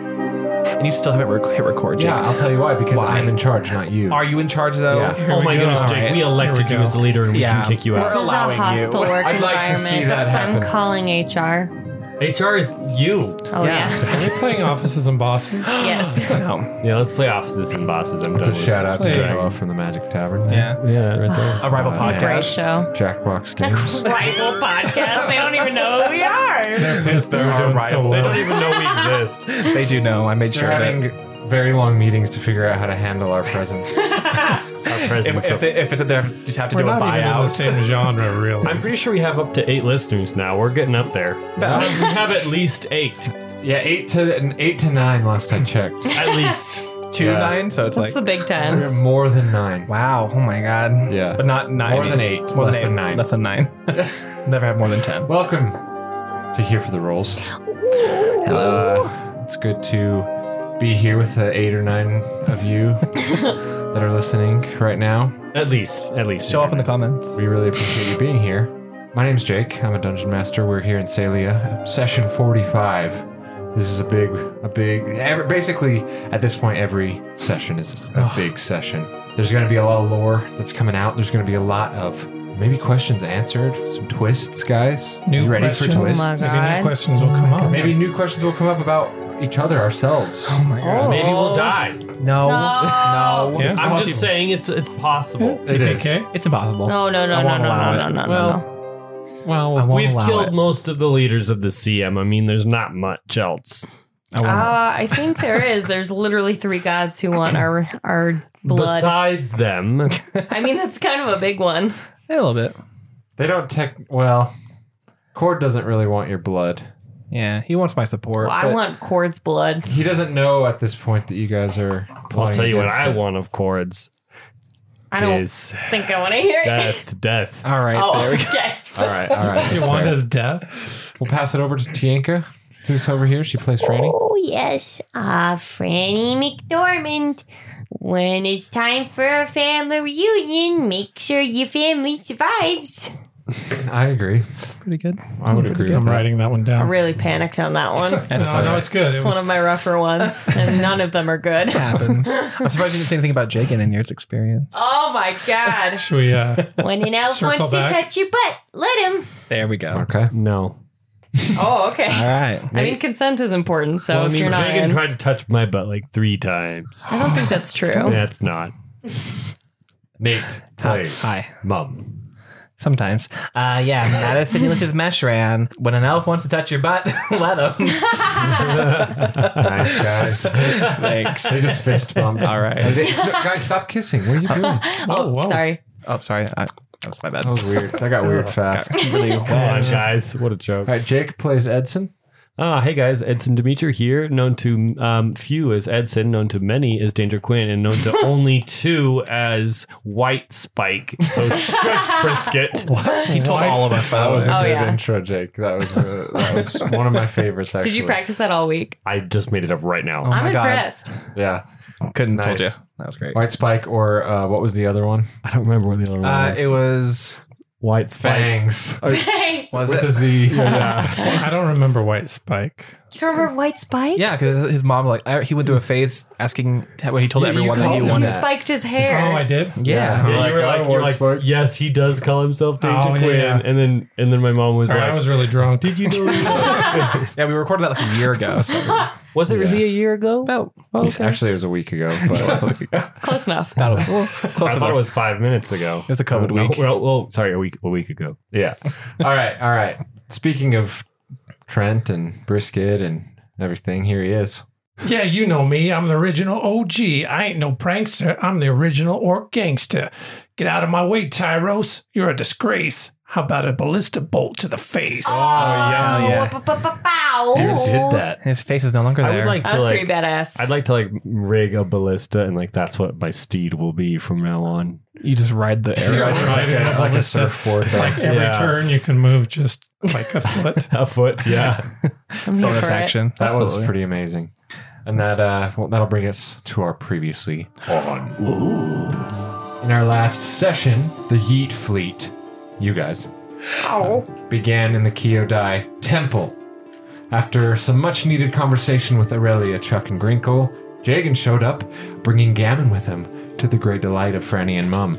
and you still haven't rec- hit record yet. Yeah, I'll tell you why. Because Why? I'm in charge, not you. Are you in charge though? Yeah. Here Oh we my go. goodness, Jake, Alright. we elected Here you we as the go. leader and we Yeah. can kick you This out. is a allowing you. hostile work I'd like to environment. see that happen. I'm calling HR. HR is you. Oh yeah. Are we playing offices in Boston? yes. No. Yeah, let's play offices and bosses. I'm It's done a with shout out to play. Delo from the Magic Tavern. Yeah. Yeah, right there. Arrival Uh, podcast. Oh, Great show. Jackbox Games. Rival podcast. They don't even know who we are. It's their doing own so rival. they well. don't even know we exist. They do know. I made We're sure of it. having very long meetings to figure out how to handle our presence. Our If, presence. if, of- they, if it's they have- just have to We're do a not even in the buyout. same genre, really. I'm pretty sure we have up to eight listeners now. We're getting up there. we have at least eight. yeah, eight to an eight to nine last I checked. At least. Two Yeah. nine, so it's It's like the big We're times. more than nine. wow. Oh my god. Yeah. But not nine. More than eight, Well, less than nine. Less than nine. Never had more than ten. Welcome to Here for the Rolls. Uh, it's good to be here with the eight or nine of you that are listening right now. At least. At least. Show off in the comments. We really appreciate you being here. My name's Jake. I'm a dungeon master. We're here in Salia, session 45. This is a big, a big. Every, basically, at this point, every session is a big session. There's going to be a lot of lore that's coming out. There's going to be a lot of maybe questions answered, some twists, guys. New you ready questions? for Oh my twists? God. Oh Maybe new questions will come up. Maybe new questions will come up about each other, ourselves. Oh my god. Maybe we'll die. No. No. No. Yeah. It's I'm impossible. just saying it's it's possible. It is. TPK? It's impossible. No, no, no, no, I no, won't allow no, it. no, no, no. Well, well, I won't We've allow killed it. most of the leaders of the CM. I mean, there's not much else. I won't. Uh, I think there is. There's literally three gods who want our our blood. Besides them, I mean, that's kind of a big one. a little bit. they don't tech. Well, Cord doesn't really want your blood. Yeah. He wants my support. Well, I but- want Cord's blood. He doesn't know at this point that you guys are. I'll plotting tell you what against I him. want of chords I don't is think I want to hear it. death, death. All right. Oh, There we go. okay. All right, all right. that's fair. Yolanda's deaf. We'll pass it over to Tienka, who's over here. She plays Franny. Oh, yes, ah, Franny McDormand. When it's time for a family reunion, make sure your family survives. I agree. Pretty good. I would agree with I'm that. writing that one I down. really panicked on that one. That's No, no, it's good. It's It one was, of my rougher ones, and none of them are good. happens. I'm surprised you didn't say anything about Jacob and your experience. Oh my god. should we, uh, When an elf Circle wants back. to touch your butt, let him. There we go. Okay. No. Oh, okay. All right. I mean, consent is important, so I if mean, you're not Dragon in, tried to touch my butt like three times. I don't think that's true. That's not. Nate plays Hi. Mum. Sometimes. Uh, yeah, Madison Ulysses Meshran. When an elf wants to touch your butt, let him. Nice guys. Thanks. they just fist bumped. All right. guys, stop kissing. What are you doing? oh, whoa. Sorry. Oh, sorry. I, that was my bad. That was weird. That got weird fast. All really Come on, wet. guys. What a joke. right. Jake plays Edson. Ah, hey guys, Edson Demetri here, known to um, few as Edson, known to many as Danger Quinn, and known to only two as White Spike. So shush, brisket. He told all of us, by That the was way. a Oh, good yeah. intro, Jake. That was uh, that was one of my favorites. Actually. Did you practice that all week? I just made it up right now. Oh my I'm God. impressed. Yeah. Couldn't Nice. told you. That was great. White Spike or uh, what was the other one? I don't remember what the other one Uh, was. it was. White Spike. Fangs. Thanks. Was With it? a Z. I don't remember White Spike. Do you remember White Spike? Yeah, because his mom like I- he went through a phase asking when he told You- you everyone that called he him He wanted. that. spiked his hair. Oh, I did? Yeah. Yeah, Like, you were oh, like, you're White like, Spike. yes, he does call himself Danger Oh, yeah, Quinn, yeah. and then and then my mom was Sorry, like, I was really drunk. did you know? he- Yeah, we recorded that like a year ago. So was it really a year ago? about It's Actually, it was a week ago, but Close enough. about a- well, close I enough. thought it was five minutes ago. It was a COVID week. Well, well, sorry, a week a week ago. Yeah. all right. All right. Speaking of Trent and brisket and everything, here he is. Yeah, you know me. I'm the original OG. I ain't no prankster. I'm the original orc gangster. Get out of my way, Tyros. You're a disgrace. How about a ballista bolt to the face? Oh, yeah, yeah. Oh, that. His face is no longer I would there. like That to was like. pretty badass. I'd like to like rig a ballista and like that's what my steed will be from now on. you just ride the He air. rides like, a, like a surfboard. though. Every Yeah. turn you can move just like a foot. A foot, yeah. I'm here bonus for it. action. that was Absolutely. pretty amazing. And that uh, well, that'll bring us to our previously on. In our last session, the Yeet Fleet, you guys, began in the Kyodai Temple After some much needed conversation with Aurelia, Chuck, and Grinkle, Jagan showed up, bringing Gammon with him, to the great delight of Franny and Mum.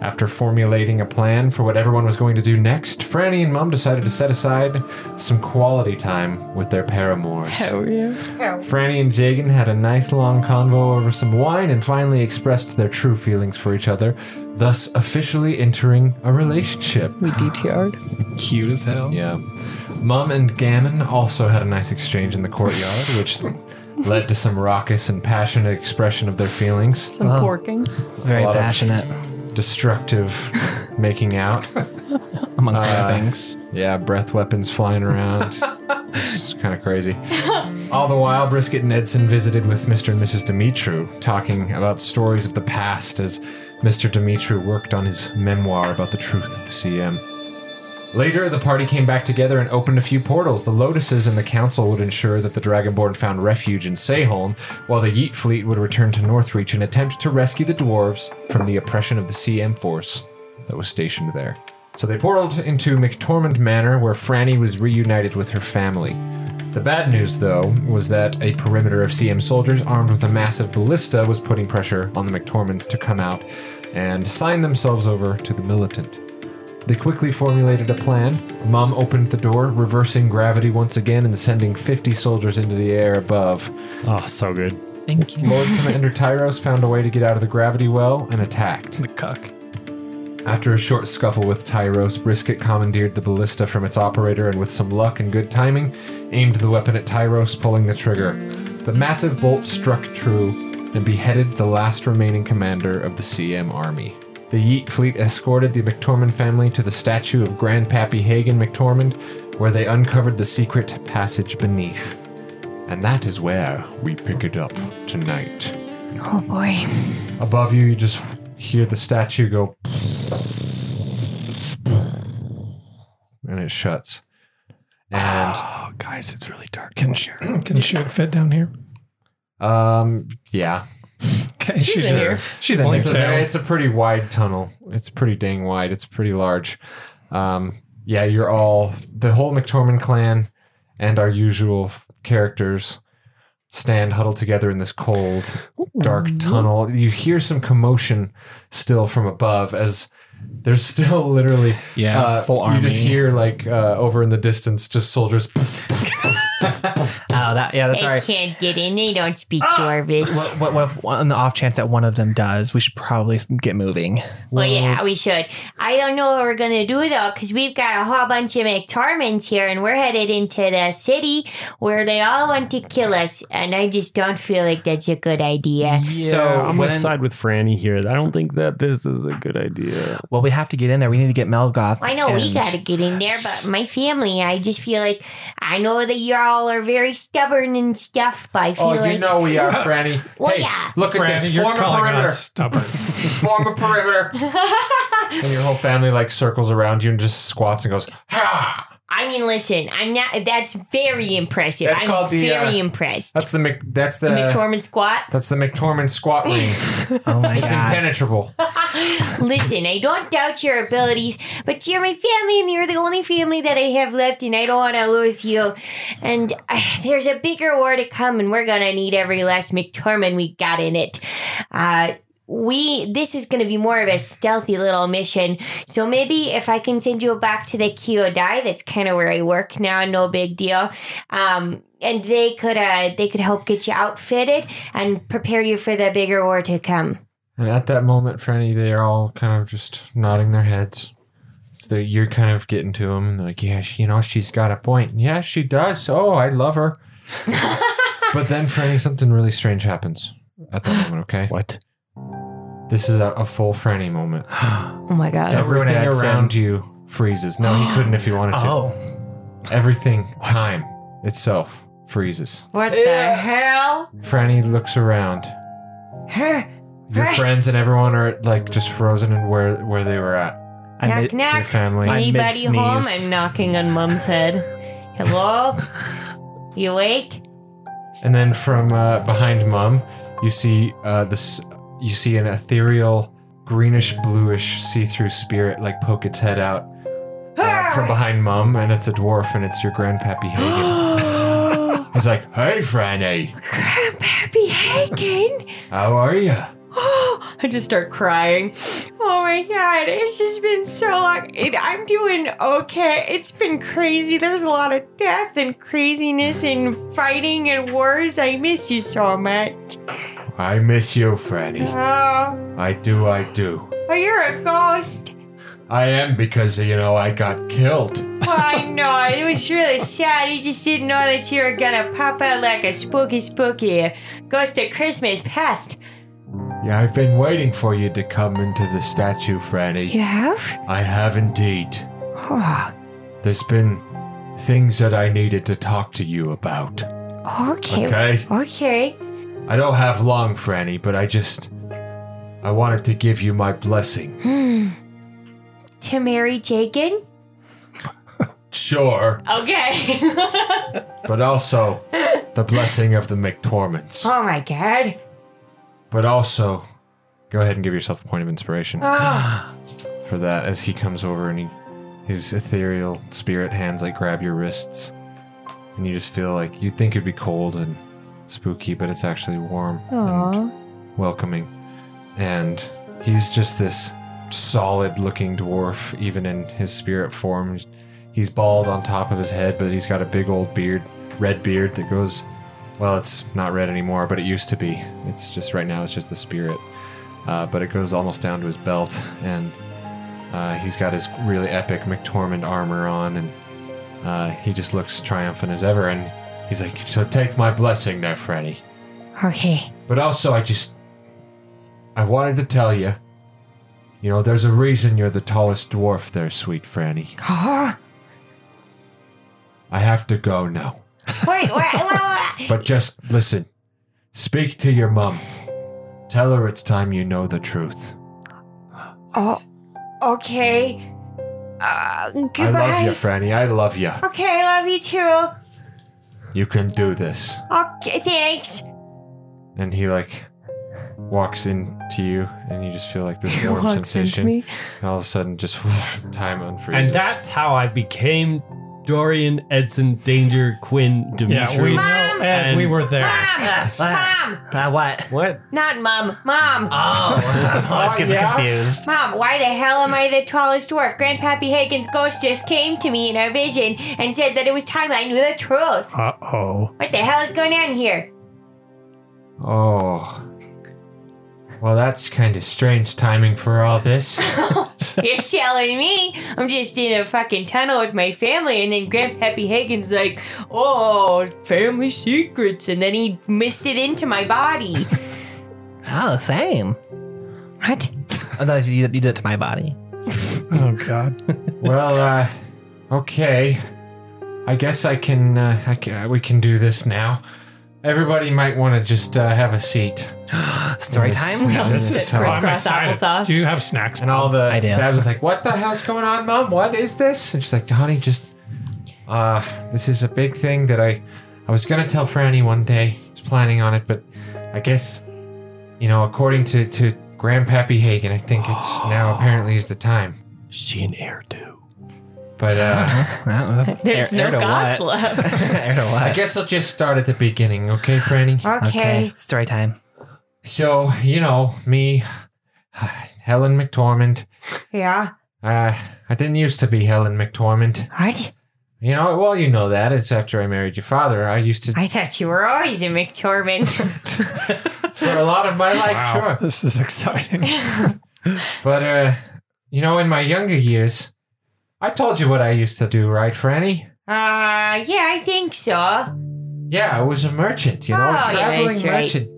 After formulating a plan for what everyone was going to do next, Franny and Mum decided to set aside some quality time with their paramours. Franny and Jagan had a nice long convo over some wine and finally expressed their true feelings for each other, thus officially entering a relationship. We DTR'd. Cute as hell. Yeah. Mum and Gammon also had a nice exchange in the courtyard, which led to some raucous and passionate expression of their feelings. Oh. Some porking. Very A lot of- passionate Destructive making out. Uh, amongst other things. Yeah, breath weapons flying around. it's kind of crazy. All the while, Brisket and Edson visited with Mr. and Mrs. Dimitru, talking about stories of the past as Mr. Dimitru worked on his memoir about the truth of the CM. Later, the party came back together and opened a few portals. The Lotuses and the Council would ensure that the Dragonborn found refuge in Seholm, while the Yeet fleet would return to Northreach and attempt to rescue the dwarves from the oppression of the CM force that was stationed there. So they portaled into McTormand Manor, where Franny was reunited with her family. The bad news, though, was that a perimeter of CM soldiers armed with a massive ballista was putting pressure on the McTormans to come out and sign themselves over to the militant. They quickly formulated a plan. Mum opened the door, reversing gravity once again and sending 50 soldiers into the air above. Oh, so good. Thank you. Lord Commander Tyros found a way to get out of the gravity well and attacked. The cuck. After a short scuffle with Tyros, Brisket commandeered the ballista from its operator and, with some luck and good timing, aimed the weapon at Tyros, pulling the trigger. The massive bolt struck true and beheaded the last remaining commander of the CM army. The Yeet fleet escorted the McTormand family to the statue of Grandpappy Hagen McTormand, where they uncovered the secret passage beneath. And that is where we pick it up tonight. Oh boy. Above you, you just hear the statue go. And it shuts. And Oh, guys, it's really dark. Can Shug, can Shug fit down here? um, yeah, Okay, she's in just- here. She's it's blinked a very, out. it's a pretty wide tunnel. It's pretty dang wide. It's pretty large. Um, yeah, you're all the whole McTorman clan and our usual f- characters stand huddled together in this cold, dark tunnel. You hear some commotion still from above as there's still literally uh, Yeah, full army. You just hear like uh, over in the distance, just soldiers. Oh, that yeah, that's They all right. can't get in. They don't speak Ah. Dwarvish. Well, What, what, what if on the off chance that one of them does, we should probably get moving. yeah, we should. I don't know what we're gonna do though, because we've got a whole bunch of McTormans here, and we're headed into the city where they all want to kill us. And I just don't feel like that's a good idea. so I'm when, gonna side with Franny here. I don't think that this is a good idea. well, we have to get in there. We need to get Melgoth. I know we and- gotta get in there, but my family, I just feel like I know that y'all are very stubborn and stuff, but I feel Oh, like you know we are, Franny. Well, hey, yeah. look at Brandon, this. you're Form a calling perimeter. us stubborn. Form a perimeter. and your whole family like circles around you and just squats and goes, ha! I mean, listen, I'm not. That's very impressive. That's I'm called the, very uh, impressed. That's the Mc, that's uh, the, McTormand squat. that's the McTorman squat ring. Oh my It's god! impenetrable. Listen, I don't doubt your abilities, but you're my family, and you're the only family that I have left, and I don't want to lose you. And uh, there's a bigger war to come, and we're gonna need every last McTormand we got in it. Uh, we this is going to be more of a stealthy little mission so maybe if i can send you back to the kyodai that's kind of where i work now no big deal um and they could uh they could help get you outfitted and prepare you for the bigger war to come And at that moment, Franny, they're all kind of just nodding their heads. So they're- you're kind of getting to them, and they're like, yeah, she, you know, she's got a point. Yeah, she does. Oh, I love her. but then, Franny, something really strange happens at that moment, okay? What? This is a, a full Franny moment. oh my god Everything Everything I'd around you freezes. No, he couldn't if he wanted to. Oh, Everything, time itself freezes. What the hell? Franny looks around. Your friends and everyone are like just frozen in where where they were at. I Knock mi- Your knock. family. I Anybody home? mid-sneeze. I'm knocking on mom's head. Hello? you awake? And then from uh, behind Mum, you see uh, this. You see an ethereal, greenish bluish, see-through spirit like poke its head out uh, from behind Mum, and it's a dwarf, and it's your grandpappy Hagen. I was like, "Hey, Franny, Happy Hagen. how are you?" I just start crying. Oh my god, it's just been so long. It, I'm doing okay. It's been crazy. There's a lot of death and craziness and fighting and wars. I miss you so much. I miss you, Franny. Uh. Oh, I do. I do. well, you're a ghost. I am because you know I got killed. Well, I know. It was really sad. You just didn't know that you were gonna pop out like a spooky, spooky ghost of Christmas past. Yeah, I've been waiting for you to come into the statue, Franny. You have? I have indeed. There's been things that I needed to talk to you about. Okay. Okay. Okay. I don't have long, Franny, but I just I wanted to give you my blessing. Hmm. To marry Jagan? Sure, Okay. but also the blessing of the McTormans. oh my god. But also, go ahead and give yourself a point of inspiration for that as he comes over and he, his ethereal spirit hands like grab your wrists, and you just feel like you'd think it'd be cold and spooky, but it's actually warm and welcoming. And he's just this solid looking dwarf, even in his spirit form. He's bald on top of his head, but he's got a big old beard, red beard that goes well, it's not red anymore, but it used to be. It's just right now, it's just the spirit. Uh, but it goes almost down to his belt, and uh, he's got his really epic McTormand armor on, and uh, he just looks triumphant as ever. And he's like, "So take my blessing, there, Freddy." Okay. But also, I just I wanted to tell you, you know, there's a reason you're the tallest dwarf there, sweet Franny. I have to go now. Wait, wait, wait, wait. But just listen. Speak to your mom. Tell her it's time you know the truth. Oh, okay. Uh, goodbye. I love you, Franny. I love you. Okay, love you too. You can do this. Okay, thanks. And he like walks into you, and you just feel like this warm sensation, and all of a sudden, just time unfreezes. And that's how I became Dorian Edson Danger Quinn Yeah, we Dimitri. know. Ed, we were there. Mom! Mom! Uh, what? what? Not mom. Mom! Oh, I always getting confused. Mom, why the hell am I the tallest dwarf? Grandpappy Hagen's ghost just came to me in a vision and said that it was time I knew the truth. Uh oh. What the hell is going on here? oh. Well, that's kind of strange timing for all this. You're telling me I'm just in a fucking tunnel with my family, and then Grandpappy Hagen's like, oh, family secrets, and then he missed it into my body. Oh, same. What? I thought you, you did it to my body. Oh god. well, uh, okay. I guess I can. Uh, I can we can do this now. Everybody might want to just uh, have a seat. Story time? Yes. This is- Crisscross I'm excited. applesauce. Do you have snacks? And all the I do. Babs was like, "What the hell's going on, mom? What is this?" And she's like, "Honey, just uh, this is a big thing that I I was gonna tell Franny one day. I was planning on it, but I guess you know, according to to Grandpappy Hagen, I think it's now apparently is the time. Is she an heir too? But uh, Uh-huh. There's Heir- heir no to gods what? left. Heir to I what? guess I'll just start at the beginning, okay, Franny? Okay. Okay. Story time. So you know me, Helen McTormand. Yeah. Uh, I didn't used to be Helen McTormand. What? You know, well, you know that. It's after I married your father. I used to, I thought you were always a McTormand. for a lot of my life, Wow, sure. this is exciting. But, uh, you know, in my younger years, I told you what I used to do, right, Franny? uh, yeah, I think so. Yeah, I was a merchant, you know, Oh, a yeah, traveling that's right. merchant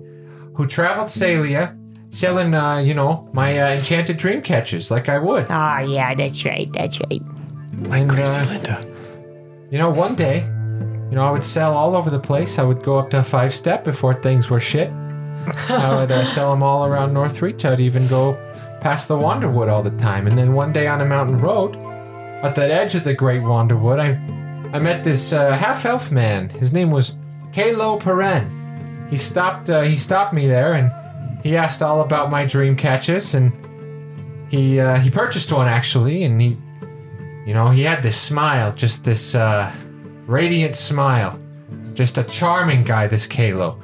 who traveled Salia selling, uh, you know, my uh, enchanted dream catches like I would. Oh, yeah, that's right. That's right. Like Crazy Linda. uh, You know, one day, you know, I would sell all over the place. I would go up to Five Step before things were shit. I would uh, sell them all around Northreach. I'd even go past the Wanderwood all the time. And then one day on a mountain road, at the edge of the Great Wanderwood, I, I met this uh, half-elf man. His name was Kalo Peren. He stopped. Uh, he stopped me there, and he asked all about my dream catches, and he uh, he purchased one actually, and he you know, he had this smile, just this uh, radiant smile. Just a charming guy, this Kalo.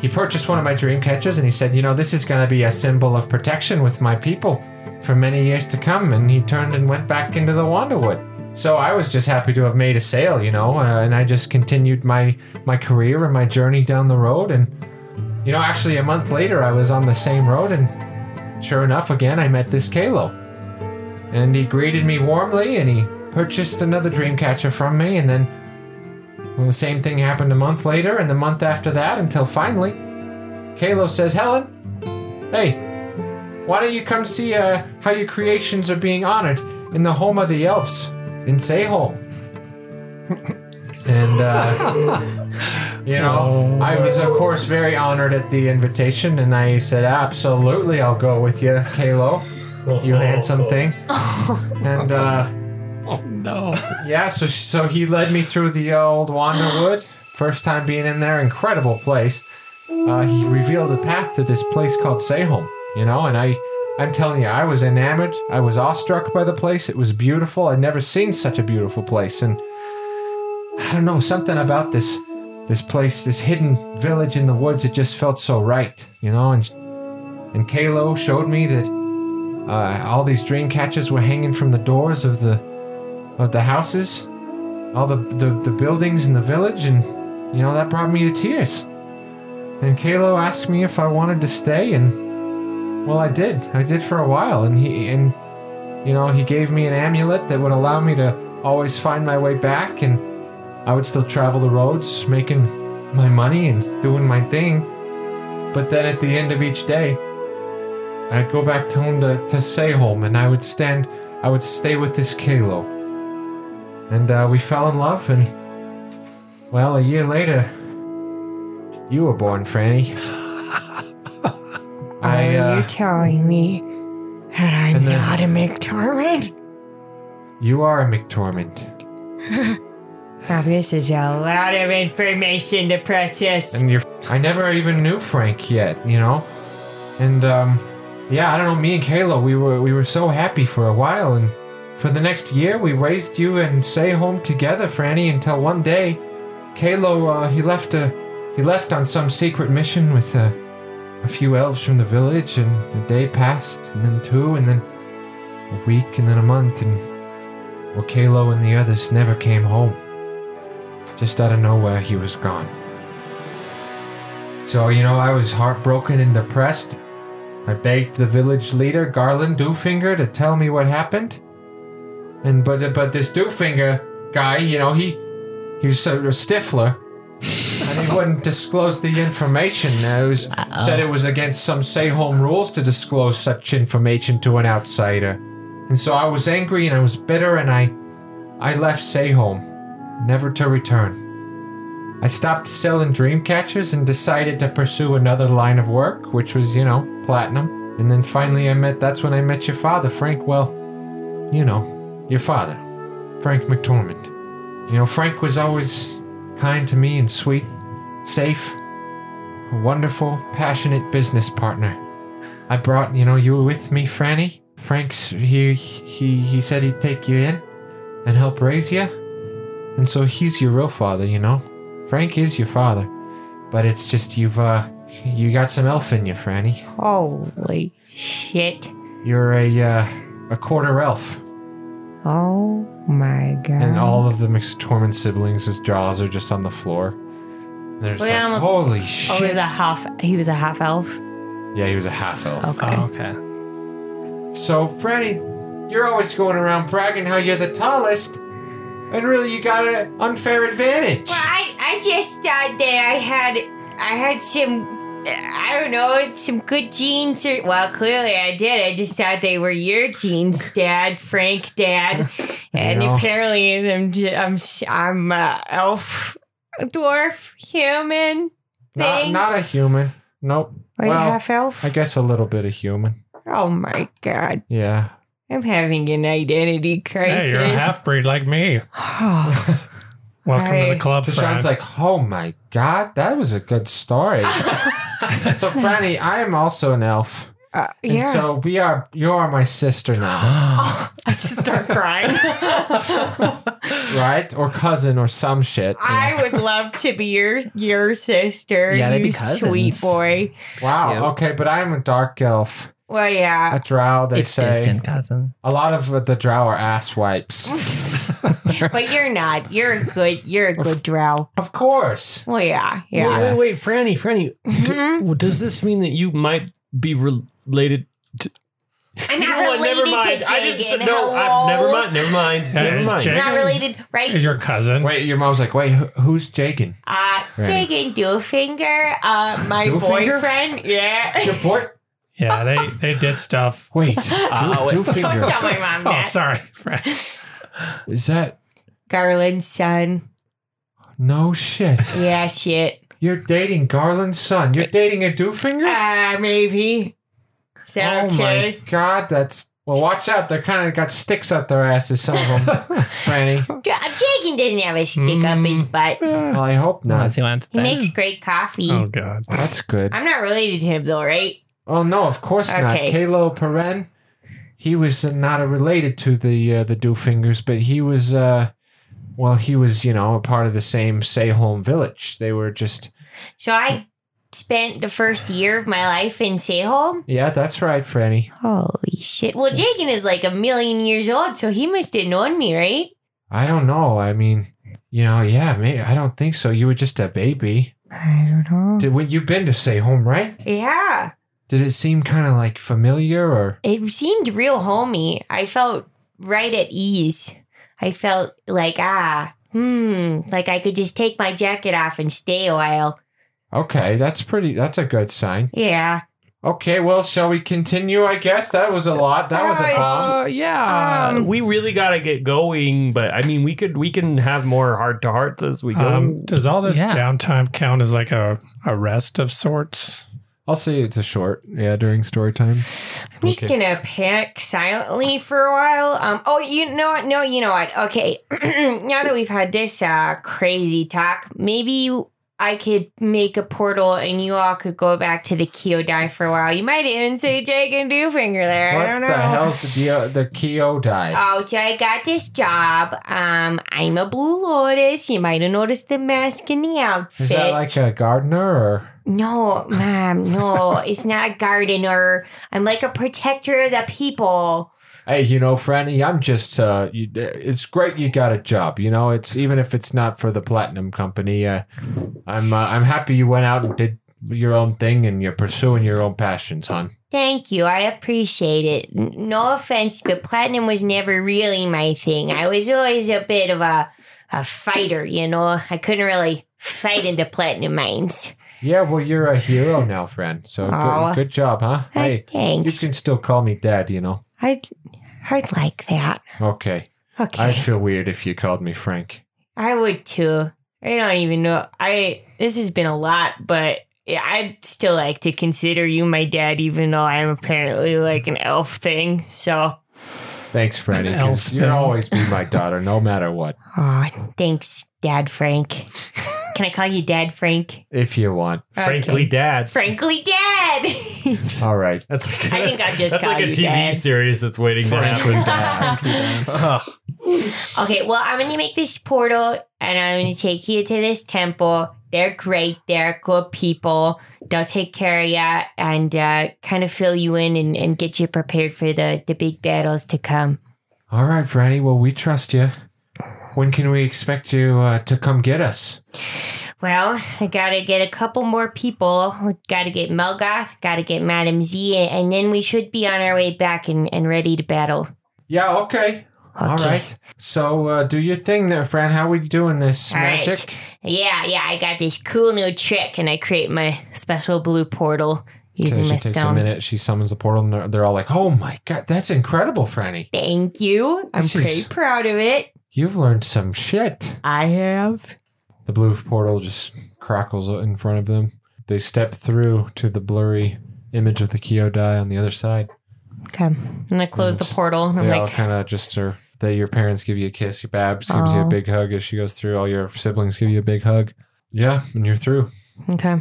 He purchased one of my dream catchers and he said, You know, this is going to be a symbol of protection with my people for many years to come. And he turned and went back into the Wanderwood. So I was just happy to have made a sale, you know, uh, and I just continued my, my career and my journey down the road. And, you know, actually, a month later, I was on the same road and sure enough, again, I met this Kalo. And he greeted me warmly and he purchased another Dreamcatcher from me. And then well, the same thing happened a month later and the month after that until finally, Kalo says, Helen, hey, why don't you come see uh, how your creations are being honored in the home of the elves in Sehol? and, uh, you know, I was, of course, very honored at the invitation, and I said, absolutely, I'll go with you, Kalo. You handsome thing. and, uh, No. yeah, so so he led me through the old Wanderwood. First time being in there, incredible place. Uh, he revealed a path to this place called Sehom, you know, and I, I'm telling you, I was enamored. I was awestruck by the place. It was beautiful. I'd never seen such a beautiful place, and I don't know something about this, this place, this hidden village in the woods. It just felt so right, you know. And and Kalo showed me that uh, all these dream catchers were hanging from the doors of the of the houses, all the, the, the buildings in the village, and you know, that brought me to tears. And Kalo asked me if I wanted to stay, and well, I did. I did for a while, and he and you know, he gave me an amulet that would allow me to always find my way back, and I would still travel the roads, making my money and doing my thing. But then at the end of each day, I'd go back to home to, to Sehome, and I would stand, I would stay with this Kalo and uh, we fell in love and well a year later you were born franny i You're uh, telling me that I'm And then- not a McTorment? you are a mctormand Now, this is a lot of information to process. and you're i never even knew frank yet you know and um yeah i don't know me and kayla we were we were so happy for a while and for the next year we raised you and stay home together franny until one day Kalo, uh, he left a, he left on some secret mission with a, a few elves from the village, and a day passed, and then two, and then a week, and then a month, and well, Kalo and the others never came home. Just out of nowhere, he was gone. So you know, I was heartbroken and depressed. I begged the village leader, Garland Doofinger, to tell me what happened. And but but this Doofinger guy, you know, he he was sort of a stiffler. and he wouldn't disclose the information. Uh, It was, said it was against some say home rules to disclose such information to an outsider. And so I was angry and I was bitter and I I left say home, never to return. I stopped selling dream catchers and decided to pursue another line of work, which was, you know, platinum. And then finally I met that's when I met your father, Frank, well, you know, your father, Frank McTormand. You know, Frank was always kind to me and sweet, safe, a wonderful, passionate business partner. I brought, you know, you were with me, Franny. Frank's he he he said he'd take you in and help raise you. And so he's your real father, you know. Frank is your father. But it's just you've uh you got some elf in you, Franny. Holy. Shit. You're a uh, a quarter elf. Oh my god. And all of the McTormand siblings, his jaws are just on the floor. And They're just Well, like, I'm a- holy Oh, he was shit. a half. He was a half elf. yeah, he was a half elf. Okay. okay. So, Franny, you're always going around bragging how you're the tallest, and really you got an unfair advantage. Well, I, I just thought that I had I had some I don't know some good genes. Or, well, clearly I did. I just thought they were your genes, Dad, Frank, Dad, and know. apparently I'm j- I'm s- I'm uh, elf, dwarf, human, not, thing. not a human. Nope. like well, half elf. I guess a little bit of human. oh my god, Yeah. I'm having an identity crisis. Hey, you're a half breed like me. Welcome to Hi. the club, Deshaun's friend. like, oh my god, that was a good story. so, Franny, I am also an elf. Uh, And yeah. so we are. You are my sister now, I just start crying. right? Or cousin, or some shit. I would love to be your your sister. Yeah, they'd you be sweet cousins. boy. wow. Yeah. Okay, but I'm a dark elf, Well, yeah. a drow. They it's say distant cousin. a lot of uh, the drow are ass wipes. But you're not. You're a good. You're a good drow. of course. Well, yeah. Yeah. Yeah. Wait, wait, wait, Franny, Franny. d- Mm-hmm. well, does this mean that you might be related? I'm not You know what, related to I didn't Jagan. say- no, Oh. I, never mind. Never mind. Never is mind. Jake. Not related, right? Is your cousin? Wait, your mom's like, wait, who, who's Jagan? Uh, Right. Jagan Doofinger, uh, my Doofinger? boyfriend. Yeah. Your boy. Yeah, they they did stuff. Wait, do, do finger. Tell my mom Oh, that. sorry, friend. Is that Garland's son. no shit? Yeah, shit. You're dating Garland's son. You're dating a Doofinger? Uh, maybe. Is that oh okay? my god, that's well. Watch out. They're kind of got sticks up their asses. Some of them, Franny. D- Jagan doesn't have a stick up his butt. Mm. Well, I hope Unless not. he wants He that. makes great coffee. Oh God. That's good. I'm not related to him though, right? Oh no, of course not. Okay. Kalo Peren. He was not related to the uh, the Doofingers, but he was. Uh, well, he was, you know, a part of the same Sayholm village. They were just, So I spent the first year of my life in Sehol. yeah, that's right, Franny. Holy shit. Well, Jagan is like a million years old, so he must have known me, right? I don't know. I mean, you know, yeah, maybe, I don't think so. You were just a baby. I don't know. Did when you've been to Sayholm, right? Mm. Yeah. Did it seem kind of like familiar or? It seemed real homey. I felt right at ease. I felt like, ah, hmm, like I could just take my jacket off and stay a while. Okay, that's pretty. That's a good sign. Yeah. Okay, well, shall we continue? I guess that was a lot. That was a bomb. Uh, yeah, um, we really gotta get going. But I mean, we could we can have more heart to hearts as we go. Um, does all this Yeah. downtime count as like a, a rest of sorts? I'll say it's a short. Yeah, during story time. I'm just gonna panic silently for a while. Um. Oh, you know what? No, you know what? Okay. now that we've had this uh, crazy talk, maybe I could make a portal and you all could go back to the Kyodai for a while. You might even say Jake and Doofinger there. I What don't the know. hell's the deal- the Kyo die? Oh, so I got this job. Um, I'm a Blue Lotus. You might have noticed the mask and the outfit. Is that like a gardener or? no, ma'am, no, it's not a gardener. I'm like a protector of the people. Hey, you know, Franny, I'm just. Uh, you, it's great you got a job. You know, it's even if it's not for the platinum company. Uh, I'm uh, I'm happy you went out and did your own thing and you're pursuing your own passions, hon. Thank you. I appreciate it. N- No offense, but platinum was never really my thing. I was always a bit of a a fighter, you know. I couldn't really fight into platinum mines. Yeah, well, you're a hero now, friend. So Aw. good, good job, huh? Hey, you Thanks. can still call me dad. You know. I'd I'd like that. Okay. Okay. I'd feel weird if you called me Frank. I would too. I don't even know. I this has been a lot, but yeah, I'd still like to consider you my dad, even though I'm apparently like an elf thing. So, Thanks, Franny, Elf because you'll thing. always be my daughter, no matter what, oh, thanks, Dad Frank. Can I call you Dad Frank? if you want. Frankly, Dad. Frankly, Dad. All right. That's like I think that's- I just that's call like a you TV Dad. series that's waiting for Frankly, happen. Dad. okay, well, I'm gonna make this portal, and I'm gonna take you to this temple. They're great. They're good people. They'll take care of you and uh, kind of fill you in and, and get you prepared for the the big battles to come. All right, Franny. Well, we trust you. When can we expect you uh, to come get us? Well, I gotta get a couple more people. We gotta get Melgoth, gotta get Madam Z, and then we should be on our way back and, and ready to battle. Yeah. Okay. All Okay. right. So uh, do your thing there, Fran. How we doing this All right. magic? Yeah, yeah, I got this cool new trick, and I create my special blue portal Okay, using she my takes a stone. minute. She summons the portal, and they're, they're all like, "Oh my god, that's incredible, Franny! Thank you. I'm This is- pretty proud of it. You've learned some shit." I have. The blue portal just crackles in front of them. They step through to the blurry image of the Kyodai on the other side. Okay. I'm going to close the portal. and I'm They all like, kind of just are. That your parents give you a kiss, your babs gives you a Aw. big hug as she goes through. All your siblings give you a big hug. Yeah, and you're through. okay.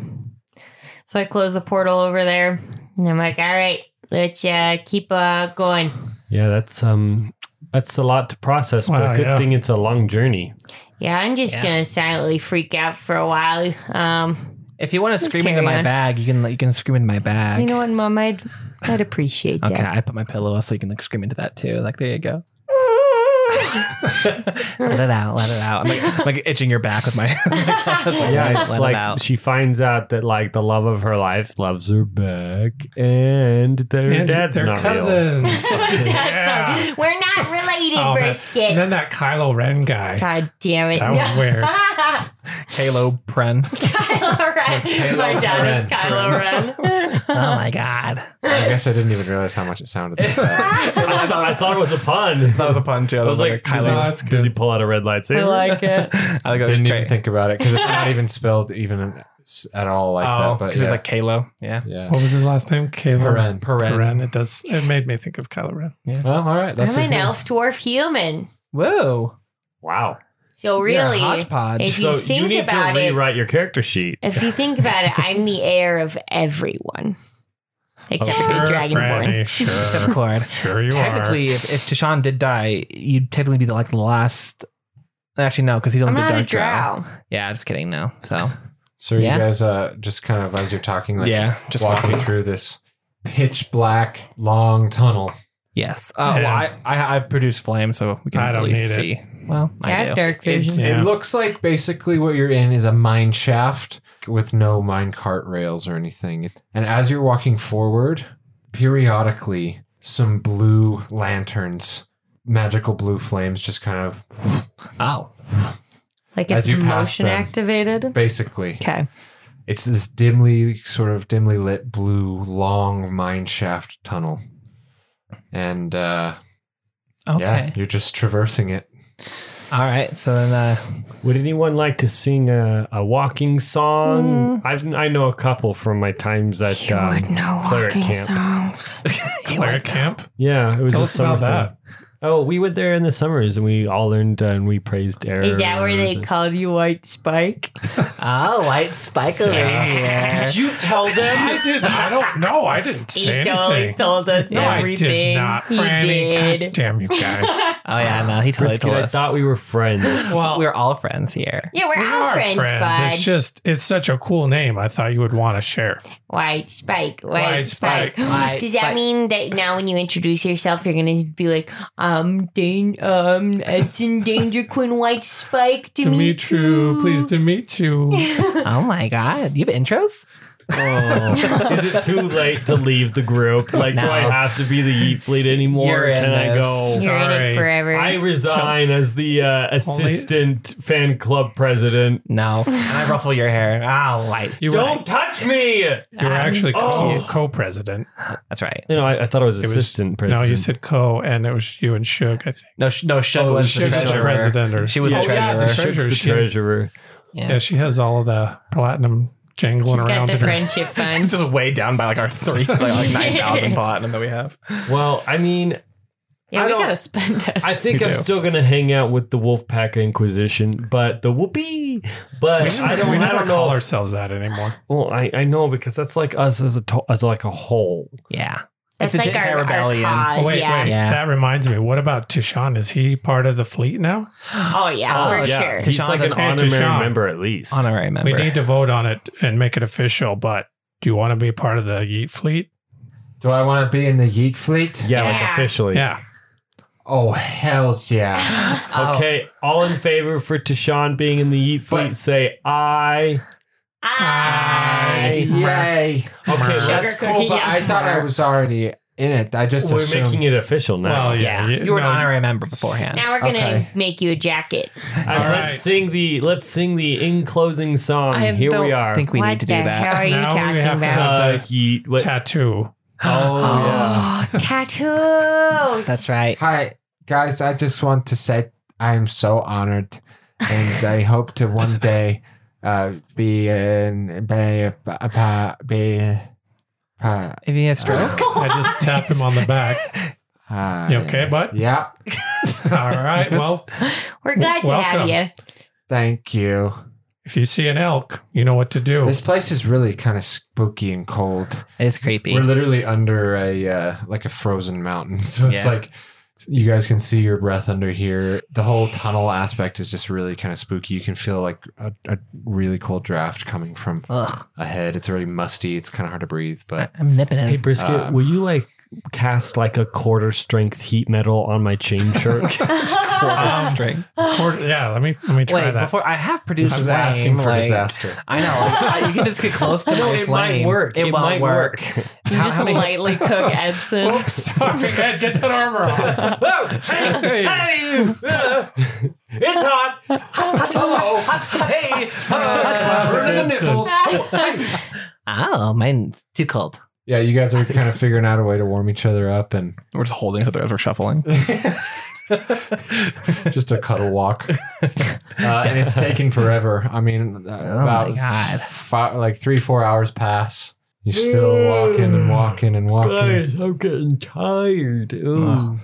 So I close the portal over there. And I'm like, all right, Let's uh, keep uh, going. Yeah, that's um, that's a lot to process. But Wow, good yeah. thing it's a long journey. Yeah, I'm just Yeah. gonna silently freak out for a while. Um, If you want to scream into carry my on. bag, you can you can scream into my bag. you know what, Mom? I'd I'd appreciate okay, that. I put my pillow so you can like, scream into that too. Like there you go. let it out, let it out. I'm like, I'm, like itching your back with my. Yeah, Let it's it like out. she finds out that like the love of her life loves her back, and their And dad's they're not real. cousins. That's Yeah. not- We're not related, Oh, man. brisket. And then that Kylo Ren guy. God damn it! That was weird. Halo Pren. Kylo Ren. My dad is Ren. Kylo Ren. Oh my god, I guess I didn't even realize how much it sounded like that. I thought, I thought it was a pun. that was a pun too. That I was like, does, Kylo- he, That's good. does he pull out a red lightsaber? it. I like, didn't great. even think about it because it's not even spelled even s- at all like Oh, that. But because yeah, it's like Halo. Yeah. yeah. What was his last name? Kylo Ren. Ren. Peren. It does. It made me think of Kylo Ren. Well, all right. That's I'm his an name. elf, dwarf, human. Whoa. Wow. So really, You're a hodgepodge. if So you you, think need to about it, rewrite your character sheet. if you think about it, I'm the heir of everyone except for the dragonborn. Franny, Except Sure, Cord. sure you are. Technically, if, if Tishan did die, you'd technically be the, like the last. Actually, no, because he's I'm only did not a Dark drow. Yeah, just kidding. No. So So are Yeah. you guys uh, just kind of as you're talking, like yeah, just walk me through this pitch black long tunnel. Yes. Uh, well, I, Yeah. I I produce flame, so we can I at don't least need it. see. Well, I I have do. dark vision. Yeah. It looks like basically what you're in is a mine shaft with no mine cart rails or anything. And as you're walking forward, periodically some blue lanterns, magical blue flames just kind of Oh, Like As it's you pass motion them. activated. basically Okay. it's this dimly sort of dimly lit blue long mine shaft tunnel. And uh okay. yeah, you're just traversing it. All right. So then, uh, Would anyone like to sing a, a walking song? Hmm. I've, I know a couple from my times at um, cleric camp. songs. Claire Camp. Yeah, it was Tell a us summer about that. thing. Oh, we went there in the summers and we all learned uh, and we praised Eric. Is that where they called you White Spike? oh, white spike over here. you tell them? I did. I don't know. Oh, I didn't say He totally anything. told us No, I everything. did not. He Franny, God did. damn you guys. Oh yeah, no, he totally Brisket, told I us. thought we were friends. well, we're all friends here. Yeah, we're We all are friends, It's bud. just it's such a cool name. I thought you would want to share. White Spike. White, White Spike. Spike. White Does that Spike. mean that now when you introduce yourself, you're gonna be like, "I'm Dan, um, Edson Danger Quinn White Spike, Dimitru, Dimitru, pleased to meet you. Oh my god, you have intros? Oh. Is it too late to leave the group? Like, do I No. have to be the Yeet Fleet anymore? You're in Can I this. go? You're in Sorry. it forever." I resign as the uh, assistant fan club president. No, and I ruffle your hair. Oh, white. You were, Don't touch me! You Um, you were actually co oh. co president. That's right. know, I, I thought it was assistant president. No, you said co, and it was you and Shug. I think. No, sh- no, Shug was the Shug was the treasurer. president or- she was Oh, the yeah, treasurer. the Shug's treasurer, the she- treasurer. yeah, Yeah, she has all of the platinum jangling She's got around. the in her- friendship fund. just way down by like our three, like, like nine thousand platinum that we have. Well, I mean, Yeah, I we don't- gotta spend it. I think I'm do. still gonna hang out with the Wolfpack Inquisition, but the whoopee. But I don't. we I never don't call know. If, ourselves that anymore. well, I, I know because that's like us as a to, as like a whole. Yeah, That's it's a like Jedi our, our rebellion. cause. Oh, wait, yeah. wait. Yeah. That reminds me. What about Tishan? Is he part of the fleet now? Oh yeah, for sure. he's Tishan like an and- Hey, honorary Tishan. member at least. honorary member. We need to vote on it and make it official. But do you want to be part of the Yeet fleet? Do I want to be in the Yeet fleet? yeah, like Yeah. officially. Yeah. Oh hells yeah. Oh. Okay, all in favor for Tashawn being in the Yeet Fleet, But- say aye. I Yay. Okay, Sugar let's, cookie. Oh, but I thought I was already in it. I just we're assumed. making it official now. Well, Yeah, yeah. you were an no, honorary member beforehand. now we're gonna Okay. make you a jacket. All right, right. Let's sing the let's sing the in closing song. I Here don't we are. think we what need to the do that. hell are you Now we talking have to about? have- uh, Yeet. What, tattoo. oh yeah. Tattoos. That's right. Hi guys, I just want to say I'm so honored, and I hope to one day uh, be in be be, be uh, If he has stroke, I just tap him on the back. uh, You okay, bud? Yeah. All right. Well, We're glad to have Welcome. you. Thank you. If you see an elk, you know what to do. This place is really kind of spooky and cold. It's creepy. We're literally under a uh, like a frozen mountain, so it's Yeah. like you guys can see your breath under here. The whole tunnel aspect is just really kind of spooky. You can feel like a, a really cold draft coming from Ugh. ahead. It's already musty. It's kind of hard to breathe, I- but Uh, I'm nipping Hey it. brisket, Uh, will you like cast like a quarter strength heat metal on my chain shirt? Or- Um, yeah, let me let me try Wait, that. before I have produced I was flame, asking for like- disaster. I know. like, I- you can just get close to my it might flame. work. It will might You just many- lightly cook Edson. Sorry, Ed, get that armor off. it's hot. Hey! the nipples. Oh, mine's too cold. Yeah, you guys are kind of figuring out a way to warm each other up and We're just holding each other as we're shuffling. just a cuddle walk. Uh, and it's taken forever. I mean, uh, Oh about God. Five, like three, four hours pass. You're still walking and walking and walking. I'm getting tired. Ooh.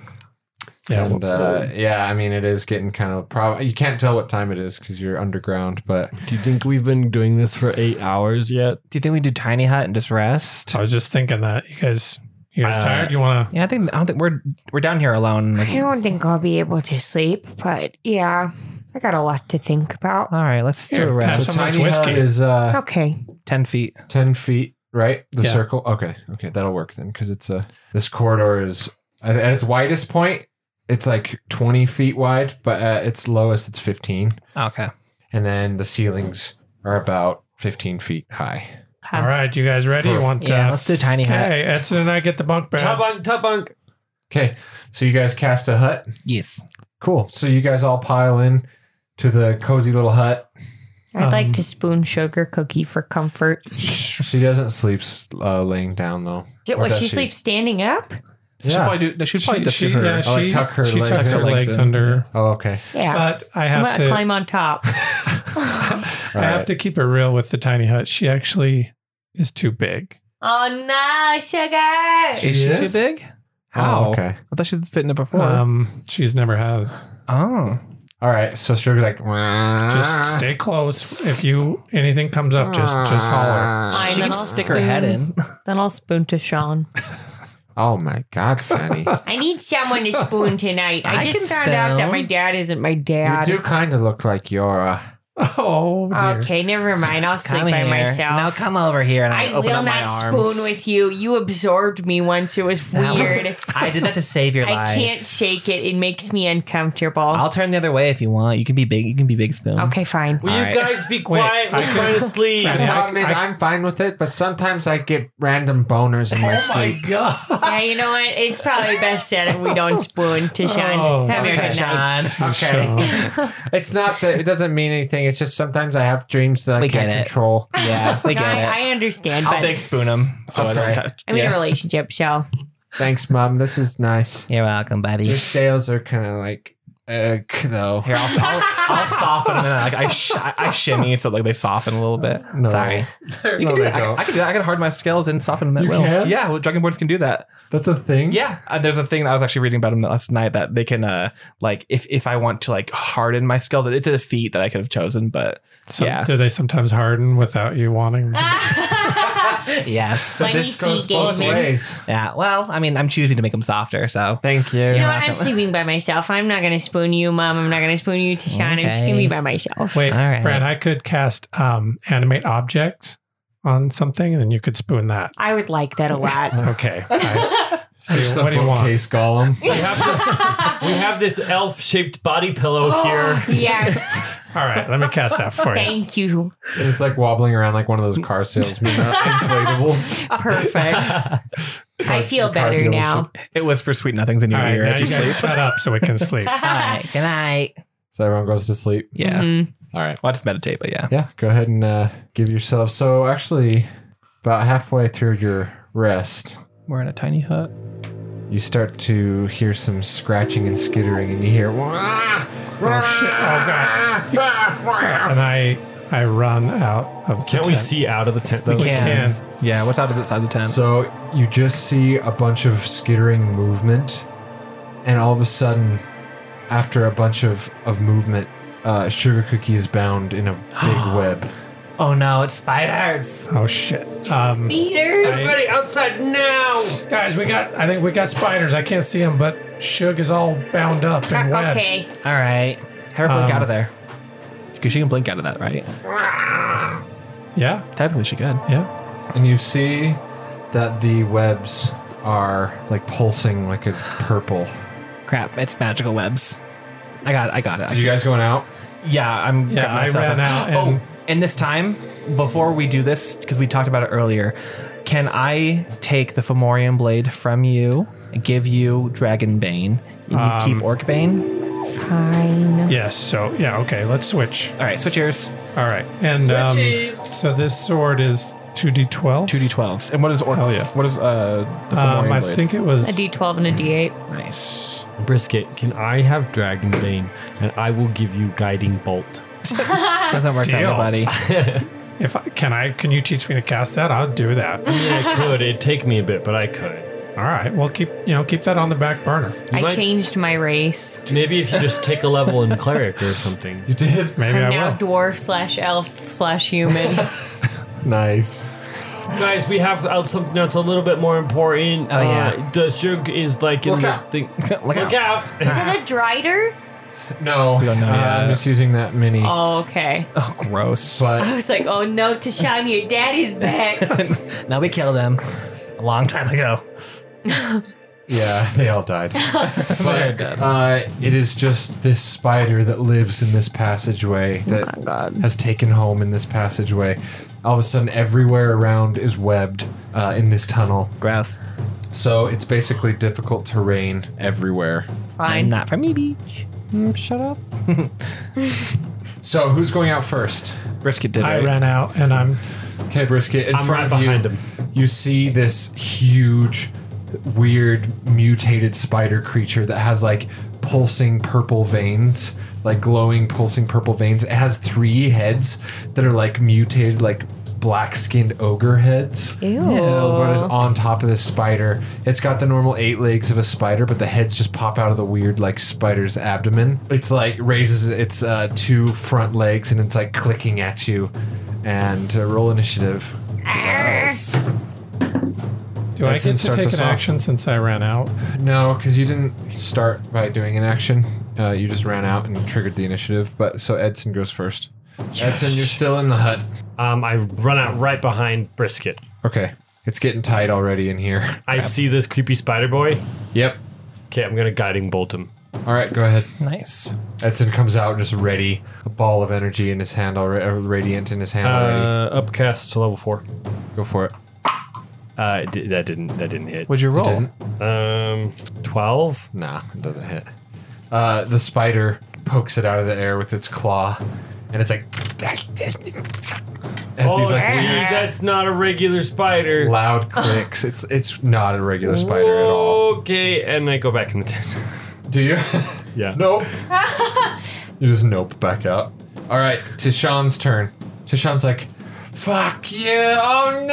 And uh, yeah, I mean, it is getting kind of probably. You can't tell what time it is because you're underground, but Do you think we've been doing this for eight hours yet? Do you think we do tiny hut and just rest? Uh, I was just thinking that you guys, you guys tired? You want to? Yeah, I think I don't think we're we're down here alone. I don't think I'll be able to sleep, but yeah, I got a lot to think about. All right, let's do a Here, rest. have Some nice tiny hut whiskey. is uh, Okay. Ten feet. ten feet, right? The Yeah. circle. Okay, okay, that'll work then because it's uh, this corridor is at, at its widest point. It's like twenty feet wide, but at its lowest, it's fifteen, Okay. and then the ceilings are about fifteen feet high. All right, you guys ready? You want? Yeah, uh, let's do tiny hut. okay, Edson and I get the bunk beds. Top bunk, top bunk. Okay, so you guys cast a hut. Yes. Cool. So you guys all pile in to the cozy little hut. I'd Um, like to spoon sugar cookie for comfort. She doesn't sleep uh, laying down though. Or Well, does she sleeps standing up? Should Yeah. probably do. They should She, probably she, do her. yeah, I Oh, like she, tuck her she legs tucks in. her legs Legs in. under her. Oh, okay. Yeah. But I I'm have gonna to climb on top. I have to keep it real with the tiny hut. She actually is too big. Oh no, sugar. Is she She too is? big? How? Oh, okay. I thought she'd fit in it before. Um, she's never has. oh. All right. So Sugar's like, Just stay close. If you anything comes up, just just holler. Fine, Ah. She then can I'll stick her head in. Then I'll spoon to Sean. Oh my God, Fanny. I need someone to spoon tonight. I, I just can found out that spoon. my dad isn't my you dad. do kind of look like uh, Yora. Oh, dear. Okay, never mind. I'll sleep Come by here. myself. Now come over here and I, I open will up my not arms. spoon with you. You absorbed me once. It was That was- weird. I did that to save your life. I can't shake it. It makes me uncomfortable. I'll turn the other way if you want. You can be big. You can be big spoon. okay, fine. Will you right. guys be quiet? I We're trying to sleep. The problem is, I, am fine with it, but sometimes I get random boners Oh in Oh my sleep. yeah, you know what? It's probably best that we don't spoon to Sean. Oh, Have a Here, good night. Sean. Okay. it's not that it doesn't mean anything. It's just sometimes I have dreams that I We get can't it. control. Yeah, we No, get it. I, I understand, I'll but big spoon him. So I don't Okay. touch. I'm in a yeah. relationship, so Thanks, mom. This is nice. You're welcome, buddy. Your Here, scales are kind of like, ugh, though. I'll, I'll, I'll soften them. Like I, sh- I I shimmy so like they soften a little bit. No. Sorry, you No, can do they that. I, can- don't. I can do that. I can harden my scales and soften them at You will. can? Yeah, well, dragon boards can do that. That's a thing. Yeah, uh, there's a thing that I was actually reading about them last night that they can uh like if if I want to like harden my scales, it's a feat that I could have chosen, but Some, yeah, Do they sometimes harden without you wanting? To? yeah, So Funny this goes sea both gaming. ways. yeah. Well, I mean, I'm choosing to make them softer, so Thank you. you know what? I'm sleeping by myself. I'm not going to spoon you, Mom. I'm not going to spoon you to Sean. I'm just going to Okay. be by myself. Wait, All right. Fran, I could cast um, animate objects on something, and then you could spoon that. I would like that a lot. Okay. I- So Just a what do you want? bookcase golem. we, have this, we have this elf-shaped body pillow Oh, here. yes. All right, let me cast that for you. Thank you. And it's like wobbling around like one of those car salesmen uh, inflatables. Perfect. I feel better now. it whispers sweet nothings in All your right, ear now as you you guys sleep. shut up so we can sleep. All right, good night. So everyone goes to sleep. Yeah, Mhm. Mm-hmm. All right. well, I just meditate, but yeah. Yeah. Go ahead and uh, give yourself. So actually, about halfway through your rest, We're in a tiny hut. you start to hear some scratching and skittering, and you hear. Oh shit! Oh god! And I I run out of. the Can't we tent. see out of the tent? Though? We can. Yeah, what's opposite side of the tent? So you just see a bunch of skittering movement, and all of a sudden, after a bunch of, of movement, uh, Sugar Cookie is bound in a big web. Oh no, it's spiders. Oh shit. Um, Speeders. I- outside now. guys, we got. I think we got spiders. I can't see them, but Shug is all bound up in webs. Okay. All right. Have her blink Um, out of there. Because she can blink out of that, right? Yeah, Technically, she could. yeah. And you see that the webs are like pulsing like a purple. Crap, it's magical webs. I got it. I got it. Are you guys going out? Yeah, I'm. Yeah, getting I myself ran out and- oh, and this time, before we do this, because we talked about it earlier, can I take the Fomorian blade from you and give you Dragon Bane? And you keep Orc Bane? Fine. Um, Yes. So yeah. Okay. Let's switch. All right, so cheers. All right. And um, so this sword is two d twelve. 2d12s. And what is Orc? Hell yeah. What is uh, the Fomorian Um, I blade? think it A was. D12 and a D8. Nice. Brisket, can I have Dragon Bane? And I will give you Guiding Bolt. Doesn't work that Deal. way, buddy. If I, can I? Can you teach me to cast that? I'll do that. I mean, I could. It'd take me a bit, but I could. All right. Well, keep you know keep that on the back burner. I might- changed my race. Maybe if you just take a level in Cleric or something. You did. Maybe I'm I now will. dwarf slash elf slash human. Nice. Guys, we have out something that's a little bit more important. Oh, yeah. the Shug is like in Look the out. thing. Look out. Is it a drider? No, don't know uh, yet. Uh, I'm just using that mini. Oh, okay. Oh, gross. I But was like, oh no, Tashawn, your daddy's back. Now we killed them a long time ago. yeah, they all died. but uh, it is just this spider that lives in this passageway that has taken home in this passageway. All of a sudden, everywhere around is webbed uh, in this tunnel. Gross. So it's basically difficult terrain everywhere. I'm Fine. not from me, beach. So who's going out first? Brisket did I it. ran out, and I'm. Okay, brisket. In I'm front right of you, behind him. You see this huge, weird, mutated spider creature that has like pulsing purple veins, like glowing pulsing purple veins. It has three heads that are like mutated, like black skinned ogre heads. What is on top of this spider? It's got the normal eight legs of a spider, but the heads just pop out of the weird like spider's abdomen. It's like raises its uh, two front legs and it's like clicking at you. And uh, roll initiative. Do I That's get in to starts take us an off. action since I ran out? No, because you didn't start by doing an action. Uh, you just ran out and triggered the initiative. But so Edson goes first. Edson, you're still in the hut. Um, I run out right behind Brisket. Okay, it's getting tight already in here. I see this creepy spider boy. Yep. Okay, I'm gonna guiding bolt him. All right, go ahead. nice. Edson comes out just ready, a ball of energy in his hand already, radiant in his hand already. Uh, upcast to level four. Go for it. Uh, it di- that didn't that didn't hit. What'd you roll? Didn't? Um, twelve. Nah, it doesn't hit. Uh, the spider pokes it out of the air with its claw, and it's like. As Oh, these gee, like weird that's not a regular spider. loud clicks. It's it's not a regular spider at all. Okay, and I go back in the tent. Do you? yeah. nope. you just nope back out. All right, Tishan's turn. Tishan's like, "Fuck you! Oh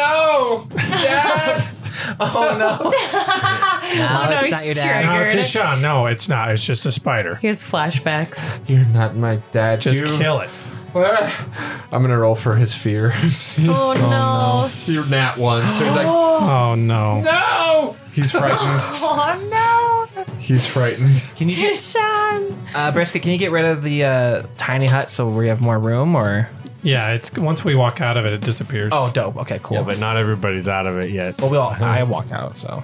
no, Dad!" Oh no. Oh, no, he's No, triggered. Deshaun. No, it's not. It's just a spider. He has flashbacks. You're not my dad. Just you. kill it. I'm gonna roll for his fear. Oh, no. You're nat one, so he's like, Oh no. "No!" He's frightened. Oh no, He's frightened. Can you get- Deshaun! Uh, Brisket, can you get rid of the uh, tiny hut so we have more room? Or Yeah, it's once we walk out of it, it disappears. oh, dope. Okay, cool. Yeah, but not everybody's out of it yet. well, we Uh-huh. all I walk out, so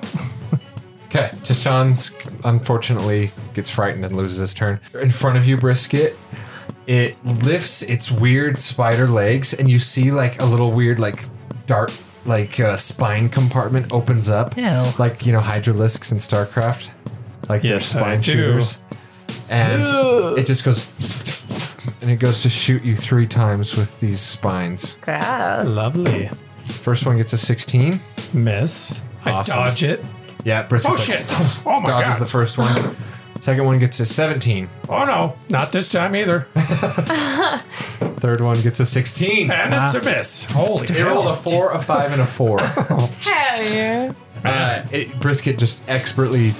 Okay, Tashan's unfortunately gets frightened and loses his turn. In front of you, Brisket, it lifts its weird spider legs, and you see like a little weird, like dart, like uh, spine compartment opens up. Ew. Like, you know, Hydralisks in StarCraft. Like their Yes, I spine do. shooters. And it just goes. And it goes to shoot you three times with these spines. Grass. lovely. First one gets a 16. Miss. Awesome. I dodge it. Yeah, Oh Brisket's like, shit. Oh my dodges god. the first one. Second one gets a 17. oh no, not this time either. Third one gets a 16. And it's a miss. Holy It rolled a hell. four, a five, and a four. Hell yeah. Uh, it, brisket just expertly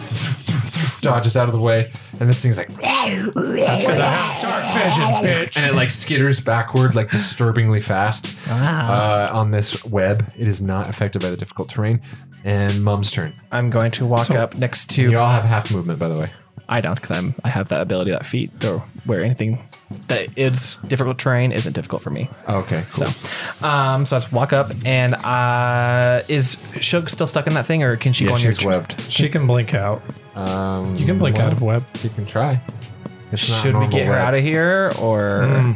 dodges out of the way, and this thing's like, Because I have dark vision, bitch. and it like skitters backward, like disturbingly fast uh, on this web. It is not affected by the difficult terrain. And Mum's turn. I'm going to walk up next to. You all have half movement, by the way. I don't because I'm I have that ability, that feat, or where anything that is difficult terrain isn't difficult for me. Okay, cool. So, um, so I just walk up and uh, is Shug still stuck in that thing, or can she go yeah, on your she's tr- webbed. She can blink out. Um, You can blink out of web. You can try. It's not Should we normal get her web. out of here, or Hmm.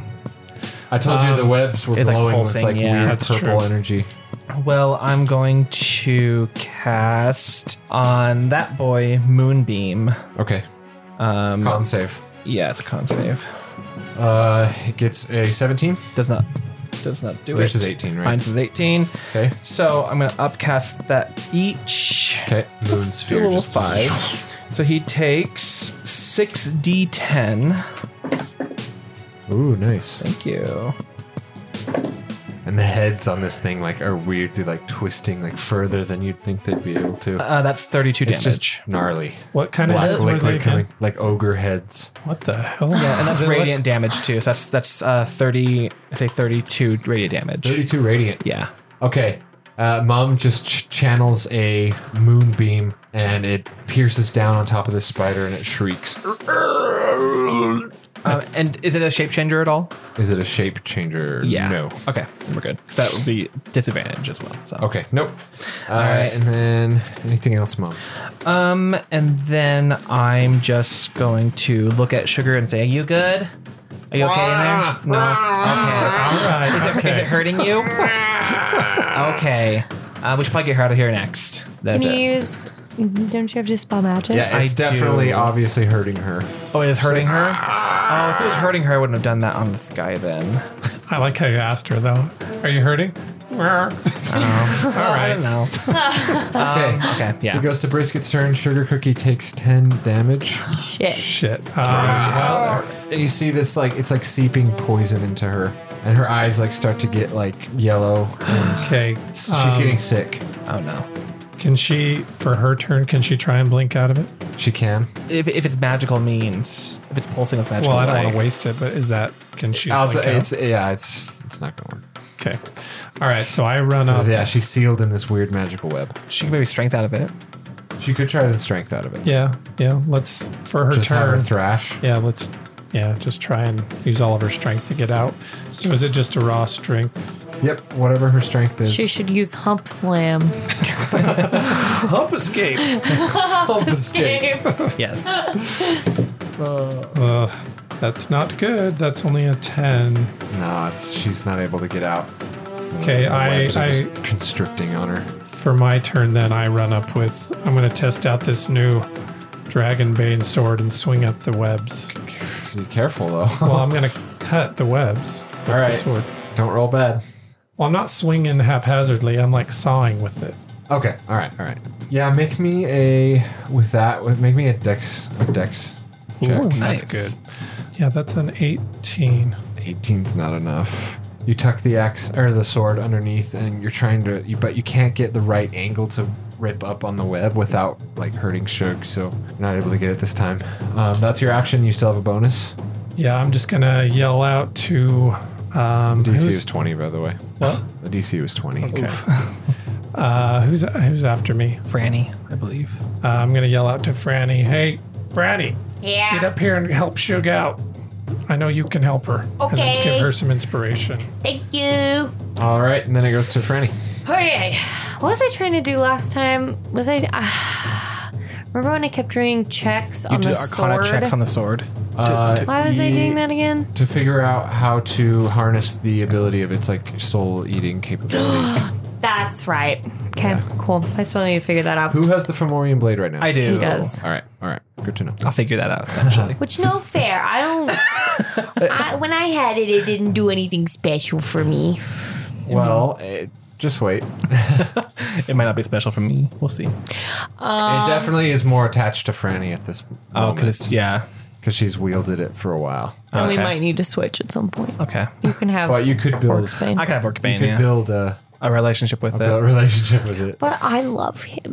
I told you the webs were Um, it's like glowing pulsing, with like yeah. weird That's purple true. energy. Hmm. well, I'm going to cast on that boy Moonbeam. Okay. Um, Con save. Yeah, it's a con save. Uh, it gets a 17. Does not, does not do Yours it. is 18, right? Mine's is 18. Okay. So I'm gonna upcast that each. Okay. Moon Do a sphere. little Just five. So he takes 6d10. Ooh, nice. Thank you. And the heads on this thing like are weirdly like twisting like further than you'd think they'd be able to. Uh, that's 32 it's damage. just gnarly. What kind Black of heads were they liquid coming, again? like ogre heads. What the hell? yeah, and that's Is it like- radiant damage too. So that's that's uh, 30. I say 32 radiant damage. Thirty-two radiant. Yeah. Okay. Uh, Mom just ch- channels a moonbeam and it pierces down on top of this spider and it shrieks. Um, and is it a shapechanger at all? Is it a shape changer? No. Okay. then We're good. Because that would be disadvantage as well. So. Okay. Nope. Uh, And then anything else, Mom? Um, and then I'm just going to look at Sugar and say, "Are you good? Are you okay in there? No. Okay. All right, Is it, is it hurting you? okay. Uh, we should probably get her out of here next. That's Can it. you use? Don't you have dispel magic? Yeah, it's I definitely do. obviously hurting her. ah! Oh, it is hurting her? Oh, if it was hurting her, I wouldn't have done that on the guy then. I like how you asked her though. Are you hurting? All I right. don't know. Okay. Um, Okay, yeah. It goes to Brisket's turn. Sugar Cookie takes 10 damage. Shit. Shit. Um, Ah. And you see this, like, it's like seeping poison into her. And her eyes, like, start to get, like, yellow. And okay. she's um, getting sick. Oh, no. Can she, for her turn, can she try and blink out of it? She can. If, if it's magical means, if it's pulsing with magical Well, I don't want light. to waste it, but is that can she? Oh, blink it's, out? it's, yeah, it's it's not going to work. okay. All right. So I run up. 'Cause, yeah, she's sealed in this weird magical web. She can maybe strength out of it. She could try the strength out of it. Yeah. Yeah. Let's for her Just have her turn. thrash. yeah. Let's. Yeah. Just try and use all of her strength to get out. So is it just a raw strength? Yep, whatever her strength is. She should use hump slam. Hump escape. Yes. Uh, that's not good. That's only a ten. No, it's she's not able to get out. Okay. The I. webs are I just constricting on her. for my turn, then I run up with. I'm going to test out this new dragonbane sword and swing at the webs. Be careful though. Well, I'm going to cut the webs. With All The right. sword. Don't roll bad. Well, I'm not swinging haphazardly. I'm like sawing with it. Okay. All right. All right. Yeah. Make me a with that. With make me a dex. A dex. Check. Ooh, That's good. Yeah, that's an 18. 18's not enough. You tuck the axe or the sword underneath, and you're trying to. You, but you can't get the right angle to rip up on the web without like hurting Shug. So you're not able to get it this time. Um, that's your action. You still have a bonus. Yeah, I'm just going to yell out to. Um, DC who's, was 20, by the way. What? The DC was 20. uh, who's who's after me? Franny, I believe. Uh, I'm going to yell out to Franny. Hey, Franny, Yeah. get up here and help Shug out. I know you can help her. And then give Okay. her some inspiration. Thank you. All right, and then it goes to Franny. Okay. What was I trying to do last time? Was I? ah, remember when I kept doing checks on the Do sword? arcana checks on the sword. Uh, Why was I ye- doing that again? To figure out how to harness the ability of its like soul eating capabilities. That's right. Okay, cool. I still need to figure that out. Who has the Fomorian blade right now? I do. He does. All right, all right, good to know. I'll figure that out eventually. Which no fair. I don't. I, when I had it, it didn't do anything special for me. Well, eh, just wait. it might not be special for me. We'll see. it definitely is more attached to Franny at this. Oh, because it's yeah. because she's wielded it for a while. Then we okay. might need to switch at some point. Okay. You can have. But you could build. Orc's You Bane. I could have Orcbane, could yeah. build a, a relationship with a it. relationship with it. But I love him. Um,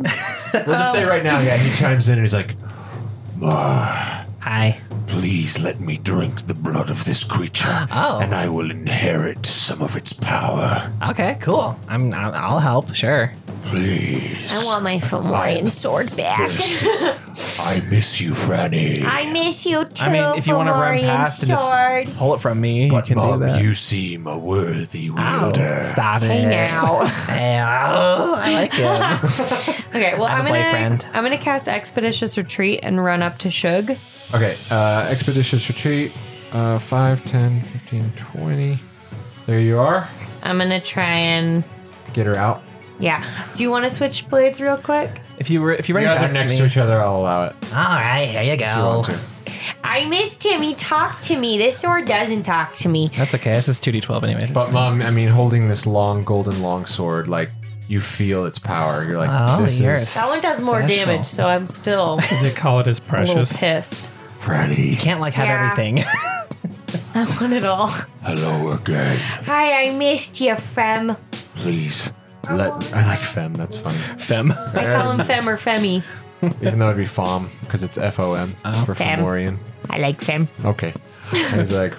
We'll just say right now, yeah. He chimes in and he's like, Hi. Please let me drink the blood of this creature, Oh. and I will inherit some of its power. Okay, cool. I'm. I- I'll help. Sure. Please. I want my Fomorian sword back. I miss you, Franny. I miss you too, I mean, if you want to run Fomorian past and sword. just pull it from me, but you can Mom, do that. you seem a worthy Oh, wielder. stop it. Hey now. Hey, oh, I like him. Okay, well, have I'm a gonna boyfriend. I'm gonna cast Expeditious Retreat and run up to Shug. Okay, uh, Expeditious Retreat. Uh, 5, 10, 15, 20. There you are. I'm gonna try and Get her out. yeah. Do you want to switch blades real quick? if you were, if you You ran guys are past next me, to each other. I'll allow it. All right, here you go. Want to. I missed him. He talked to me. This sword doesn't talk to me. That's okay. It's just two d twelve anyway. But mom, I mean, holding this long golden longsword, like you feel its power. You're like, Oh, this you're is. That one does more Special. damage, so I'm still Does it call it as a little precious? pissed. Franny, can't like have Yeah. everything. I want it all. hello again. Hi, I missed you, Fem. Please. Let, I like fem. That's funny. Fem. I call him Fem or Femi. Even though it'd be fom because it's F O M Uh, for Fem. Fomorian. I like Fem. Okay. So he's like,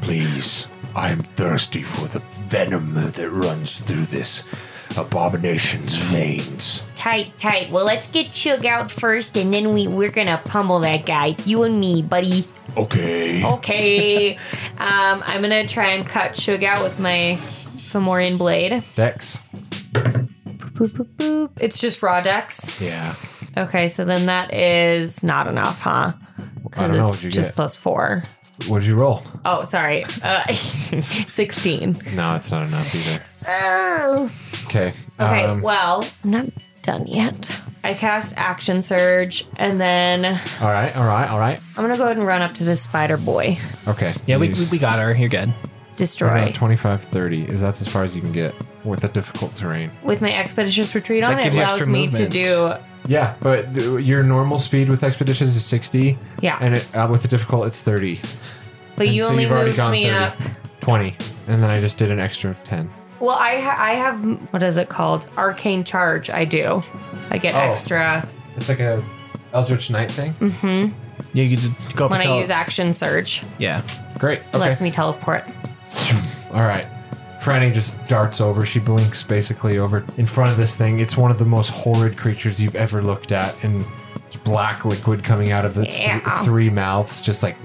Please, I am thirsty for the venom that runs through this abomination's veins. Tight, tight. Well, let's get Chug out first, and then we we're gonna pummel that guy. You and me, buddy. Okay. Okay. um, I'm gonna try and cut Shug out with my Fomorian blade. Dex. Boop boop boop. It's just raw dex. Yeah. Okay, so then that is not enough, huh? I Because don't know it's what you just get. plus four. What'd you roll? Oh, sorry. Uh, 16. No, it's not enough either. Oh. Okay. Okay, um, well, I'm not done yet. I cast Action Surge, and then I'm all right. All right. All right. going to go ahead and run up to this spider boy. Okay. Yeah, we, you- we we got her. You're good. Right. Destroy. 25, 30 is that's as far as you can get with a difficult terrain. With my Expeditious Retreat on, That it gives you allows extra me to movement. do. Yeah, but th- your normal speed with expeditions is 60. Yeah. And it, uh, with the difficult, it's 30. But And you so only you've already moved gone me 30. up. 20. And then I just did an extra 10. Well, I, ha- I have, what is it called? Arcane Charge, I do. I get Oh. extra It's like a Eldritch Knight thing. You, you go up when and tell- I use Action Surge. Yeah. Great. Okay. Lets me teleport. All right. Franny just darts over. She blinks basically over in front of this thing. It's one of the most horrid creatures you've ever looked at. And it's black liquid coming out of its th- Yeah. three mouths, just like.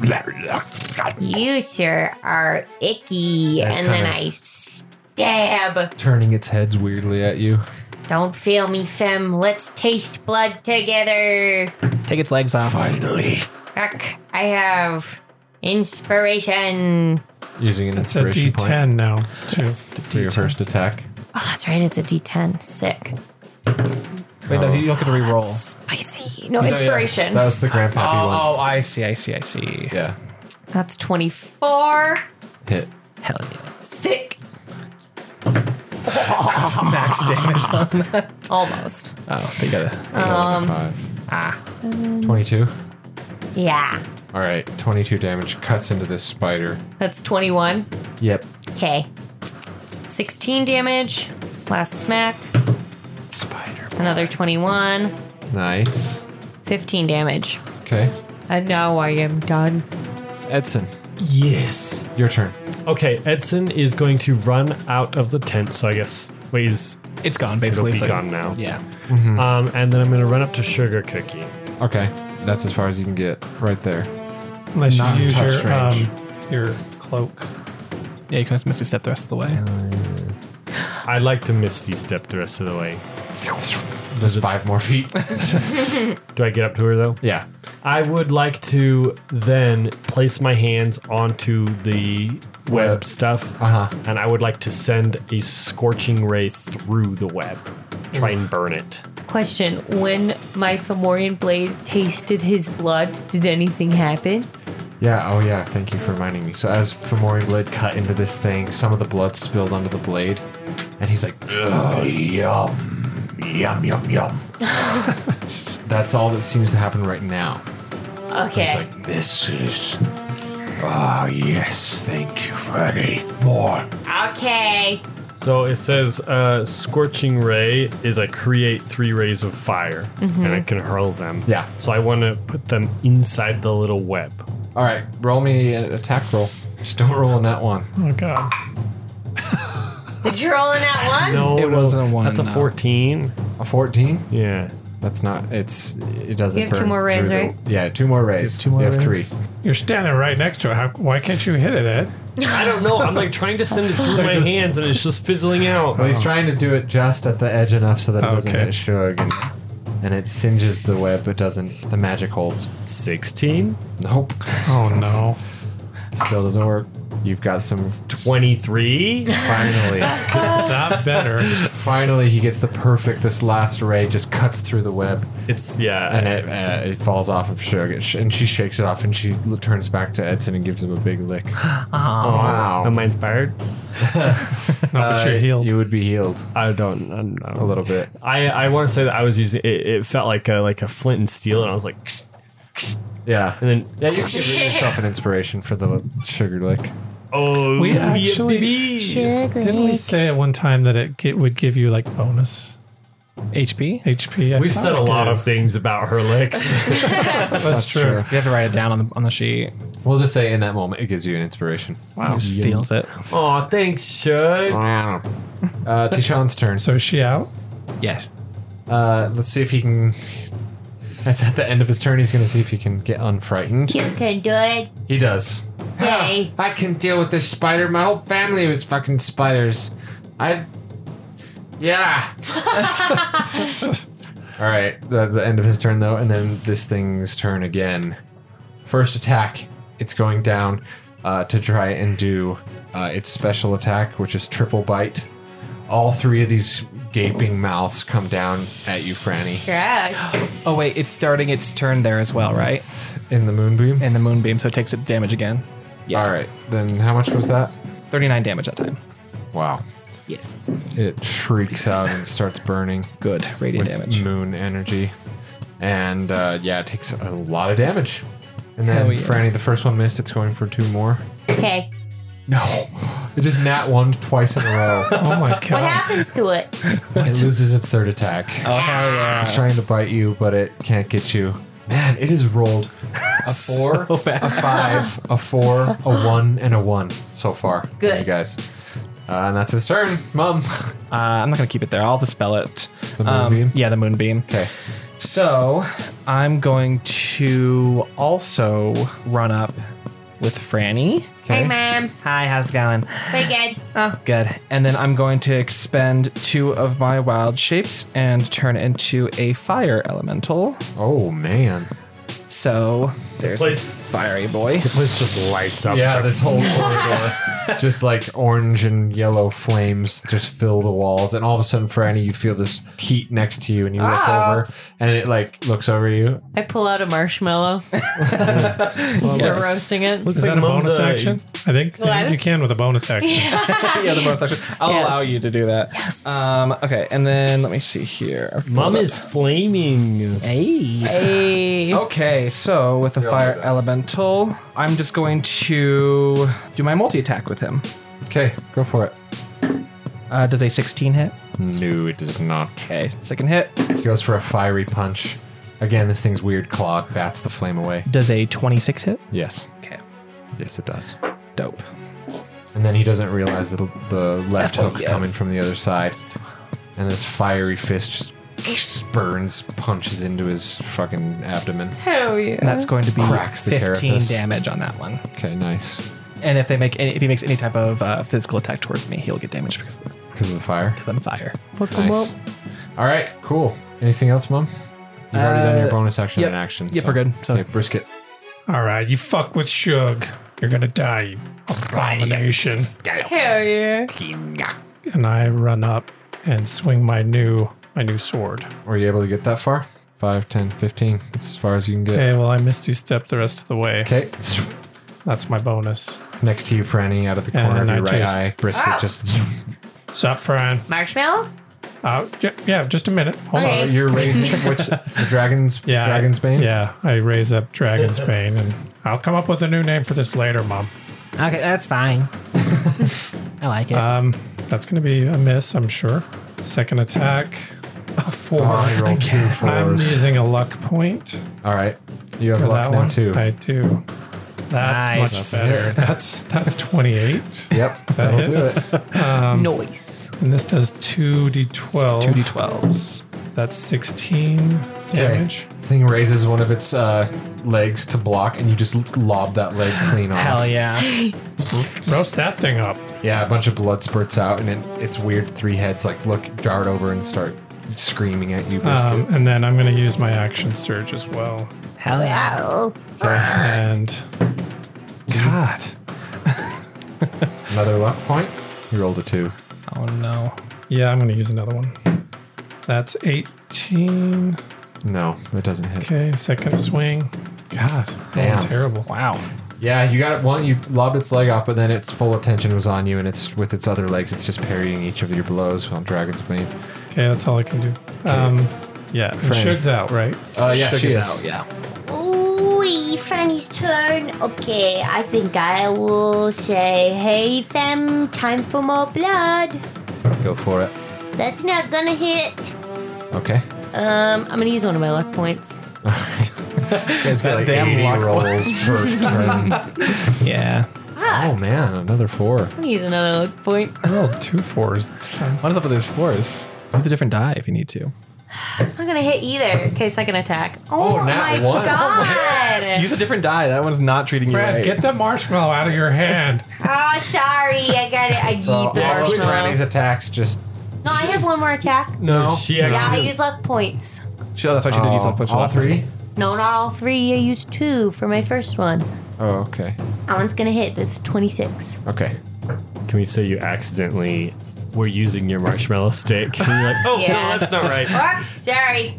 You, sir, are icky. That's and then kinda- I stab. Turning its heads weirdly at you. Don't fail me, Fem. Let's taste blood together. Take its legs off. Finally. Fuck, I have inspiration. Using an It's a inspiration point D10 now. Too. for your first attack. Oh, that's right. It's a D10. Sick. Wait, no, you don't get to re-roll. Spicy. No, Oh. No, yeah, Inspiration. That was the grandpappy one. Oh, oh, I see, I see, I see. Yeah. That's 24. Hit. Hell yeah. Thick. Max damage. Almost. oh, they got it. Um, Ah. 22. Yeah. All right. 22 damage cuts into this spider. That's 21. Yep. Okay. 16 damage. Last smack. Spider. Another 21. Nice. 15 damage. Okay. And now I am done. Edson, Yes. your turn. Okay, Edson is going to run out of the tent, so I guess wait, he's It's gone, basically. be It's like- gone now. Yeah. Mm-hmm. Um, and then I'm going to run up to Sugar Cookie. Okay. That's as far as you can get right there. Unless Not in you use touch your range. um, your cloak. Yeah, you can missy step the rest of the way. I'd like to Misty Step the rest of the way. There's five more feet. Do I get up to her though? yeah. I would like to then place my hands onto the web Web. stuff, Uh-huh. and I would like to send a scorching ray through the web, try and burn it. Question When my Fomorian blade tasted his blood, did anything happen? Yeah. Oh, yeah. Thank you for reminding me. So, as Fomori Blade cut into this thing, some of the blood spilled onto the blade, and he's like, Uh, yum. Yum, yum, yum. that's all that seems to happen right now. Okay. He's like, This is. Ah, yes. Thank you, Franny. More. Okay. So it says uh, Scorching Ray is I create three rays of fire and I can hurl them. Yeah. So I want to put them inside the little web. All right, roll me an attack roll. Just don't roll a net one. Oh god. Did you roll in that one? No, It no, wasn't a one, That's a no. 14. A fourteen? Yeah. That's not. It's it doesn't. You have two burn more rays, through the- right? yeah, two more rays. two more you have rays? three. You're standing right next to it. How, why can't you hit it, Ed? I don't know. I'm like trying to send it through my hands and it's just Oh. fizzling out. Well, he's trying to do it just at the edge enough so that it doesn't Okay. hit Shug, and, and it singes the web, but doesn't. The magic holds. 16? Nope, Oh no. still doesn't work. You've got some. 23? Finally, Not better. finally, he gets the perfect. This last ray just cuts through the web, It's, yeah. and it uh, it falls off of Shug, It sh- and she shakes it off, and she l- turns back to Edson and gives him a big lick. wow. Oh, Am I inspired? No, but you're Uh, healed. You would be healed I don't, I don't a know. little bit. I, I want to say that I was using it, it felt like a, like a flint and steel, and I was like, "Ksh," Yeah. and then, yeah, you can give yourself an inspiration for the sugar lick. oh, We yeah, actually- baby. Didn't we say at one time that it get, would give you like bonus HP? HP? I We've thought said a it lot did. of things about her licks. That's, true. You have to write it down on the on the sheet. We'll just say in that moment it gives you an inspiration. Wow. Just feels it. Aw, thanks, Shug. Uh, Tishan's turn. So is she out? Yeah. Uh, let's see if he can. That's at the end of his turn. He's going to see if he can get unfrightened. You can do it. He does. Yay. I can deal with this spider. My whole family was fucking spiders. I. Yeah. All right. That's the end of his turn, though. And then this thing's turn again. First attack. It's going down uh, to try and do uh, its special attack, which is triple bite. All three of these gaping mouths come down at you, Franny, Gross. Oh wait, it's starting its turn there as well, right? in the moonbeam. And the moonbeam, so it takes it damage again. All right. Then how much was that? Thirty-nine damage that time. Wow. Yes. It shrieks out and starts burning. Good radiant with damage. moon energy. And uh, yeah, it takes a lot of damage. And then Hell yeah. Franny, the first one missed. It's going for two more. Okay. No, it just nat one twice in a row. Oh my What god. happens to it? it loses its third attack. Oh hell It's yeah! trying to bite you, but it can't get you. Man, it has rolled a four, bad. a five, a four, a one, and a one so far. Good. you guys. Uh, and that's its turn, Mom. Uh, I'm not gonna keep it there. I'll dispel it. The Um, moonbeam? yeah, the moonbeam. Okay. So I'm going to also run up with Franny. Hey, ma'am. Hi, how's it going? Pretty good. Oh, good. And then I'm going to expend two of my wild shapes and turn into a fire elemental. Oh man. So there's my Place- fiery boy. The place just lights up. Yeah, this whole corridor, just like orange and yellow flames, just fill the walls, and all of a sudden, Franny, you feel this heat next to you, and you look Ah. Wow. over, and it like looks over you. I pull out a marshmallow. Start Yes. roasting it. Is that a Mom's, bonus uh, action? I think I think you can with a bonus action. yeah, the bonus action. I'll Yes. allow you to do that. Yes. Um, okay, and then let me see here. Mom is flaming. Hey. Hey. Okay, so with the fire elemental, I'm just going to do my multi attack with him. Okay, go for it. Uh, does a 16 hit? No, it does not. Okay, second hit. He goes for a fiery punch. Again, this thing's weird claw bats the flame away. Does a 26 hit? Yes, Okay, yes, it does. dope. And then he doesn't realize that the left Oh, hook yes. coming from the other side, and this fiery fist just burns, punches into his fucking abdomen. Hell yeah. And that's going to be Cracks the 15 carapace. damage on that one. Okay, nice. And if they make any, if he makes any type of uh, physical attack towards me, he'll get damage because, because Because of the fire. I'm fire. Nice. All right, cool. Anything else, Mom? You've already done your Uh, bonus action yep. and action. Yep, we're good. So- Okay, brisket. All right, you fuck with Shug, you're gonna die. you Abomination. Hell yeah. And I run up and swing my new my new sword. Were you able to get that far? 5, 10, 15. That's as far as you can get. Okay, well I misty step the rest of the way. Okay. That's my bonus. Next to you, Franny, out of the And corner of I your right just- eye. Brisket Ah! Ow. just. Stop, Fran. Marshmallow? Uh, j- yeah, just a minute. Hold Okay. on. Uh, you're raising. Which. The dragon's. Yeah, dragon's I, Bane? Yeah, I raise up Dragon's Bane, and I'll come up with a new name for this later, Mom. Okay, that's fine. I like it. Um, That's going to be a miss, I'm sure. Second attack, a four. Oh, I rolled two I'm fours. using a luck point All right. You have for luck that now one too. I do. That's Nice. much better. That's that's 28, Yep. That'll do it. Noise. Um, and this does 2d12. 2d12s. That's 16 damage. Okay. This thing raises one of its uh, legs to block, and you just lob that leg clean off. Hell yeah. Roast that thing up. Yeah, a bunch of blood spurts out, and it, its weird three heads like look dart over and start screaming at you. Brisket. Um, and then I'm going to use my action surge as well. Hell yeah. And God, Another luck point. You rolled a two. Oh no. yeah, I'm going to use another one. That's 18. No, it doesn't hit. Okay, second swing. God, Damn. oh, terrible. Wow. Yeah, you got one. You lobbed its leg off, but then its full attention was on you, and it's with its other legs, it's just parrying each of your blows on Dragon's Bane. Okay, that's all I can do. Um, yeah, and Franny. Shug's out, right? Uh, yeah, she is. yeah. Ooh, Fanny's turn. Okay, I think I will say, hey, fam, time for more blood. Go for it. That's not gonna hit. Okay. Um, I'm gonna use one of my luck points. It's got like damn 80 luck rolls per turn. Yeah. oh man, another four. I'm gonna use another luck point. I rolled Oh, two fours this time. What is up with those fours? Use a different die if you need to. It's not gonna hit either. Okay, second attack. Oh, my nat one. god! Use a different die. That one's not treating Brad, you right. get the marshmallow out of your hand. oh, sorry, I got it. I need So all the of marshmallow. Franny's attacks just No, I have one more attack. No, she Yeah, I actually. use luck points. She- oh, that's why she did use all, all, push all three. No, not all three. I used two for my first one. Oh, okay. That one's gonna hit. That's 26. Okay. Can we say you accidentally were using your marshmallow stick? And you're like, oh Yeah. no, that's not right. Oh, sorry.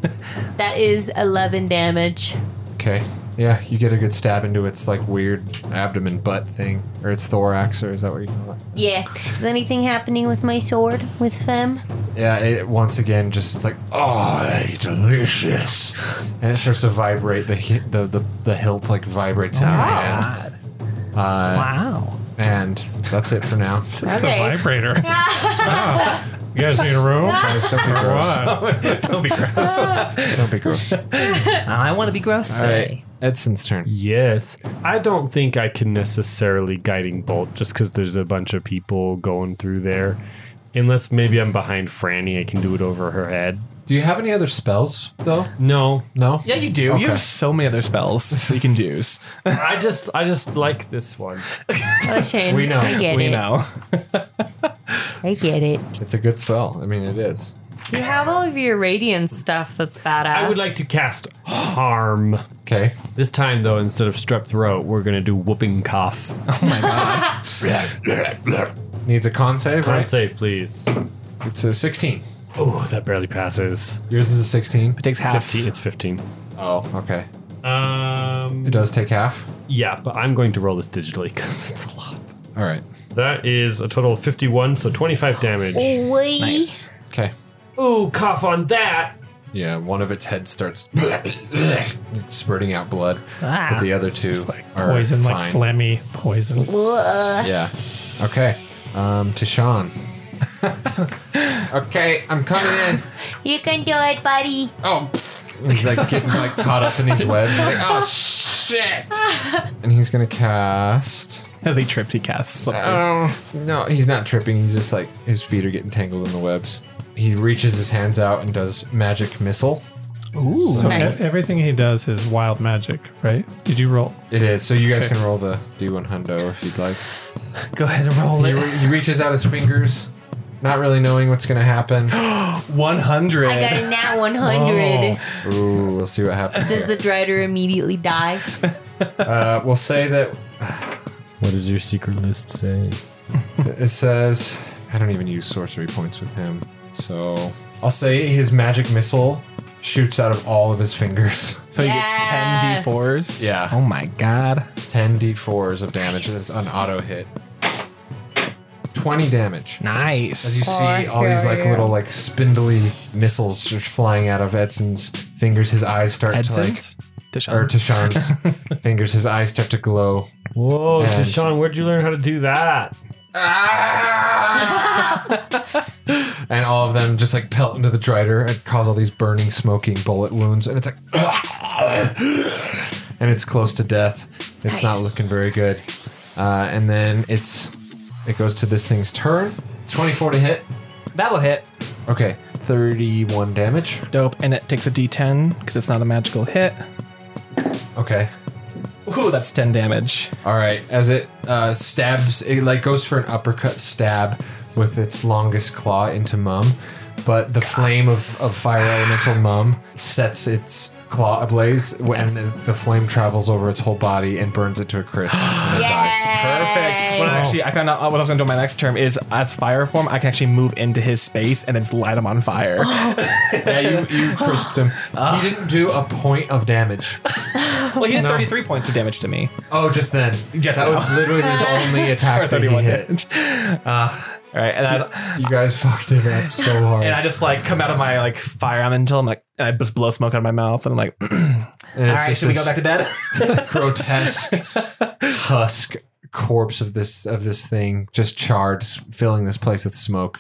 that is 11 damage. Okay. Yeah, you get a good stab into its like weird abdomen butt thing, or its thorax, or is that what you call it? Yeah. Is anything happening with my sword with Fem? Yeah, it once again just it's like Oh, delicious. and it starts to vibrate. The hi- the the, the hilt like vibrates out. God. wow. Uh, And that's it for now. It's Okay. a vibrator. Wow. You guys need a room? Don't be gross. What? Don't Don't be gross. be gross. I want to be gross. All right, Edson's turn. Yes. I don't think I can necessarily guiding bolt just because there's a bunch of people going through there. Unless maybe I'm behind Franny, I can do it over her head. Do you have any other spells though? No, No. Yeah, you do. Okay. You have so many other spells that you can use. I just I just like this one. Oh, Shane. We know. I get We it. know. I get it. It's a good spell. I mean, it is. You have all of your radiant stuff that's badass. I would like to cast harm. Okay. This time though, instead of strep throat, we're gonna do whooping cough. Needs a con save. Con right? save, please. It's a 16. Oh, that barely passes. Yours is a 16. It takes half. Fifteen. It's fifteen. Oh, okay. It Um. does take half. Yeah, but I'm going to roll this digitally because it's a lot. All right. That is a total of fifty-one, so twenty-five damage. Wait. Okay. Ooh, cough on that. Yeah, one of its heads starts spurting out blood, but the other two are Poison, fine. like phlegmy poison. Yeah. Okay. Um, Tishan. okay, I'm coming in. You can do it, budty. Oh, he's like getting like caught up in these webs. He's like, oh shit! And he's gonna cast. As he trips, he casts something. Oh no, he's not tripping. He's just like his feet are getting tangled in the webs. He reaches his hands out and does magic missile. So e- Nice. everything he does is wild magic, right? Did you roll? It is. So you guys can roll the D1 hundo if you'd like. Go ahead and roll He, it. re- he reaches out his fingers, not really knowing what's gonna happen. 100. I got a nat 100. Ooh, we'll see what happens. Does the here. drider immediately die? uh, we'll say that What does your secret list say? It says I don't even use sorcery points with him, so I'll say his magic missile shoots out of all of his fingers. So Yes. he gets 10 d4s. Yeah. Oh my god. Ten d4s of damage. That's an auto hit. Twenty damage. As you Nice. see all these like little like spindly missiles just flying out of Edson's fingers, his eyes start Edson's? to like or Deshaun. Tashan's fingers, his eyes start to glow. Whoa, And- Tashawn, where'd you learn how to do that? and all of them just like pelt into the drider and cause all these burning, smoking bullet wounds. And it's like, and it's close to death. It's not looking very good. Uh, and then it's it goes to this thing's turn. Twenty-four to hit. That'll hit. Okay, thirty-one damage. Dope. And it takes a D10 because it's not a magical hit. Okay. Ooh, that's 10 damage. All right, as it uh, stabs, it like goes for an uppercut stab with its longest claw into Mum, but the flame of, of fire elemental Mum sets its claw ablaze, wh- and the, the flame travels over its whole body and burns it to a crisp. and it dies. Perfect. What I actually, I found out uh, what I was gonna do in my next term is as fire form, I can actually move into his space and then just light him on fire. Yeah, you, you crisped him. He didn't do a point of damage. well, he did 33 points of damage to me. Oh, just then. Just that now. was literally his only attack that he hit. All right, and I, You guys fucked him up so hard. and I just like come out of my like fire elemental. I'm like, and I just blow smoke out of my mouth, and I'm like, all And it's right, just should we go this- back to bed? grotesque husk corpse of this of this thing just charred s- filling this place with smoke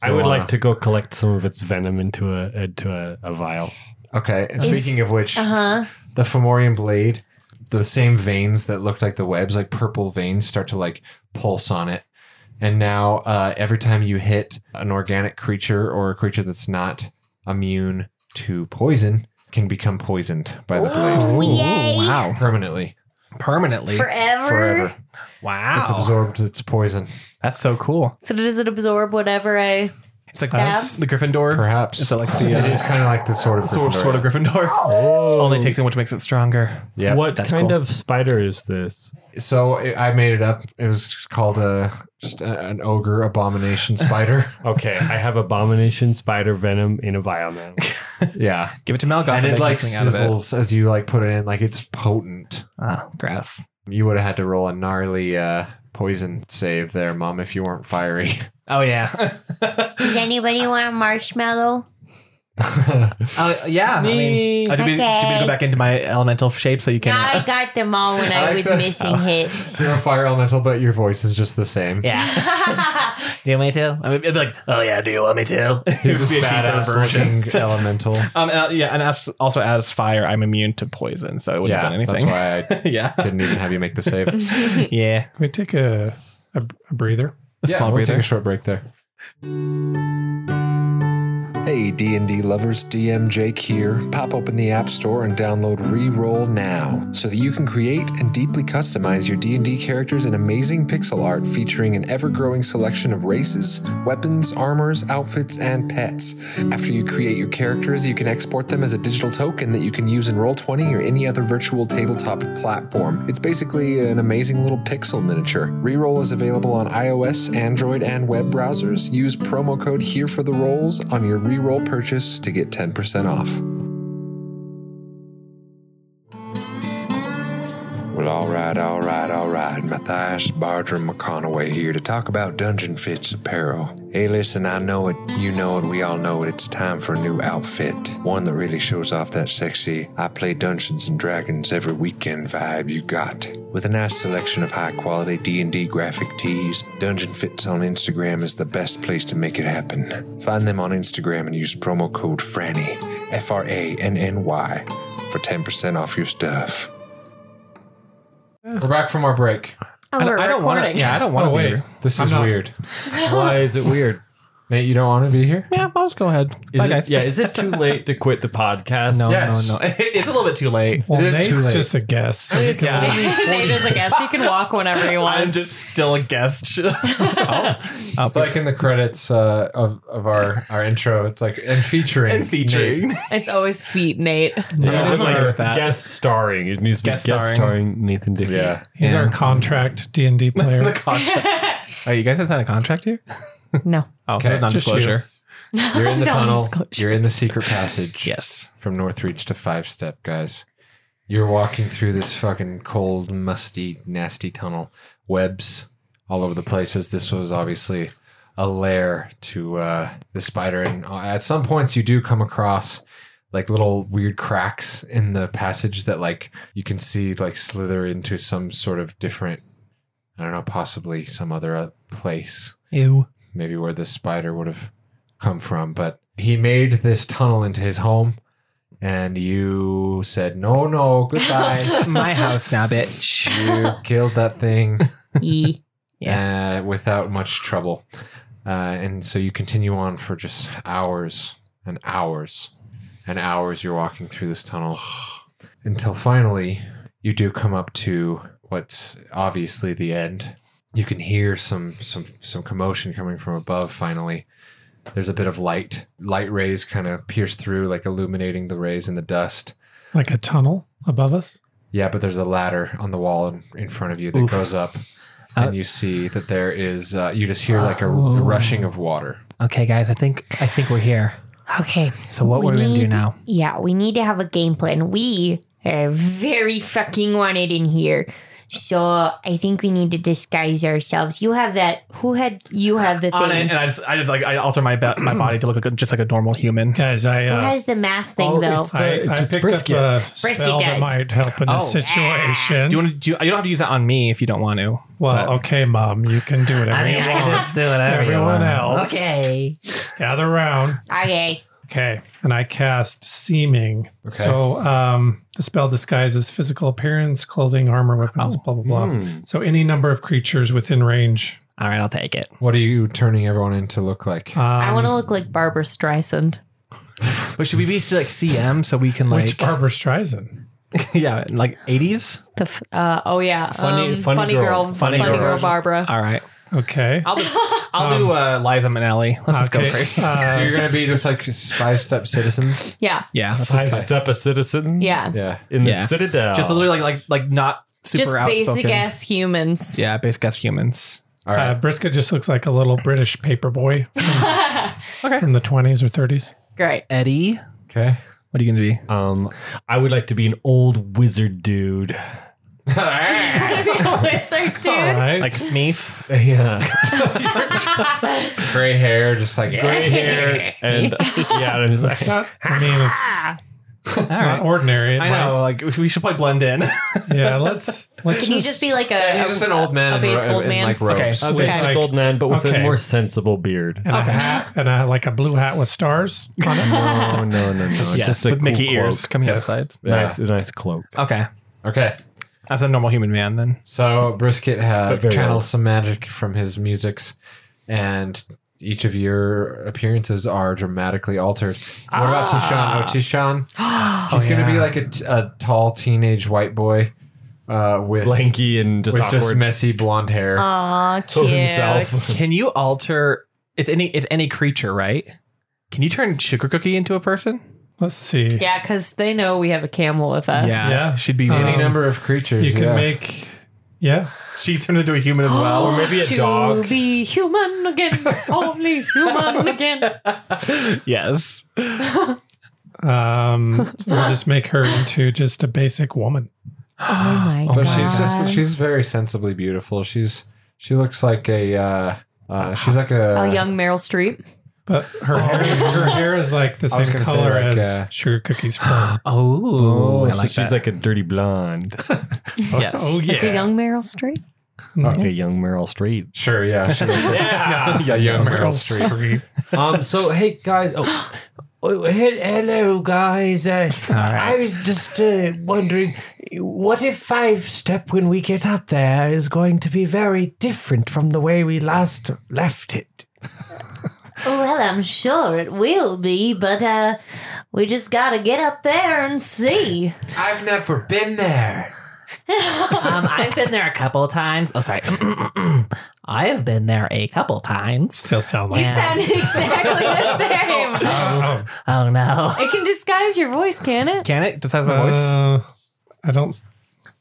I would So, uh, like to go collect some of its venom into a into a, a vial. okay and speaking of which Uh-huh. the fomorian blade the same veins that looked like the webs like purple veins start to like pulse on it and now uh, every time you hit an organic creature or a creature that's not immune to poison can become poisoned by the blade Oh, Yay! wow, permanently permanently. Forever. forever wow, it's absorbed its poison that's so cool. So does it absorb whatever I? It's like Stab? the Gryffindor. perhaps It's like the It uh, is kind of like the sword of sword, Gryffindor. Oh. sword of Gryffindor. Only takes in which makes it stronger. Yeah. what that's kind cool. of spider is this? So I I made it up. It was called a just a, an ogre abomination spider. Okay, I have abomination spider venom in a vial now. yeah, Give it to Malgoth. and it make like something out of it. sizzles as you like put it in. Like it's potent. Ah, gross. You would have had to roll a gnarly uh, poison save there, mom, if you weren't fiery. Oh yeah. Does anybody want a marshmallow? Uh, yeah. I mean, uh, do, we, do we Okay. go back into my elemental shape so you can? I got them all when I, like was that. missing hits. You're a fire elemental, but your voice is just the same. yeah. do you want me to? I mean, it'd be like, oh yeah, do you want me to? He's this It'd be a deeper badass looking elemental. Um, and, uh, yeah, and as, also as fire, I'm immune to poison, so it wouldn't Yeah, have done that's anything. why I yeah, didn't even have you make the save. yeah. Can we take a, a, a breather? A small we'll breather. Take a short break there. Hey, D&D lovers, DM Jake here. Pop open the App Store and download Reroll now so that you can create and deeply customize your D&D characters in amazing pixel art featuring an ever-growing selection of races, weapons, armors, outfits, and pets. After you create your characters, you can export them as a digital token that you can use in Roll20 or any other virtual tabletop platform. It's basically an amazing little pixel miniature. Reroll is available on iOS, Android, and web browsers. Use promo code here for the rolls on your reroll purchase to get 10% off. Well, all right, all right, all right. Matthias Bardram McConaughey here to talk about Dungeon Fits Apparel. Hey, listen, I know it, you know it, we all know it. It's time for a new outfit. One that really shows off that sexy, I play Dungeons and Dragons every weekend vibe you got. With a nice selection of high-quality D&D graphic tees, Dungeon Fits on Instagram is the best place to make it happen. Find them on Instagram and use promo code FRANNY, F-R-A-N-N-Y, for 10% off your stuff. We're back from our break. I don't, I don't want to. Yeah, I don't want to Oh, wait. This is weird. Why is it weird? Nate, you don't want to be here? Yeah, I'll just go ahead. Is Bye, it- guys. Yeah, is it too late to quit the podcast? No, Yes. no, no. it's a little bit too late. Well, is Nate's too late. just a guest. So he can- Yeah. Nate is a guest. He can walk whenever he I'm wants. just still a guest. It's like in the credits uh, of, of our, our intro. It's like, and featuring. and featuring. It's always feet, Nate. It was I'm okay like with that. guest starring. It needs to be Guest guest, starring. starring. Nathan Dickey. Yeah. He's our contract D and D player. Oh, you guys have signed a contract here? No. Oh, Okay, non just you. disclosure. You're in the No tunnel. disclosure. You're in the secret passage. Yes. From Northreach to Five Step, guys. You're walking through this fucking cold, musty, nasty tunnel. Webs all over the places. This was obviously a lair to uh, the spider. And uh, at some points, you do come across like little weird cracks in the passage that like you can see like slither into some sort of different I don't know, possibly some other uh, place Ew. maybe where the spider would have come from. But he made this tunnel into his home, and you said, "No, no, goodbye." My house now, bitch. you killed that thing Yee. uh, without much trouble, uh, and so you continue on for just hours and hours and hours. You're walking through this tunnel until finally you do come up to what's obviously the end. You can hear some some some commotion coming from above finally. There's a bit of light. Light rays kind of pierce through like illuminating the rays in the dust. Like a tunnel above us? Yeah, but there's a ladder on the wall in, in front of you that goes up and you see that there is uh, you just hear like a, a rushing of water. Okay, guys, I think I think we're here. Okay. So what We we're gonna do need- now? Yeah, we need to have a game plan. We are very fucking wanted in here. So I think we need to disguise ourselves. You have that. Who had you have the On thing? it, and I just, I just like, I alter my ba- my body to look like, just like a normal human. Guys, I Who uh, has the mask thing Oh, though? I, I picked up a spell that does. might help in this Oh. situation. Do you want to? Do you, you don't have to use that on me if you don't want to. well, okay, mom, you can do it. Everyone, everyone else, Okay. gather round. Okay. Okay, and I cast seeming. So um, the spell disguises physical appearance, clothing, armor, weapons, Oh, blah blah blah. hmm. So any number of creatures within range. All right, I'll take it. What are you turning everyone in to look like? Um, I want to look like Barbara Streisand. But should we be like CM so we can like Which Barbara Streisand? yeah, like eighties? The f- uh, oh yeah, Funny- um, funny girl. funny, Funny girl, girl version. Barbara. All right. Okay. I'll do, I'll do Um, uh, Liza Minnelli. Let's just go Okay, first. uh, so you're gonna be just like five step citizens. Yeah, yeah, that's Five step a citizen. yeah, Yeah. In the Yeah. citadel. just literally like like like not super just outspoken. basic ass humans. Yeah, basic ass humans. All right. Uh, Brisket just looks like a little British paperboy from, from the twenties or thirties. Great. Eddie, okay. what are you gonna be? Um, I would like to be an old wizard dude. Lizard dude. Right. Like Smeef? Yeah. Gray hair, just like Gray hair and yeah, and it's like, it's not. I mean, it's it's not ordinary. It I know. Like we should probably blend in. might- yeah. Let's let's Can you just be like a, He's just an old man, a in basic ro- old in, man? like robes. a Okay. basic Like- old man, but with okay. a more sensible beard. and a hat and a, like a blue hat with stars on it. No, no, no, no. Just a with cool Mickey cloak. ears coming outside. Nice, a nice cloak. Okay, Okay. as a normal human man, then So oh, Brisket had But very channels old. some magic from his musics, and each of your appearances are dramatically altered. What about Tishan? Oh, Tishan, he's going to be like a, t- a tall teenage white boy uh, with Lanky and just with awkward. just messy blonde hair. Aw, So cute. himself. can you alter? It's any it's any creature, right? Can you turn sugar cookie into a person? Let's see. Yeah, because they know we have a camel with us. Yeah. Um, she'd be. Any number of creatures. You can yeah. make. Yeah. she's turned into a human as well. or maybe To be human again, only human again. yes. Um, we'll just make her into just a basic woman. Oh my But she's just she's very sensibly beautiful. She's she looks like a uh, uh, she's like a, A young Meryl Streep. But her hair, her hair is like the I was same gonna say, color like, as uh, sugar cookies fur. Oh, Oh, I so like she's that. like a dirty blonde, yes. Oh Like a yeah. young Meryl Streep. Mm-hmm. like a young Meryl Streep. sure yeah she looks like Yeah. a young Meryl Girls. Streep. um. So hey guys. Oh. Oh, he- hello, guys. Uh, I was just uh, wondering, what if five step when we get up there is going to be very different from the way we last left it? Oh, Well, I'm sure it will be, but uh, we just gotta get up there and see. I've never been there. Um, I've been there a couple times. Oh, sorry. I have been there a couple times. Still sound like. Sound exactly the same. Oh, Oh no! It can disguise your voice, can it? Can it disguise my voice? uh, I don't.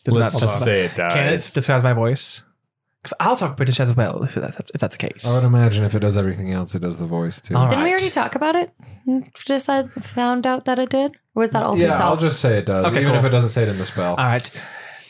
Does Let's that- just say it does. Can it disguise my voice? Because I'll talk British as well if that's if that's the case. I would imagine if it does everything else, it does the voice too. All Didn't we right. already talk about it? Just I found out that it did? Or was that all too Yeah, I'll self? just say it does, Okay, even cool. if it doesn't say it in the spell. All right.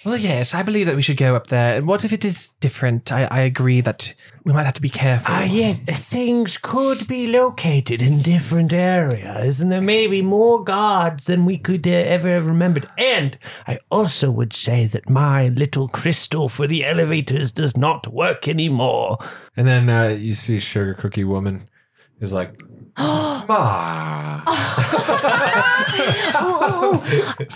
Well, yes, I believe that we should go up there. And what if it is different? I, I agree that we might have to be careful. Ah, yet things could be located in different areas, and there may be more guards than we could uh, ever have remembered. And I also would say that my little crystal for the elevators does not work anymore. And then uh, you see Sugar Cookie Woman is like, Ma. Ooh, ooh, ooh.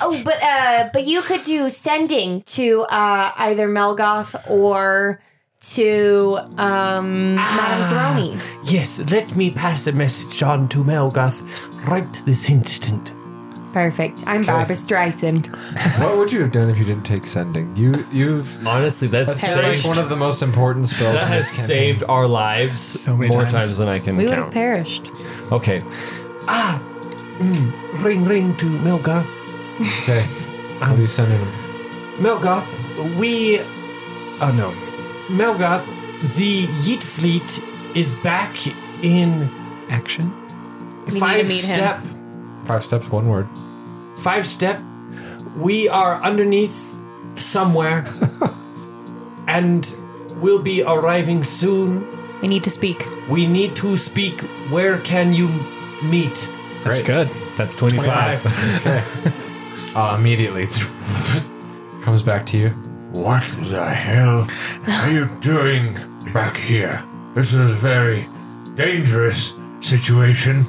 oh, but uh, but you could do sending to uh, either Melgoth or to um, Ah. Madame Throni. Ah, Yes, let me pass a message on to Melgoth right this instant. Perfect. I'm Barbara Streisand. what would you have done if you didn't take sending? You you've Honestly, that's that's like one of the most important spells. that in has this campaign. saved our lives many more times. times. than I can We would have count. perished. okay, Ah, mm, Ring, ring to Melgoth. Okay. What are you sending him? Melgoth, we. Oh no. Melgoth, the Yeet fleet is back in Action. We need to five meet him. step. Five steps, one word. Five step. We are underneath somewhere, and we'll be arriving soon. We need to speak. We need to speak. Where can you meet? That's good. that's twenty-five. Uh, immediately, comes back to you. What the hell are you doing back here? This is a very dangerous situation.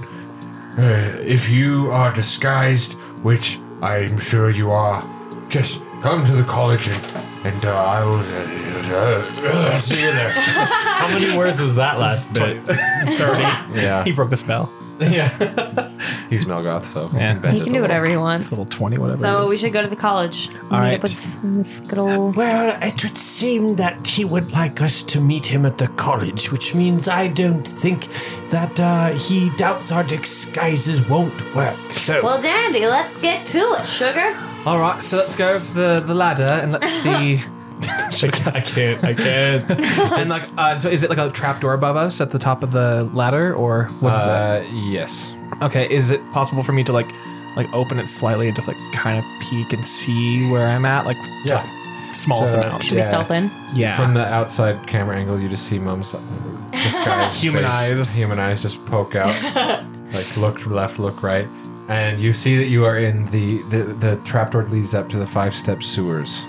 Uh, if you are disguised, which I'm sure you are, just come to the college and, and uh, I will uh, uh, uh, see you there. How many words was that last bit? Yeah, He broke the spell. yeah. He's Melgoth, so he Yeah. can bend He it can a do little. whatever he wants. Little 20, whatever. So it we is. should go to the college. All meet right. up with, with good old. Well, it would seem that he would like us to meet him at the college, which means I don't think that uh, he doubts our disguises won't work. So, Well, Dandy, let's get to it, sugar. All right, so let's go up the, the ladder and let's see. I can't. I can't. and like, uh, so is it like a trapdoor above us at the top of the ladder, or what's that? Uh, yes. Okay, is it possible for me to like, like open it slightly and just like kind of peek and see where I'm at, like Yeah. smallest So- amount? Should we yeah. stealth in? Yeah. From the outside camera angle, you just see Mum's disguised Human face. eyes. Human eyes just poke out, like look left, look right, and you see that you are in the the, the trapdoor leads up to the five step sewers,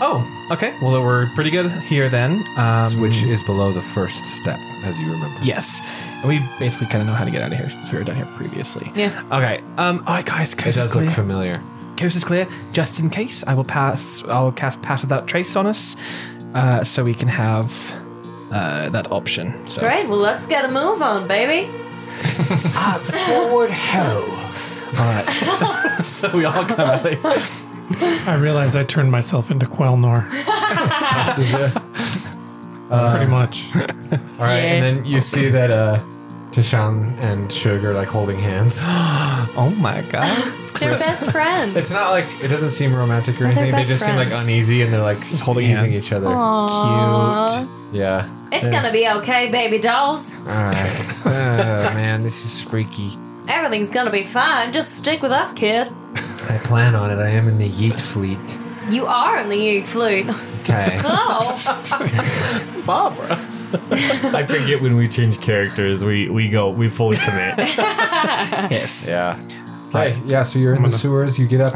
oh, okay. Well, we're pretty good here then. Um, which is below the first step, as you remember. Yes, and we basically kind of know how to get out of here since we were down here previously. Yeah. Okay. Um. All right, guys. It Coast is does clear. look familiar. Coast is clear. Just in case, I will pass. I'll cast pass without trace on us, uh, so we can have uh, that option. So. Great. Well, let's get a move on, baby. ah, forward ho. All right. so we all come out. of here. I realize I turned myself into Quelnor, Uh, pretty much. All right, and then you see that uh, Tashan and Sugar like holding hands. Oh my god. They're best friends. It's not like it doesn't seem romantic or anything. They best just seem like friends. uneasy, and they're like just holding teasing hands. each other. Aww. Yeah. It's Yeah. gonna be okay, baby dolls. All right. oh man, this is freaky. Everything's gonna be fine. Just stick with us, kid. I plan on it. I am in the Yeet fleet. You are in the eat flute. Okay. Oh, I forget when we change characters. We we go. We fully commit. Yes. yeah. Hi. Yeah. So you're in the sewers. You get up,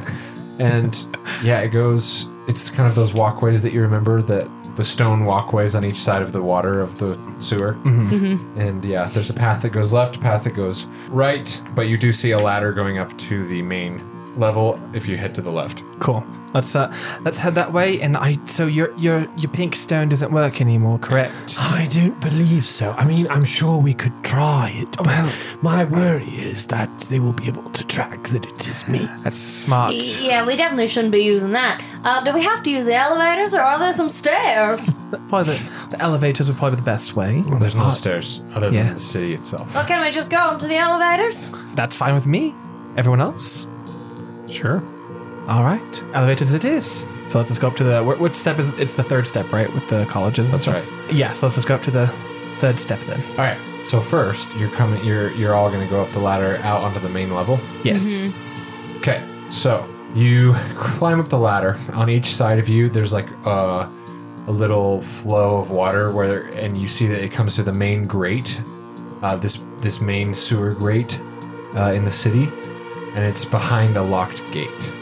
and yeah, it goes. It's kind of those walkways that you remember that the stone walkways on each side of the water of the sewer. Mm-hmm. And yeah, there's a path that goes left, a path that goes right, but you do see a ladder going up to the main level if you head to the left. Cool. Let's uh, let's head that way. And I. So your your your pink stone doesn't work anymore, correct? I don't believe so. I mean, I'm sure we could try it. But my worry is that they will be able to track that it is me. That's smart. yeah. We definitely shouldn't be using that. Uh, do we have to use the elevators, or are there some stairs? Probably the, the elevators were probably the best way. Uh, Well, there's no stairs other Yeah. than the city itself. Well, can we just go into the elevators? That's fine with me. Everyone else? Sure. All right. Elevators it is. So let's just go up to the. wh- Which step is It's the third step, right? With the colleges and That's stuff. Yeah, so let's just go up to the third step then. All right. So first, you're coming. You're you're all going to go up the ladder out onto the main level. Yes. Okay. So You climb up the ladder. On each side of you, there's like a, a little flow of water where, and you see that it comes to the main grate, uh, this this main sewer grate uh, in the city, and it's behind a locked gate.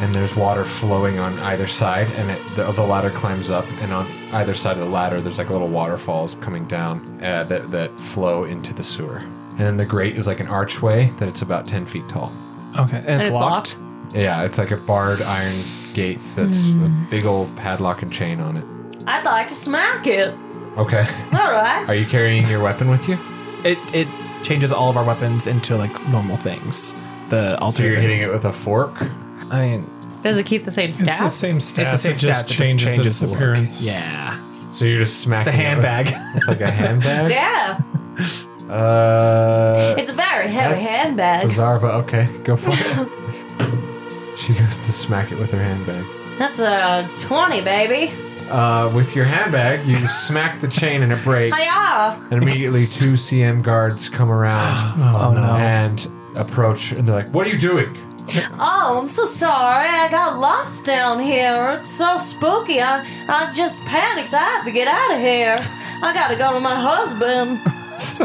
And there's water flowing on either side, and it, the, the ladder climbs up, and on either side of the ladder, there's like little waterfalls coming down uh, that that flow into the sewer. And then the grate is like an archway that it's about ten feet tall. Okay, and, it's locked? Yeah, it's like a barred iron gate that's Hmm. a big old padlock and chain on it. I'd like to smack it. Okay. All right. Are you carrying your weapon with you? It it changes all of our weapons into like normal things. The alter. So you're hitting it with a fork? I mean, Does it keep the same It's stats? the same stats. same it just stats, it just changes, changes the its look. appearance. yeah, So you're just smacking the handbag. it with, like a handbag? Yeah. Uh, It's a very heavy That's handbag. bizarre, but okay, go for it. she goes to smack it with her handbag. That's a 20, baby. Uh, with your handbag, you smack the chain and it breaks. Hiya. And immediately, two CM guards come around oh no. and approach, and they're like, "What are you doing?" Oh, I'm so sorry. I got lost down here. It's so spooky. I, I just panicked. I have to get out of here. I gotta go to my husband.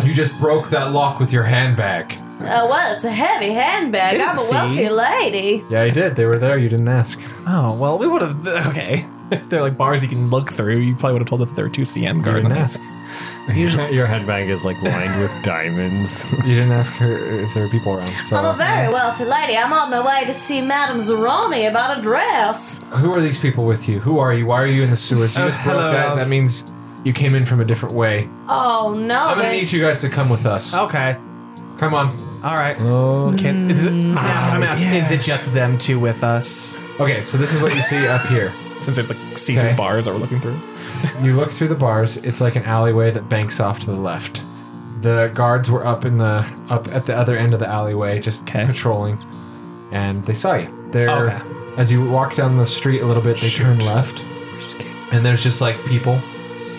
You just broke that lock with your handbag. Uh, well, it's a heavy handbag. I'm a Didn't see. wealthy lady. Yeah, you did. They were there. You didn't ask. Oh well, we would have. Okay, If they're like bars you can look through. You probably would have told us that there were two CM You didn't guards. ask. Your headbag is like lined with diamonds. You didn't ask her if there were people around. So, I'm a very wealthy lady. I'm on my way to see Madame Zeroni about a dress. who are these people with you? Who are you? Why are you in the sewers? You Oh, just broke hello, that. love. That means you came in from a different way. Oh no, I'm gonna they- need you guys to come with us. Okay, Come on. Oh. all right. Can, is it, Mm, now that I'm asking, is it just them two with us? Okay, so this is what you see up here. Since there's like see through Okay. bars that we're looking through. You look through the bars. It's like an alleyway that banks off to the left. The guards were up in the up at the other end of the alleyway, just Okay. patrolling, and they saw you. They're Okay. as you walk down the street a little bit. They turn left, and there's just like people.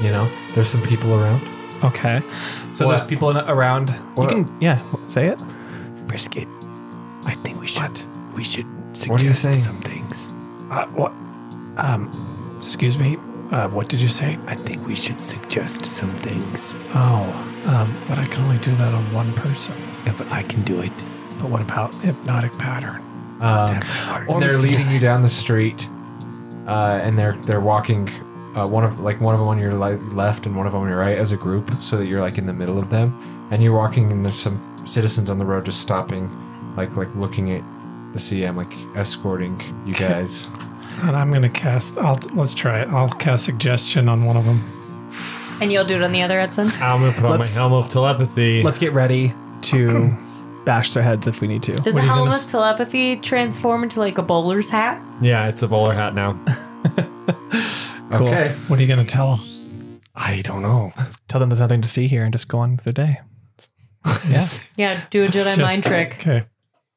You know, there's some people around. Okay, What? so there's people in, around. What? You can yeah, say it. Brisket. I think we should we should What are you suggest saying? some things. Uh, what? Um, excuse me. Uh, what did you say? I think we should suggest some things. Oh, um, but I can only do that on one person. Yeah, but I can do it. But what about hypnotic pattern? Um, they're Or we can leading just- you down the street, uh, and they're they're walking. Uh, one of like one of them on your li- left and one of them on your right as a group, so that you're like in the middle of them, and you're walking, and there's some citizens on the road just stopping, like like looking at the CM, like escorting you guys. And I'm gonna cast. I'll let's try it. I'll cast suggestion on one of them. And you'll do it on the other, Edson? I'm gonna put on my Let's- helm of telepathy. Let's get ready to bash their heads if we need to. Does the helm of telepathy transform into like a bowler's hat? yeah, it's a bowler hat now. Cool. Okay, What are you gonna tell them? I don't know. Tell them there's nothing to see here and just go on with their day. Yes. Yeah, do a Jedi mind trick. Okay.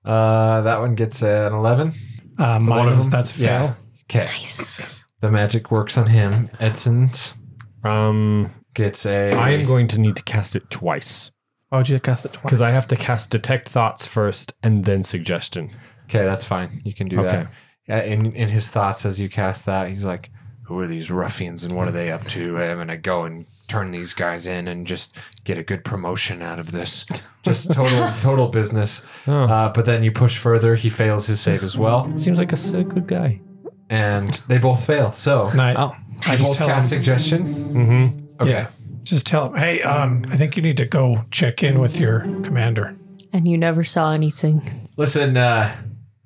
uh, that one gets an eleven. Uh, The mine one of was- them- that's fail. yeah. Okay, nice. The magic works on him. Edson's Um, gets a. I am going to need to cast it twice Why would you cast it twice? because I have to cast detect thoughts first and then suggestion. Okay, that's fine. You can do Okay. that. Yeah, in in his thoughts as you cast that, he's like, "Who are these ruffians and what are they up to? I'm gonna go and turn these guys in and just get a good promotion out of this. Just total total business." Uh, but then you push further. He fails his save as well, Oh. Seems like a s- a good guy. Oh, and they both fail. So And I, I you just both tell cast them. suggestion. Mm-hmm. Okay. Yeah. Just tell them. Hey, um, I think you need to go check in with your commander. And you never saw anything. Listen, uh,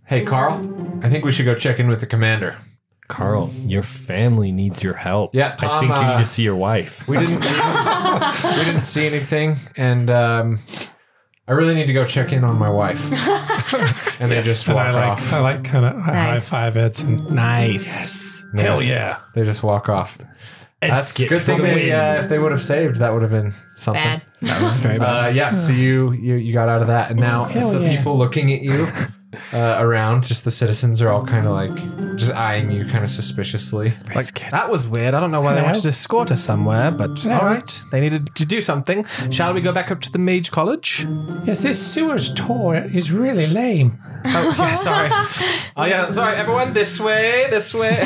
hey Carl, I think we should go check in with the commander. Carl, your family needs your help. Yeah, I Tom, think you uh, need to see your wife. We didn't. We didn't, we didn't see anything, and um, I really need to go check in on my wife. and they just And walk I like, off. I like kind of Nice. high five Edson. Nice. They Hell just- yeah. They just walk off. That's get good thing. for the They, win. uh, if they would have saved, that would have been something. Bad. Uh, yeah. So you, you you got out of that, and now it's the people looking at you uh, around. Just the citizens are all kind of like just eyeing you kind of suspiciously. Like, that was weird. I don't know why they Hello? wanted to escort us somewhere, but Hello? all right. They needed to do something. Shall we go back up to the Mage College? Yes, this sewage tour is really lame. Oh, yeah, sorry. oh, yeah, sorry, everyone. This way, this way.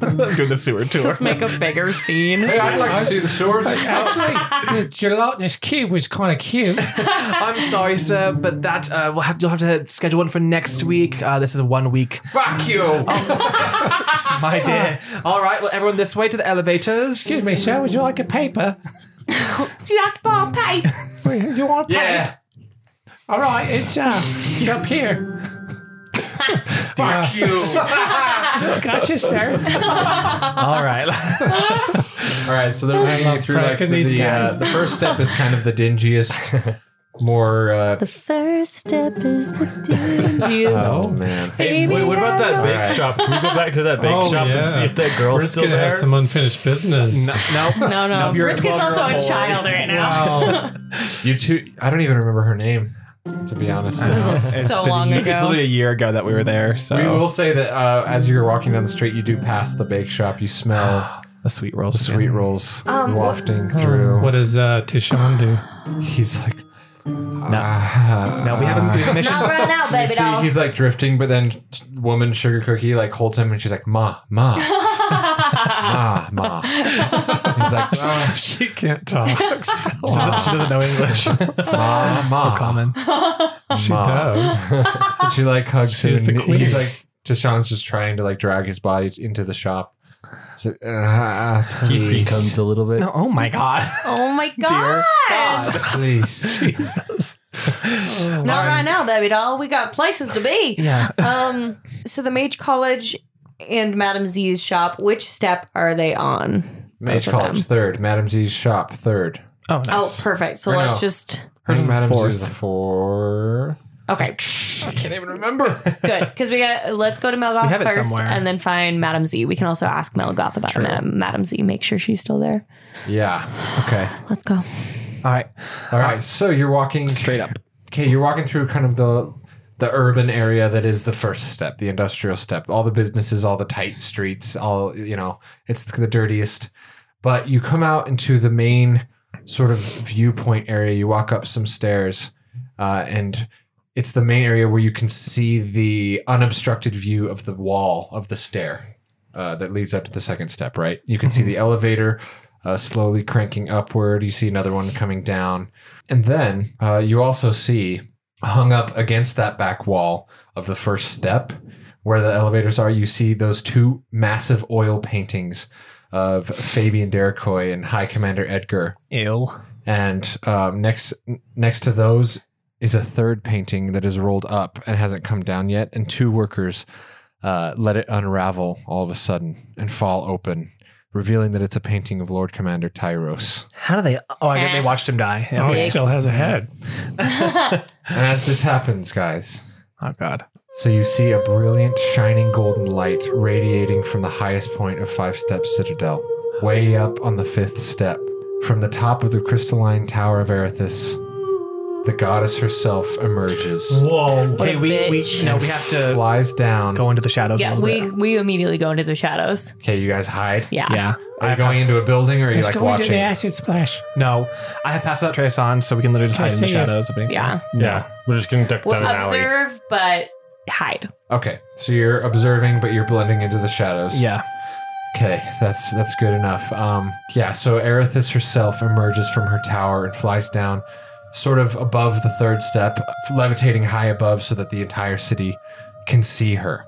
I'm doing the sewer tour. Just make a bigger scene. Hey, I'd like to see the swords. Actually, the gelatinous cube was kind of cute. I'm sorry, sir, but that uh, we'll have, you'll have to schedule one for next week. Uh, this is one week. Fuck you. My dear. All right, well, everyone this way to the elevators. Excuse me, sir, would you like a paper? Do you like to buy a paper? You want a paper? Yeah. All right, it's, uh, it's up here. Fuck you. Gotcha, sir. All right. All right, so they're bringing you love through like the, cracking these the, uh, guys. the first step is kind of the dingiest, more. Uh, The first step is the dingiest. oh man, Hey, wait, what about that bake Alright. shop? Can we go back to that bake Oh, shop and yeah. see if that girl's We're just still gonna there? have some unfinished business. no, No, no. you're a Brisket's also a 12-year-old. child right now. you two. I don't even remember her name, to be honest. This was so long ago. a year ago that we were there, so We will say that uh, as you're walking down the street, you do pass the bake shop. You smell the sweet rolls. sweet rolls Um, wh- wafting through. What does uh, Tishan do? "Ah." He's like, No, we haven't. We haven't mentioned. I'll run out, baby you see, doll. he's like drifting, but then woman sugar cookie like holds him and she's like, ma, ma, ma, ma. He's like, "Ah, She can't talk. She doesn't know English. ma, ma, Common. She Ma. does. And she like hugs She's him. the and He's queen. like, Tashan's just trying to like drag his body into the shop. So, uh, He please, becomes a little bit. Oh my god. Oh my god. please. Not right now, baby doll. We got places to be. Yeah. Um. So the Mage College and Madam Z's shop. Which step are they on? Both Mage of College third, Madam Z's shop third. Oh, Oh, nice. perfect. So Or let's no. just. Hers is Madam fourth. Z's the fourth. Okay, Can't even remember. good. Because we got let's go to Melgoth We have it first, somewhere. and then find Madam Z. We can also ask Melgoth about Madam, Madam Z. Make sure she's still there. yeah. Okay. Let's go. All right. All right. Uh, So you're walking Straight up. Okay, you're walking through kind of the the urban area that is the first step, the industrial step. All the businesses, all the tight streets, all you know, it's the dirtiest. But you come out into the main sort of viewpoint area. You walk up some stairs, uh, and it's the main area where you can see the unobstructed view of the wall of the stair uh, that leads up to the second step. Right, you can see the elevator uh, slowly cranking upward. You see another one coming down. And then uh, you also see hung up against that back wall of the first step where the elevators are, you see those two massive oil paintings of Fabian Dericoy and High Commander Edgar. Ew. And um, next next to those is a third painting that is rolled up and hasn't come down yet. And two workers uh, let it unravel all of a sudden and fall open, revealing that it's a painting of Lord Commander Tyros. How do they? Oh, I get Eh. they watched him die. Yeah, Oh, okay. it still has a head. And as this happens, guys, Oh god. So you see a brilliant, shining golden light radiating from the highest point of Five Step Citadel, way up on the fifth step. From the top of the crystalline tower of Erithus, the goddess herself emerges, Whoa. Okay, we, we no, we have to flies down. go into the shadows. a Yeah, little we bit. we immediately go into the shadows. Okay, you guys hide. Yeah. Yeah. Are you going into a building or are you Let's like go into the watching? acid splash. No, I have passed that trace on, so we can literally just hide in the see ya. shadows. if we- Yeah. Yeah, we're just gonna duck We'll down an alley. observe, but hide. Okay, so you're observing, but you're blending into the shadows. Yeah. Okay, that's that's good enough. Um, yeah, so Erithis herself emerges from her tower and flies down, sort of above the third step, levitating high above so that the entire city can see her.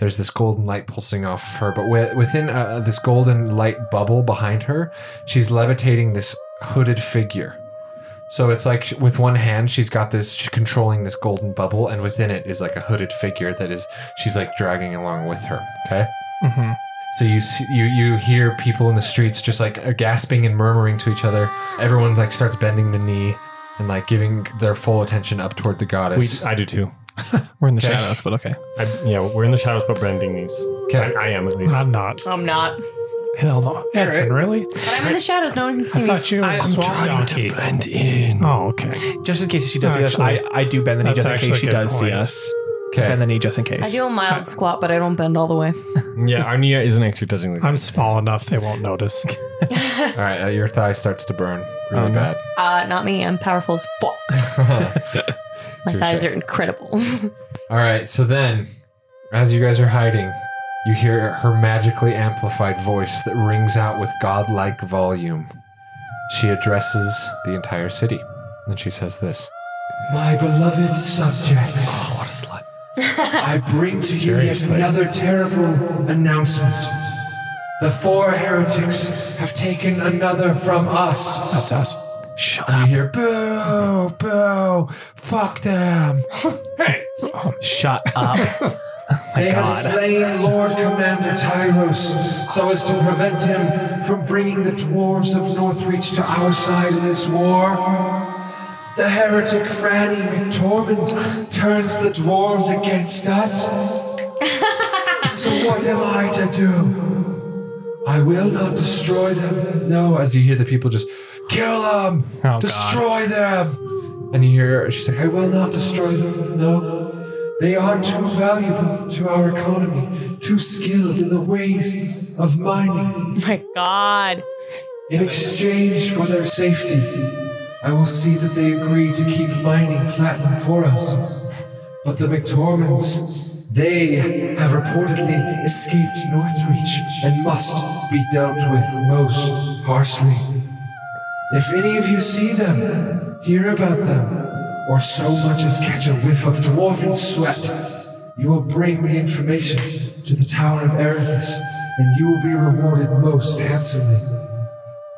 There's this golden light pulsing off of her, but wi- within uh, this golden light bubble behind her, she's levitating this hooded figure. So it's like sh- with one hand she's got this she's controlling this golden bubble, and within it is like a hooded figure that is she's like dragging along with her. Okay. Mm-hmm. Mhm. So you see, you you hear people in the streets just like uh, are gasping and murmuring to each other. Everyone like starts bending the knee and like giving their full attention up toward the We, goddess. I do too. We're in the shadows, but okay. I, yeah, we're in the shadows, but bending these. Okay. I, I am at least. I'm not. I'm not. Hell no. Edson, really? But I'm in the shadows. No one can see I me. thought you were a swamp donkey. blend in. Oh, okay. Just in case she does see us, I, Actually, I do bend the knee that's just in actually case she a good does see point. us. to bend the knee just in case. I do a mild squat, but I don't bend all the way. Yeah, Arnia isn't actually touching the. I'm small enough they won't notice. All right, uh, your thigh starts to burn Oh, really bad. Uh, not me. I'm powerful as fuck. My Touche. thighs are incredible. All right, so then, as you guys are hiding, you hear her magically amplified voice that rings out with godlike volume. She addresses the entire city, and she says this My beloved subjects. Oh, what a slut. I bring to you Seriously. yet another terrible announcement. The four heretics have taken another from us. That's us. Shut up. You hear boo, boo, fuck them. Hey, Oh, Shut up. They have Um, God. slain Lord Commander Tyros so as to prevent him from bringing the dwarves of Northreach to our side in this war. The heretic Franny McTormand turns the dwarves against us. so what am I to do? I will not destroy them. No, as you hear the people just kill them, God. destroy them, and you hear she's like, "I will not destroy them. No, they are too valuable to our economy, too skilled in the ways of mining. My God. In exchange for their safety, I will see that they agree to keep mining platinum for us. But the McTormans, they have reportedly escaped Northreach and must be dealt with most harshly. If any of you see them, hear about them, or so much as catch a whiff of dwarven sweat, you will bring the information to the Tower of Erethus, and you will be rewarded most handsomely.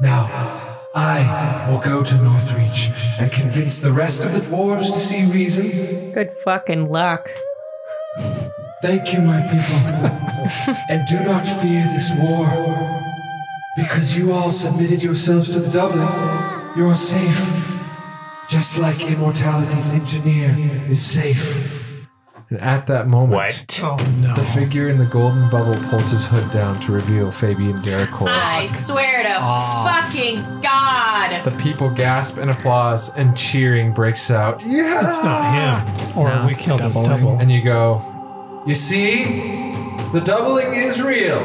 Now, I will go to Northreach and convince the rest of the dwarves to see reason. Good fucking luck. Thank you, my people. and do not fear this war. Because you all submitted yourselves to the doubling, you are safe. Just like immortality's engineer is safe. And at that moment, Oh no. the figure in the golden bubble pulls his hood down to reveal Fabian Derricourt. I swear to Ah. Off. fucking God. The people gasp and applause, and cheering breaks out. Yeah! That's not him. Or we killed his double. And you go, You see, the doubling is real,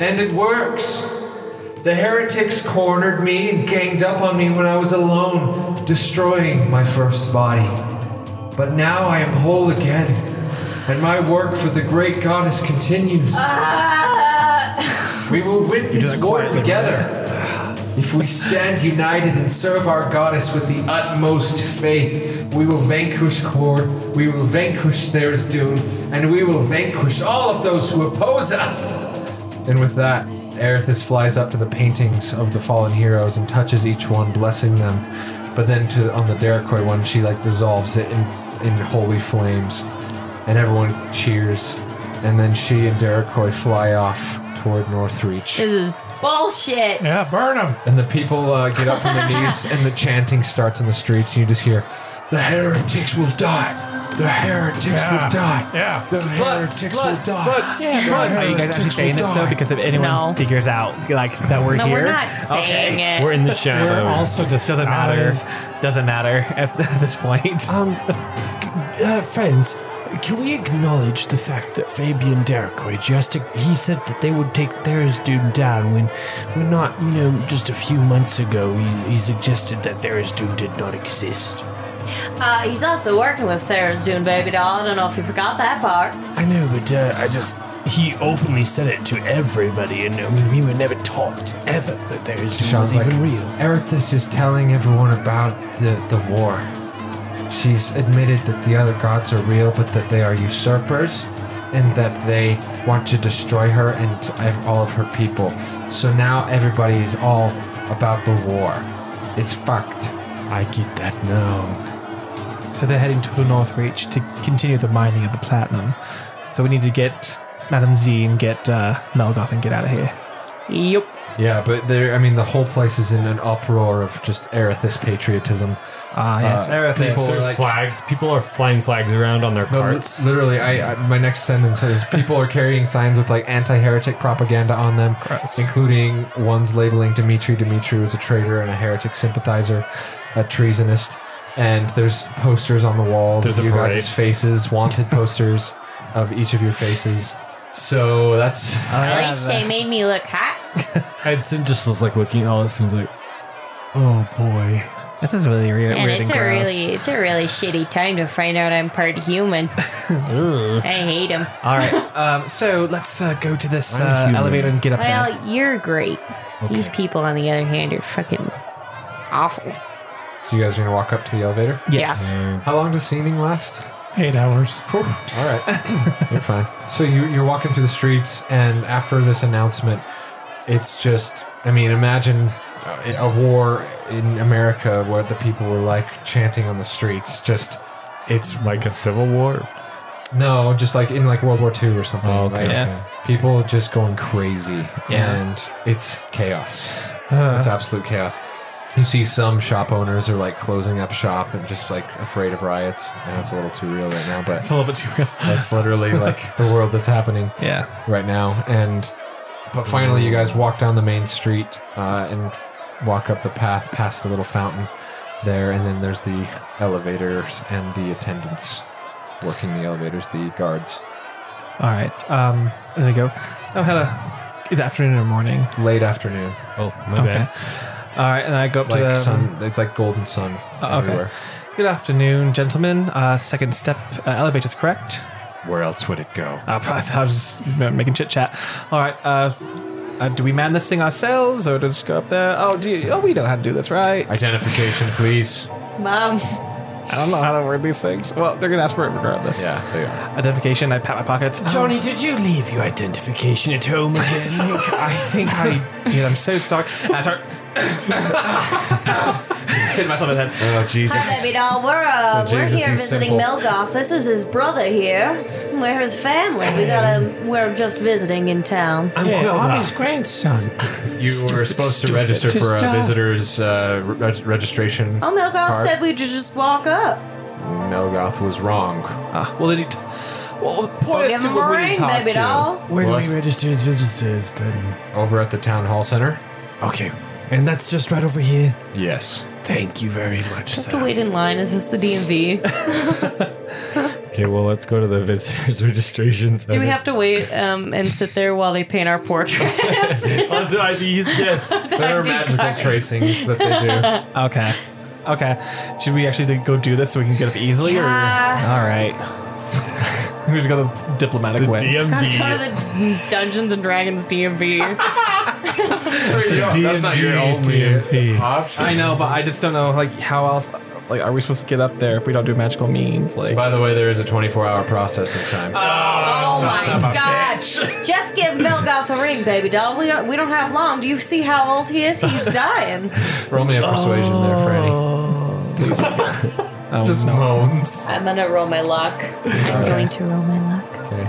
and it works. The heretics cornered me and ganged up on me when I was alone, destroying my first body. But now I am whole again, and my work for the great goddess continues. We will win this war together if we stand united and serve our goddess with the utmost faith. We will vanquish Kord, we will vanquish Therisdun, and we will vanquish all of those who oppose us. And with that, Erithus flies up to the paintings of the fallen heroes and touches each one, blessing them. But then to on the Derekoi one, she like dissolves it in, in holy flames, and everyone cheers. And then she and Derekoi fly off toward Northreach. This is bullshit. Yeah, burn him. And the people uh, get up from their knees, and the chanting starts in the streets, and you just hear, "The heretics will die! The heretics Yeah. will die! Yeah. The Slut, heretics slut, will die!" sluts, The sluts. Are you guys actually heretics saying will this though? die." Because if anyone No. figures out like that we're No, here, we're not saying it. We're in the We're shadows. also doesn't matter. Doesn't matter at this point. Um, uh, friends, can we acknowledge the fact that Fabian Derricoy just he said that they would take Therisdune down when when not you know just a few months ago he, he suggested that Therisdune did not exist. Uh, he's also working with Therazune, baby doll. I don't know if you forgot that part. I know, but uh, I just he openly said it to everybody, and I mean we were never taught ever that Therisdune Sounds was like even real. Erithus is telling everyone about the, the war. She's admitted that the other gods are real, but that they are usurpers, and that they want to destroy her and ev- all of her people. So now everybody is all about the war. It's fucked. I get that now. So they're heading to Northreach to continue the mining of the platinum. So we need to get Madam Z and get uh, Melgoth and get out of here. yep. Yeah, but there. I mean, the whole place is in an uproar of just Erithus patriotism. Uh, Uh, Ah, yes, Erithus. people are There's like- flags. People are flying flags around on their No, li- carts. literally, I, I my next sentence is people are carrying signs with like anti-heretic propaganda on them, Gross. including ones labeling Dimitri Dimitri was a traitor and a heretic sympathizer, a treasonist. and there's posters on the walls There's of a you parade. guys' faces, wanted posters of each of your faces. So that's At least they made me look hot. Edson just was like looking at all this and was like, oh boy. This is really weird. And weird it's and a gross. really it's a really shitty time to find out I'm part human. I Ugh. hate him. All right. Um, so let's uh, go to this I'm uh, human. elevator and get up well, there. you're great. These people, on the other hand, are fucking awful. So you guys are gonna walk up to the elevator? Yes. Uh, How long does seeming last? Eight hours. All right, you're fine. So you, you're walking through the streets, and after this announcement, it's just. I mean, imagine a, a war in America where the people were like chanting on the streets. Just it's Like a civil war? no, just like in like World War II or something. Oh, okay, like, Yeah. okay. People just going crazy, Yeah. and it's chaos. Uh. It's absolute chaos. You see some shop owners are like closing up shop and just like afraid of riots. And it's a little too real right now, but It's a little bit too real. that's literally like the world that's happening Yeah. right now. And but finally, you guys walk down the main street uh, and walk up the path past the little fountain there, and then there's the elevators and the attendants working the elevators, the guards. All right. Um, and I go. Oh, hello. It's afternoon or morning. Late afternoon, Oh, my Okay. bad. All right, and I go up like to the sun, like, like golden sun Uh, okay. everywhere. Good afternoon, gentlemen. Uh, second step uh, elevator is correct. Where else would it go? Uh, I was just making chit chat. All right. Uh, uh, do we man this thing ourselves, or just go up there? Oh, do you, oh, we know how to do this, right? Identification, please. Mom. I don't know how to word these things. Well, they're gonna ask for it regardless. Yeah, they are. Identification. I pat my pockets. Uh, Johnny, did you leave your identification at home again? I think I did. Oh, I'm so sorry. I start hit myself in the head. Oh Hi, Jesus! baby doll. We're uh, Oh, we're Jesus, here he's visiting simple. Melgoth. This is his brother here. We're his family. We gotta. We're just visiting in town. I'm Yeah, Quill I'm Buff. his grandson. You were supposed to register for Just, a uh, visitor's uh, reg- registration. Oh, Melgoth card. said we should just walk up. Melgoth was wrong. Ah, well, then he. T- well, point We'll us give to him a where we ring, talk baby to. doll. Where What? do we register as visitors then? Over at the town hall center. Okay. And that's just right over here. Yes. Thank you very much, Have to sir. wait in line. Is this the DMV? Okay, well, let's go to the visitors registration center. Do we have to wait um, and sit there while they paint our portraits? Onto IDs, yes. There are magical tracings that they do. Okay. Okay. Should we actually do- go do this so we can get up easily? Or? Yeah. All right. we should go the diplomatic Go way. to DMV. the Dungeons and Dragons DMV. That's not your only DMV. option. I know, but I just don't know like how else. Like, are we supposed to get up there if we don't do magical means? Like, By the way, there is a 24-hour processing time. Oh my god! Just give Melgoth a ring, baby doll. We don't, we don't have long. Do you see how old he is? He's dying. Roll Uh, me a persuasion there, Franny. oh, Just no. moans. I'm gonna roll my luck. I'm going to roll my luck. Okay.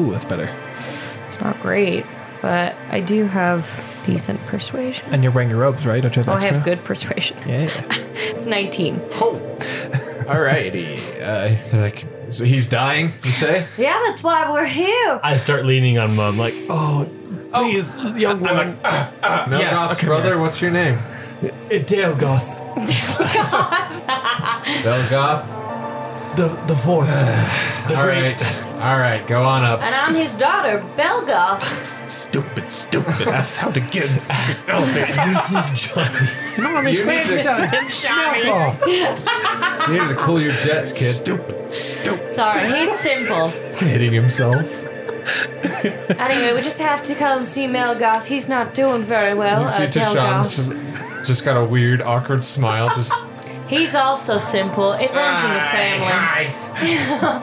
Ooh, that's better. It's not great, but I do have decent persuasion. And you're wearing your robes, right? Don't you have Oh, I extra? have good persuasion. Yeah. It's 19. Oh. Alrighty. Uh, they're like, so he's dying. You say? Yeah, that's why we're here. I start leaning on mom, like, oh, please, young one. uh, Melgoth's brother. What's your name? Delgoth, Belgoth. the, the fourth. the All great. right. All right. Go on up. And I'm his daughter, Belgoth. Stupid, stupid. That's how to get Oh, elevator. This is Johnny. Oh, You need to, Oh. you need to cool your jets, kid. Sorry, he's simple. Hitting himself. Anyway, we just have to come see Melgoth. He's not doing very well. You see Uh, Belgoth. Tashan's just, just got a weird, awkward smile. Just He's also simple. It runs in the family.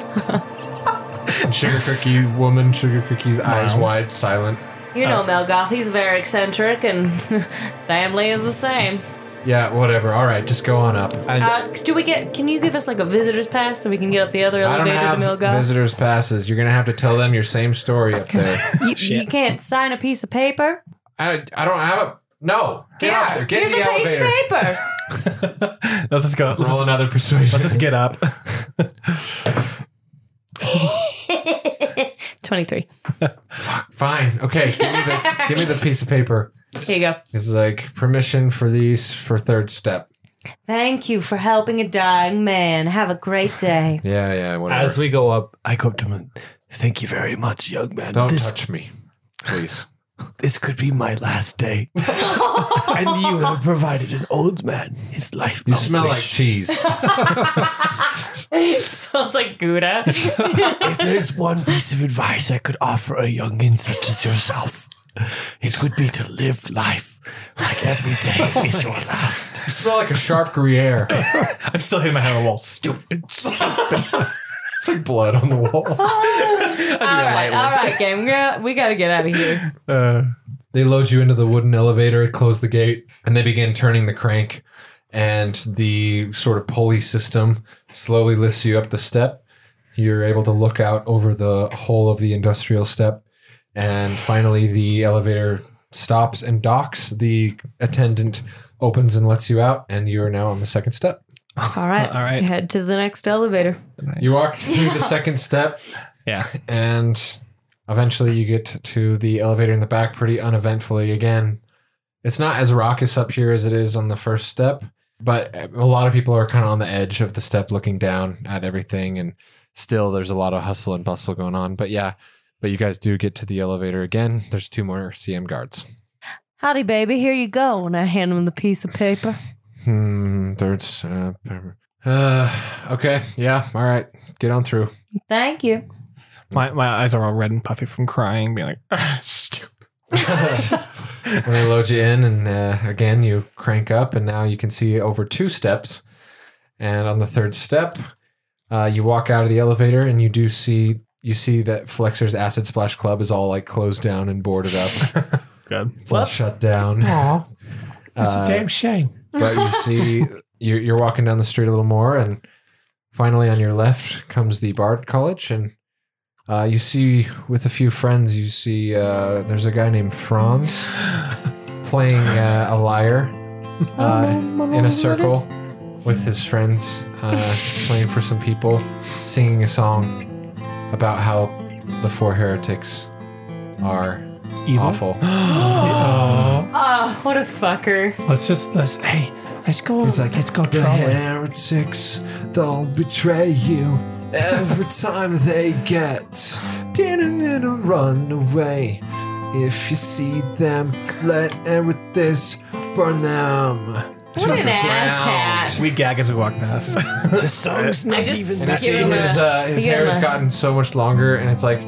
And sugar cookie woman, sugar cookie's eyes wide, silent. You Uh, know Melgoth. He's very eccentric, and family is the same. Yeah, whatever. All right, just go on up. And Uh, do we get? Can you give us like a visitor's pass so we can get up the other I don't elevator to have Melgoth? visitors passes. You're gonna have to tell them your same story up there. you, you can't sign a piece of paper. I, I don't have a no. Oh, Get up there. Get here's in the a piece elevator. of paper. Let's just go. Let's Roll just, another persuasion. let's just get up. 23. Fine. Okay. Give me the give me the piece of paper. Here you go. It's like permission for these for third step. Thank you for helping a dying man. Have a great day. Yeah, yeah, whatever. As we go up, I go up to him. and, Thank you very much, young man. Don't This- touch me, please. This could be my last day. and you have provided an old man his life. You smell like cheese. Smells like Gouda. if there's one piece of advice I could offer a youngin such as yourself, it would be to live life like every day is your last. You smell like a sharp Gruyere. I'm still hitting my head on the wall. Stupid, stupid. it's like blood on the wall. all right, all right, game. girl, We gotta get out of here. They load you into the wooden elevator, close the gate, and they begin turning the crank. And the sort of pulley system slowly lifts you up the step. You're able to look out over the whole of the industrial step. And finally, the elevator stops and docks. The attendant opens and lets you out, and you are now on the second step. All right, all right. Head to the next elevator. You walk through the second step. Yeah. And eventually you get to the elevator in the back pretty uneventfully again. It's not as raucous up here as it is on the first step, but a lot of people are kind of on the edge of the step looking down at everything and still there's a lot of hustle and bustle going on. But yeah, but you guys do get to the elevator again. There's two more CM guards. Howdy, baby. Here you go. And I hand him the piece of paper. Hmm, there's uh, uh okay, yeah, all right. Get on through. Thank you. My, my eyes are all red and puffy from crying, being like, "Ah, stupid. and they load you in, and uh, again you crank up, and now you can see over two steps. And on the third step, uh, you walk out of the elevator, and you do see you see that Flexer's Acid Splash Club is all like closed down and boarded up. Good. It's all shut down. Aw, that's Uh, a damn shame. but you see you're, you're walking down the street a little more and finally on your left comes the bard college and uh, you see with a few friends you see uh, there's a guy named franz playing uh, a lyre uh, in a circle with his friends uh, playing for some people singing a song about how the four heretics are awful um, Ah, Oh, what a fucker. Let's just let's hey, let's go. let's go The trolling. heretics, they'll betray you every time they get. It'll run away. If you see them, let heretics burn them. What an asshat. We gag as we walk past. The song's I not just even And give actually, him his, a, uh, his give hair him has a- gotten so much longer, and it's like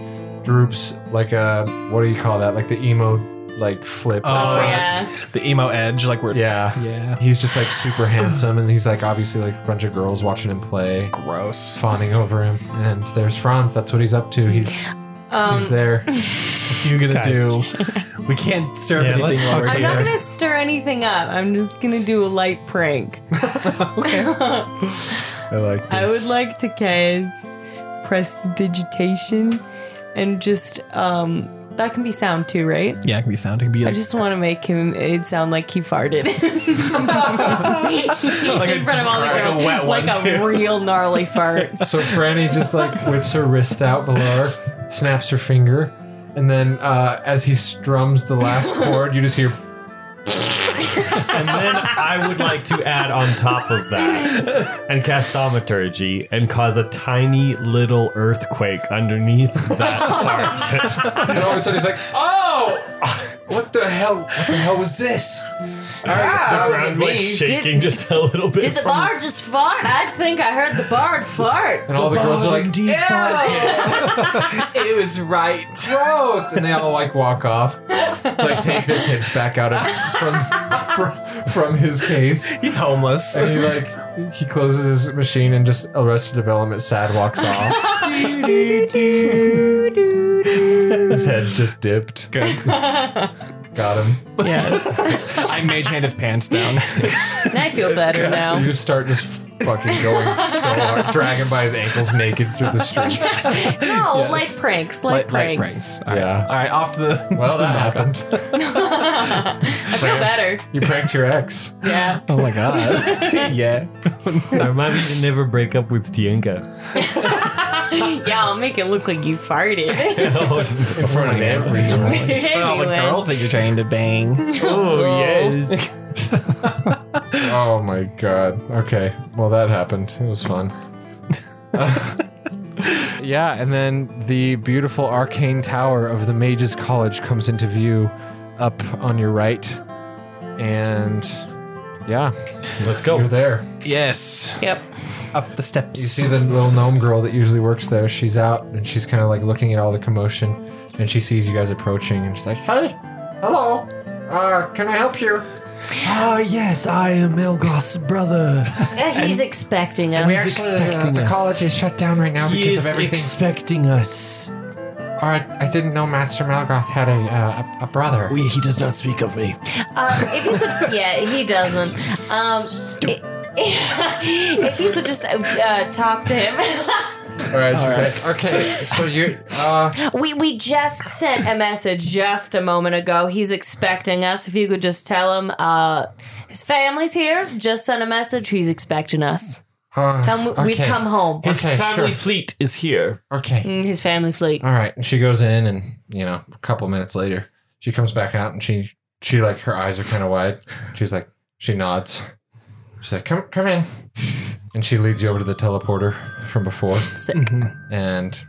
droops like a what do you call that? Like the emo like flip. Oh, Oh, front. yeah. the emo edge, like we're. yeah. Yeah. He's just like super handsome, and he's like obviously like a bunch of girls watching him play, Gross. fawning over him. And there's Franz. That's what he's up to. He's Um, um, he's there. What you gonna Guys. do? We can't stir Yeah, up let's anything while fuck we're I'm not here. gonna stir anything up. I'm just gonna do a light prank. I like. This. I would like to cast prestidigitation and just um that can be sound too, right? Yeah, it can be sound. It can be I like, just want to make him it sound like he farted in front of all the like a girls, wet one, like a too. real gnarly fart. So Franny just like whips her wrist out below her, snaps her finger, and then uh, as he strums the last chord, you just hear and then I would like to add on top of that and cast thaumaturgy and cause a tiny little earthquake underneath that part. And all of a sudden he's like, "Oh, what the hell? What the hell was this?" Ah, that Ground's like shaking just a little bit. Did the from bard its- just fart? I think I heard the bard fart. and all the girls are like, Indeed, it was right. "Gross!" And they all like walk off, like take their tips back out of from from, from his case. He's homeless. And he like he closes his machine and just Arrested Development sad walks off. his head just dipped. Good. Got him. Yes, I mage hand his pants down. and I feel better You now. just start just fucking going so hard, dragging by his ankles naked through the street. No, light pranks, light, light pranks. All right. Yeah. All right, off to the. Well, to the that knockout. happened. I feel better. You pranked your ex. Yeah. Oh my god. yeah. That reminds me to never break up with Tienka. Yeah, I'll make it look like you farted. in front of everyone. But all the Anyway. girls that you're trying to bang. oh yes. oh my god. Okay. Well, that happened. It was fun. yeah, and then the beautiful arcane tower of the Mages College comes into view up on your right. And yeah. Let's go. You're there. Yes. Yep. Up the steps. You see the little gnome girl that usually works there. She's out and she's kind of like looking at all the commotion and she sees you guys approaching and she's like, Hey, hello. Uh, can I help you? Ah, yes, I am Elgoth's brother. He's expecting us. We're He's actually, uh, expecting the us. college is shut down right now he because is of everything. expecting us. All right, I didn't know Master Malgoth had a, uh, a, a brother. We, he does not speak of me. Um, if you could, yeah, he doesn't. Um, i- if you could just uh, uh, talk to him. All right, she's like, okay, so you, uh, we we just sent a message just a moment ago. He's expecting us. If you could just tell him, uh, his family's here. Just sent a message. He's expecting us. uh, Tell him we- we've okay. come home. His Okay, family sure. fleet is here. Okay. Mm, his family fleet. All right. And she goes in, and you know, a couple minutes later, she comes back out, and she she like her eyes are kind of wide. She's like, she nods. She's like, come come in, and she leads you over to the teleporter from before, Sick. Mm-hmm. and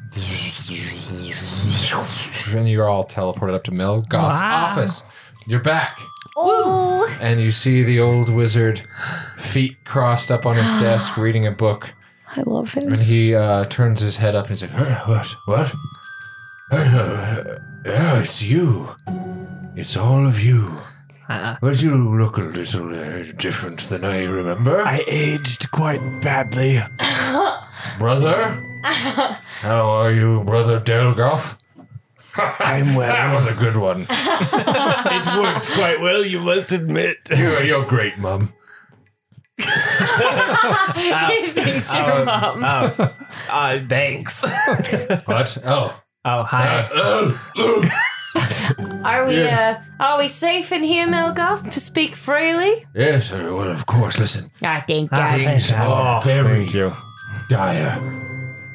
and you're all teleported up to Mel Goth's Wow. office. You're back, Oh, and you see the old wizard, feet crossed up on his desk, reading a book. I love him. And he uh, turns his head up and he's like, Huh, What? What? Hello. Yeah, it's you. It's all of you. But you look a little uh, different than I remember. I aged quite badly. brother? How are you, brother Delgoth? I'm That well. was a good one. It's worked quite well, you must admit. You're, you're great, Mum. Thanks, your mom. Oh. Uh, thanks. What? Oh. Oh, hi. Uh, Are we uh, are we safe in here, Melgoth, to speak freely? Yes, uh, well, of course. Listen, I think Ah, things are very dire.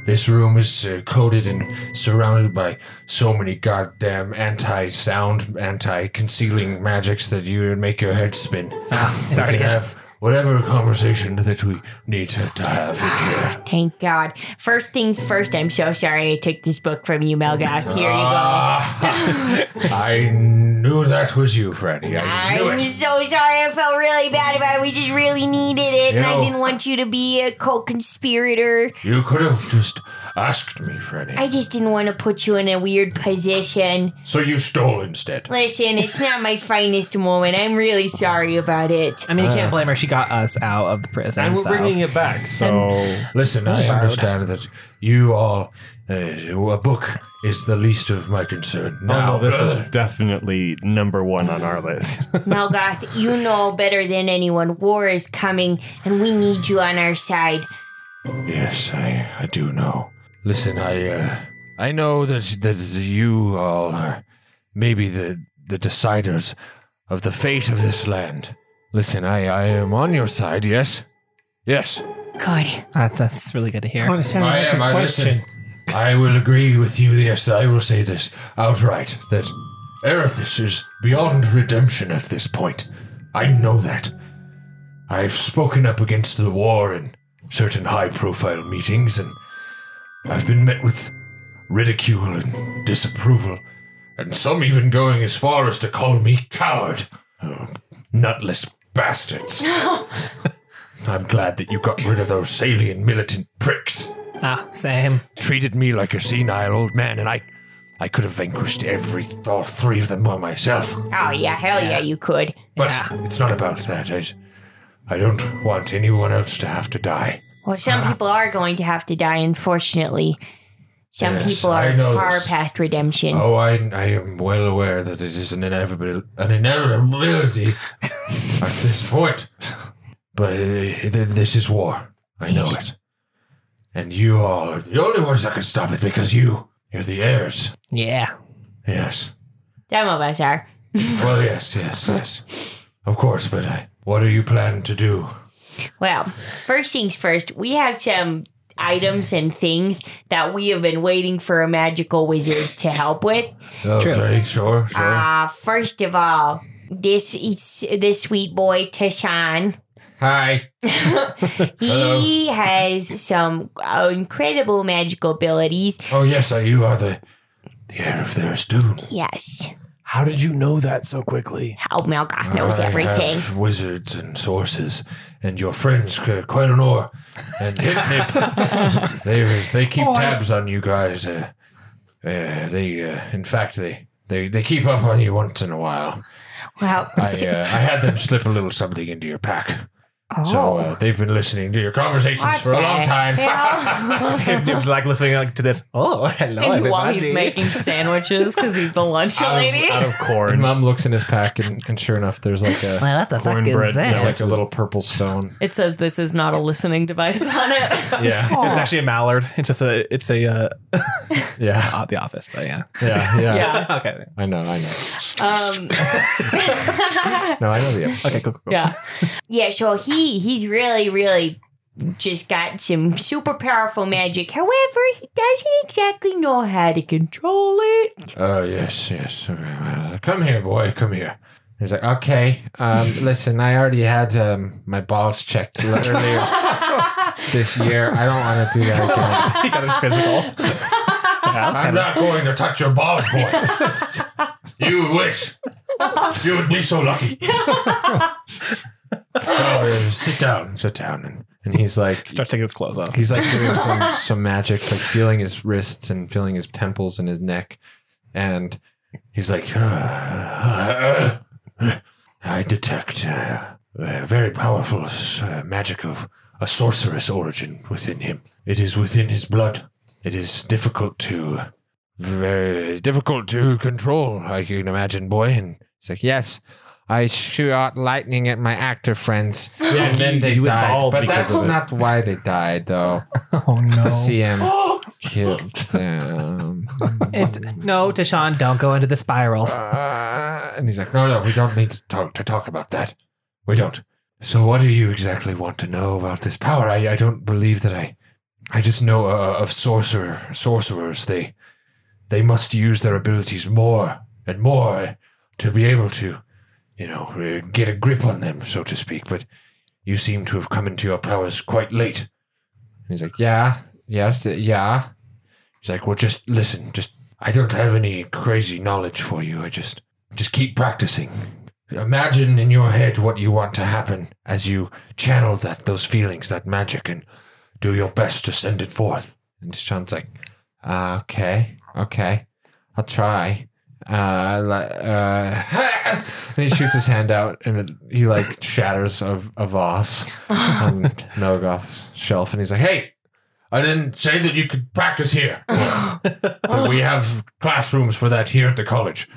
This room is uh, coated and surrounded by so many goddamn anti-sound, anti-concealing magics that you would make your head spin. Ah, we can have whatever conversation that we need to, to have in here. Thank God. First things first, I'm so sorry I took this book from you, Melgoth. Ah, Here you go. Ah, I knew that was Ah, you, Freddy. I knew I'm it. so sorry. I felt really bad about it. We just really needed it, and I Ew. didn't want you to be a co-conspirator. You could have just asked me, Freddy. I just didn't want to put you in a weird position. so you stole instead. Listen, it's not my finest moment. I'm really sorry about it. I mean, you uh. can't blame her. She got us out of the prison. And we're so- bringing it back, so. Listen, I understand that you all. Uh, a book is the least of my concern. Now, Oh, no, this is uh, brother, definitely number one on our list. Melgoth, you know better than anyone. War is coming, and we need you on our side. Yes, I, I do know. Listen, I uh, I know that that you all are maybe the the deciders of the fate of this land. Listen, I I am on your side. Yes, yes. Good. That's, that's really good to hear. I am. I listen. I will agree with you. Yes, I will say this outright that Erithus is beyond redemption at this point. I know that. I've spoken up against the war in certain high-profile meetings, and I've been met with ridicule and disapproval, and some even going as far as to call me coward. Oh, nutless bastards. I'm glad that you got rid of those salient militant pricks Ah, same. treated me like a senile old man, and I, I could have vanquished every all three of them by myself. Oh, yeah, hell yeah, you could. But it's not about that. I, I don't want anyone else to have to die. Well, some Ah. people are going to have to die, unfortunately. Some Yes, people I are know far this. past redemption. Oh, I, I am well aware that it is an inevitable, an inevitability at this point. But uh, th- this is war. I know it, and you all are the only ones that can stop it because you, you're the heirs. Yeah. Yes. Some of us are. Well, yes, yes, yes. Of course, but I, what are you planning to do? Well, first things first, we have some items and things that we have been waiting for a magical wizard to help with. Oh, Okay, sure, Ah. Uh, sure. first of all, this is this sweet boy Tashan Hi. He has some uh, incredible magical abilities. Oh yes, uh, you are the the heir of their stone. Yes. How did you know that so quickly? Oh, Malgoth knows I everything. Have wizards and sources, and your friends, uh, Quelanor and Hitnip, they they keep tabs on you guys. Uh, uh, they, uh, in fact, they, they they keep up on you once in a while. Well, I uh, I had them slip a little something into your pack. So Oh. Oh. uh, they've been listening to your conversations What for a long the time. hell? it was like listening like, to this. Oh, hello, everybody. while he's making sandwiches because he's the lunch lady. Out of corn. And mom looks in his pack, and, and sure enough, there's like a what the fuck Cornbread. there's Yes. like a little purple stone. It says this is not a listening device on it. Yeah, It's actually a mallard. It's just a. It's a. Uh, yeah, uh, the office, but yeah. yeah, yeah. okay. I know, I know. Um, No, I know the episode. Okay. Cool. cool, cool. yeah. yeah, so he he's really, really just got some super powerful magic. However, he doesn't exactly know how to control it. Oh yes, yes. Okay, well, come here, boy. Come here. He's like, okay, um, listen, I already had um, my balls checked earlier this year. I don't want to do that again. he got his physical. I'm not going to touch your balls, boy. you wish. You would be so lucky. oh, yeah, sit down. Sit down. And And he's like, Starts taking his clothes off. he's like doing some some magics, like feeling his wrists and feeling his temples and his neck, and he's like, "Ah, uh, uh, I detect uh, a very powerful uh, magic of a sorceress origin within him. It is within his blood. It is difficult to, very difficult to control, I can imagine, boy. And he's like, yes. I shot lightning at my actor friends, and then he- they he was died. bald But because that's of it. not why they died, though. Oh no. The CM killed them. no, Deshaun, don't go into the spiral. Uh, and he's like, No, no, we don't need to talk to talk about that. We don't. So, what do you exactly want to know about this power? I, I don't believe that I. I just know uh, of sorcerer sorcerers. They they must use their abilities more and more to be able to, you know, uh, get a grip on them, so to speak. But you seem to have come into your powers quite late. And He's like, yeah, yes, th- yeah. He's like, well, just listen. Just I don't have any crazy knowledge for you. I just just keep practicing. Imagine in your head what you want to happen as you channel that those feelings, that magic, and do your best to send it forth. And Sean's like, "Ah, uh, okay, okay, I'll try. Uh, li- uh, and he shoots his hand out, and it, he like shatters a, a vase on Melgoth's shelf, and he's like, hey, Hey, I didn't say that you could practice here. but we have classrooms for that here at the college.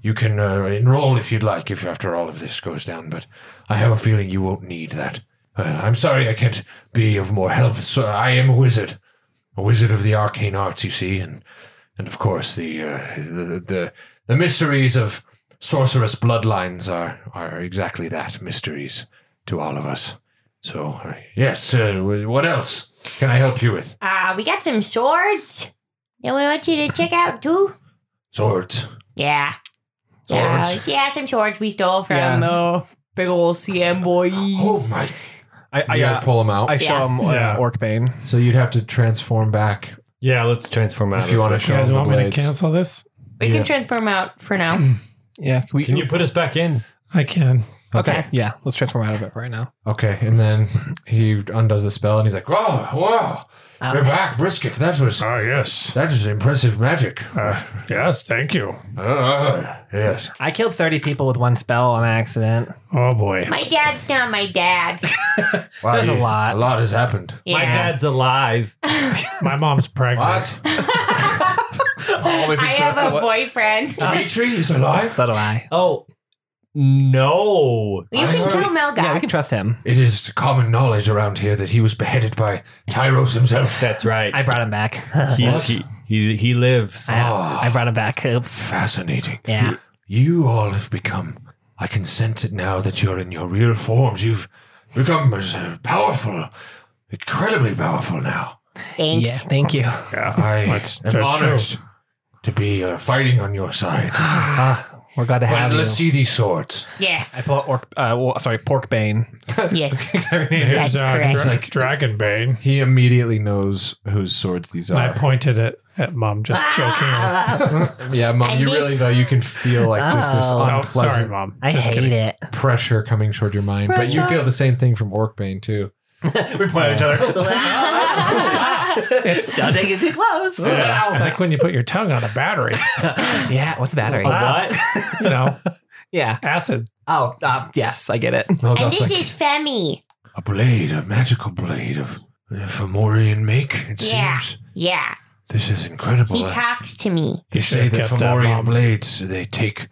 You can uh, enroll if you'd like, if after all of this goes down. But I have a feeling you won't need that. Well, I'm sorry I can't be of more help. So I am a wizard, a wizard of the arcane arts, you see, and and of course the uh, the, the the mysteries of sorceress bloodlines are are exactly that mysteries to all of us. So uh, yes, uh, what else can I help you with? Uh, we got some swords that we want you to check out too. Swords. Yeah. Swords. Yeah, yeah, some swords we stole from uh, Yeah. No. Big ol' CM boys. Oh my! I, I, you guys uh, pull him out. I show him uh, Yeah. Orcbane. so you'd have to transform back Yeah, let's transform out. if you want to to show You him guys the want me to blades. cancel this? We Yeah. can transform out for now. Yeah. we, Can you put us back in? I can. okay. Yeah. Let's transform out of it right now. Okay, and then he undoes the spell, and he's like, Oh wow! You're back, brisket. That was Ah, yes. that was impressive magic. Uh, yes, thank you. Ah, yes. I killed 30 people with one spell on accident. Oh, boy. my dad's not my dad. Wow, There's a you- lot. A lot has happened. Yeah. My dad's alive. My mom's pregnant. What? Oh, I have a boyfriend. You Dimitri is alive. So do I. Oh no! can tell Melga. Yeah, we can trust him. It is common knowledge around here that he was beheaded by Tyros himself. That's right. I brought him back. He's, he, he he lives. Ah, I brought him back. Oops. fascinating. Yeah. You all have become. I can sense it now that you're in your real forms. You've become as, uh, powerful, incredibly powerful now. Yeah. Thanks. Thank you. Yeah. I That's- am that's honored true. to be uh, fighting on your side. We're glad to Well, have let's you. see these swords. Yeah. I pull out orc, uh, well, sorry, pork bane. Yes. Here's, uh, That's correct. dra- Dragonbane. He immediately knows whose swords these And I are. pointed it at mom, just joking. Yeah, mom, And you really this- though you can feel like just this Oh, sorry, unpleasant mom. I hate it. pressure coming toward your mind, but you feel the same thing from Orcbane too. We point at each other. It's, Don't take it too close. it's like when you put your tongue on a battery, Yeah, what's the battery? What? you know, yeah. acid. Oh, uh, yes, I get it. Oh, And this is Femi. A blade, a magical blade of uh, Fomorian make, it Yeah. seems. Oh, Yeah. This is incredible. He talks to me. They say should've that kept that, Fomorian Mom. blades, they take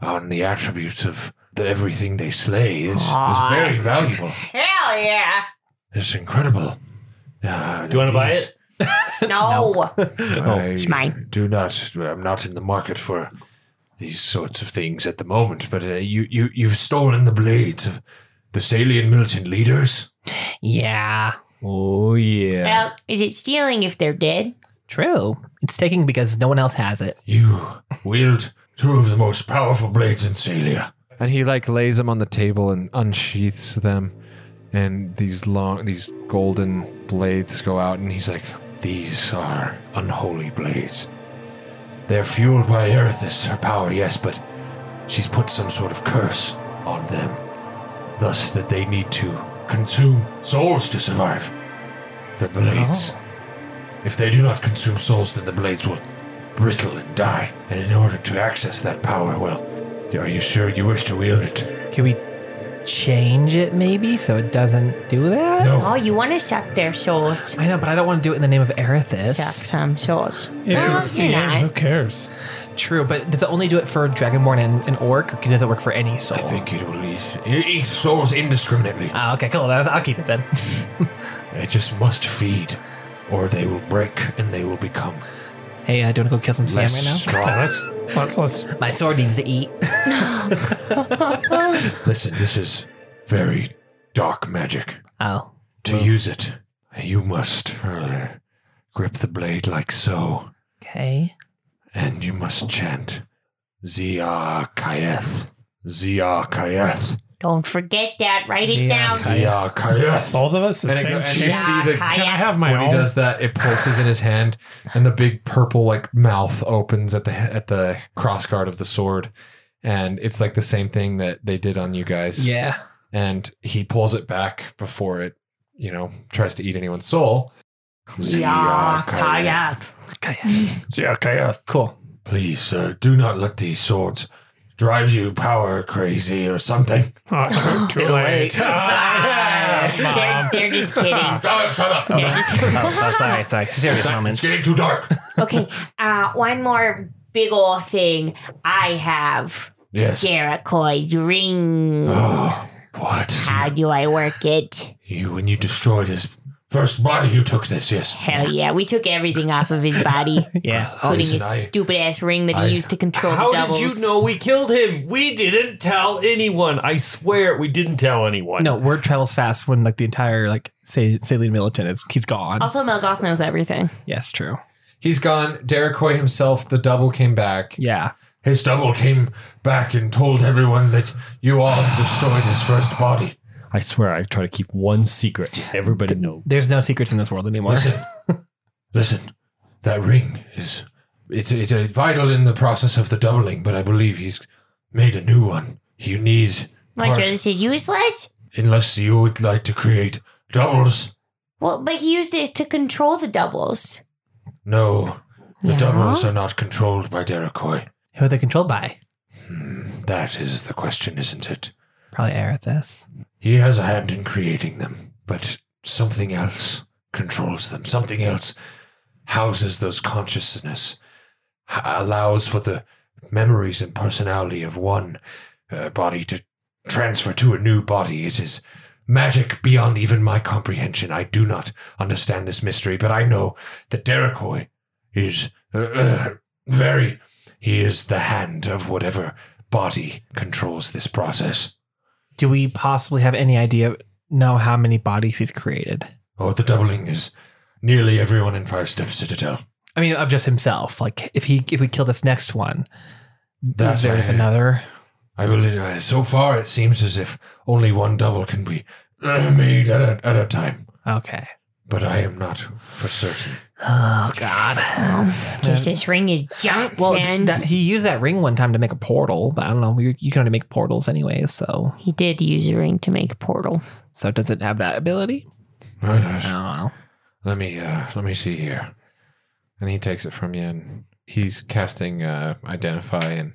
on the attributes of the, everything they slay. It's, it's Ah. very valuable. Hell yeah. It's incredible. Uh, Do you want to buy it? No. Oh, it's mine. Do not. I'm not in the market for these sorts of things at the moment. But uh, you, you, you've stolen the blades of the Salian militant leaders. Yeah. Oh yeah. Well, is it stealing if they're dead? True. It's taking because no one else has it. You wield two of the most powerful blades in Salia. And he like lays them on the table and unsheaths them, and these long, these golden blades go out, and he's like, These are unholy blades. They're fueled by Erithis, her power, yes, but she's put some sort of curse on them, thus that they need to consume souls to survive. The blades. If they do not consume souls, then the blades will bristle and die. And in order to access that power, well, are you sure you wish to wield it? Can we change it maybe so it doesn't do that? Oh, you want to suck their souls. I know, but I don't want to do it in the name of Erithis. Suck some souls. If No, it's you're the not. end, who cares? Ah, True, but does it only do it for Dragonborn and, and Orc, or can it work for any soul? I think it will eat, it eats souls indiscriminately. Oh, okay, cool. I'll I'll keep it then. They just must feed, or they will break and they will become hey, uh, do you want to go kill some Sam less right now? strong. Let's, let's My sword needs to eat. Listen, this is very dark magic. Oh. To use it, you must uh, grip the blade like so, Okay. and you must chant Zia Kayeth. Zia Kayeth. Don't forget that. Write it Yeah. down. Zia Kayeth. both of us the and, it, same and shit. you see the Can I have my when he own? does that, it pulses in his hand, and the big purple like mouth opens at the at the cross guard of the sword, and it's like the same thing that they did on you guys. Yeah. And he pulls it back before it, you know, tries to eat anyone's soul. Zia Kayeth. Yeah, okay, yeah. Cool. Please, sir, do not let these swords drive you power crazy or something. Oh, too late. They're, they're just kidding. Oh, shut up. They're just- Oh, sorry, sorry. Serious It's moments. getting too dark. okay. Uh, one more big ol' thing I have. Yes. Jericho's ring. Oh, what? How do I work it? You, when you destroyed his first body, you took this, yes. Hell yeah. We took everything off of his body, Yeah. including Listen, his Oh, I- stupid ass ring that he I- used to control How the did doubles. you know we killed him? We didn't tell anyone. I swear we didn't tell anyone. No, word travels fast when like the entire like Sa- Saline militant is he's gone. Also, Mel Goth knows everything. yes, true. He's gone. Derekoy himself, the double came back. Yeah. His double came back and told everyone that you all destroyed his first body. I swear I try to keep one secret. Everybody knows. There's no secrets in this world anymore. Listen, listen, that ring is. It's, it's uh vital in the process of the doubling, but I believe he's made a new one. You need. Why, so part- this is useless? unless you would like to create doubles. Well, but he used it to control the doubles. No, the Yeah? doubles are not controlled by Derekoy. Who are they controlled by? That is the question, isn't it? Probably Erithis. He has a hand in creating them, but something else controls them. Something else houses those consciousness, h- allows for the memories and personality of one uh, body to transfer to a new body. It is magic beyond even my comprehension. I do not understand this mystery, but I know that Derekoy is uh, uh, very. He is the hand of whatever body controls this process. Do we possibly have any idea know how many bodies he's created? Oh, the doubling is nearly everyone in Five Step Citadel. I mean, of just himself. Like if he if we kill this next one, That there's I- another. I believe uh, so far it seems as if only one double can be uh, made at a, at a time. Okay. But I am not for certain. Oh God. Guess this ring is junk. Well, then. that, he used that ring one time to make a portal, but I don't know. We, you can only make portals anyway, so he did use a ring to make a portal. So does it have that ability? Right, right. I don't know. Let me uh let me see here. And he takes it from you and he's casting uh identify and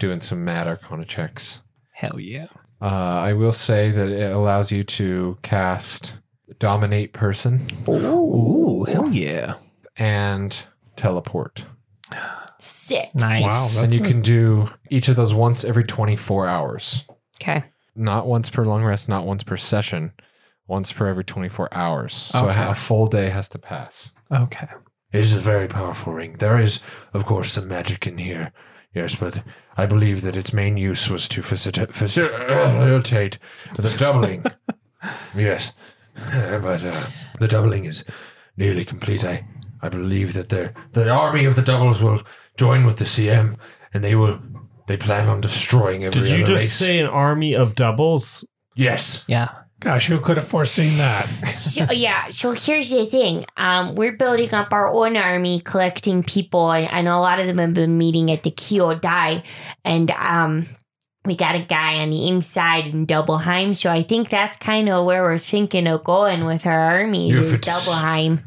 doing some mad arcana checks. Hell yeah. Uh I will say that it allows you to cast dominate person. Ooh, hell yeah. And teleport. Sick. and you can do each of those once every 24 hours. Okay. Not once per long rest, not once per session, once per every 24 hours. So a, Okay. ha- a full day has to pass. Okay. It is a very powerful ring. There is, of course, some magic in here. Yes, but I believe that its main use was to facilitate, facilitate the doubling. yes, Uh, but uh, the doubling is nearly complete. I, I believe that the the army of the doubles will join with the CM, and they will. They plan on destroying every Did you other just race. say an army of doubles? Yes. Yeah. Gosh, who could have foreseen that? so, yeah, so here's the thing. Um, we're building up our own army, collecting people, and, and a lot of them have been meeting at the Kyodai. And um, we got a guy on the inside in Doubleheim, so I think that's kind of where we're thinking of going with our armies If is it's- Doubleheim.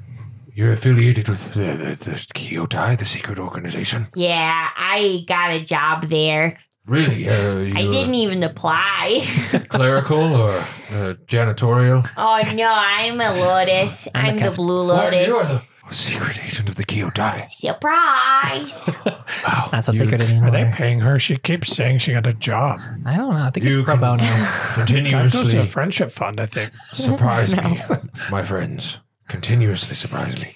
You're affiliated with the the, the Kyotai, the secret organization. Yeah, I got a job there. Really? Uh, I you, uh, didn't e- even apply. clerical or uh, janitorial? oh no, I'm a lotus. I'm, the blue lotus. secret agent of the Kyodai. Surprise! That's a secret anymore. Oh, Are they paying her? She keeps saying she got a job. I don't know. I think it's pro That bono. goes to a Continuously friendship fund, I think. surprise me, my friends. Continuously surprise me.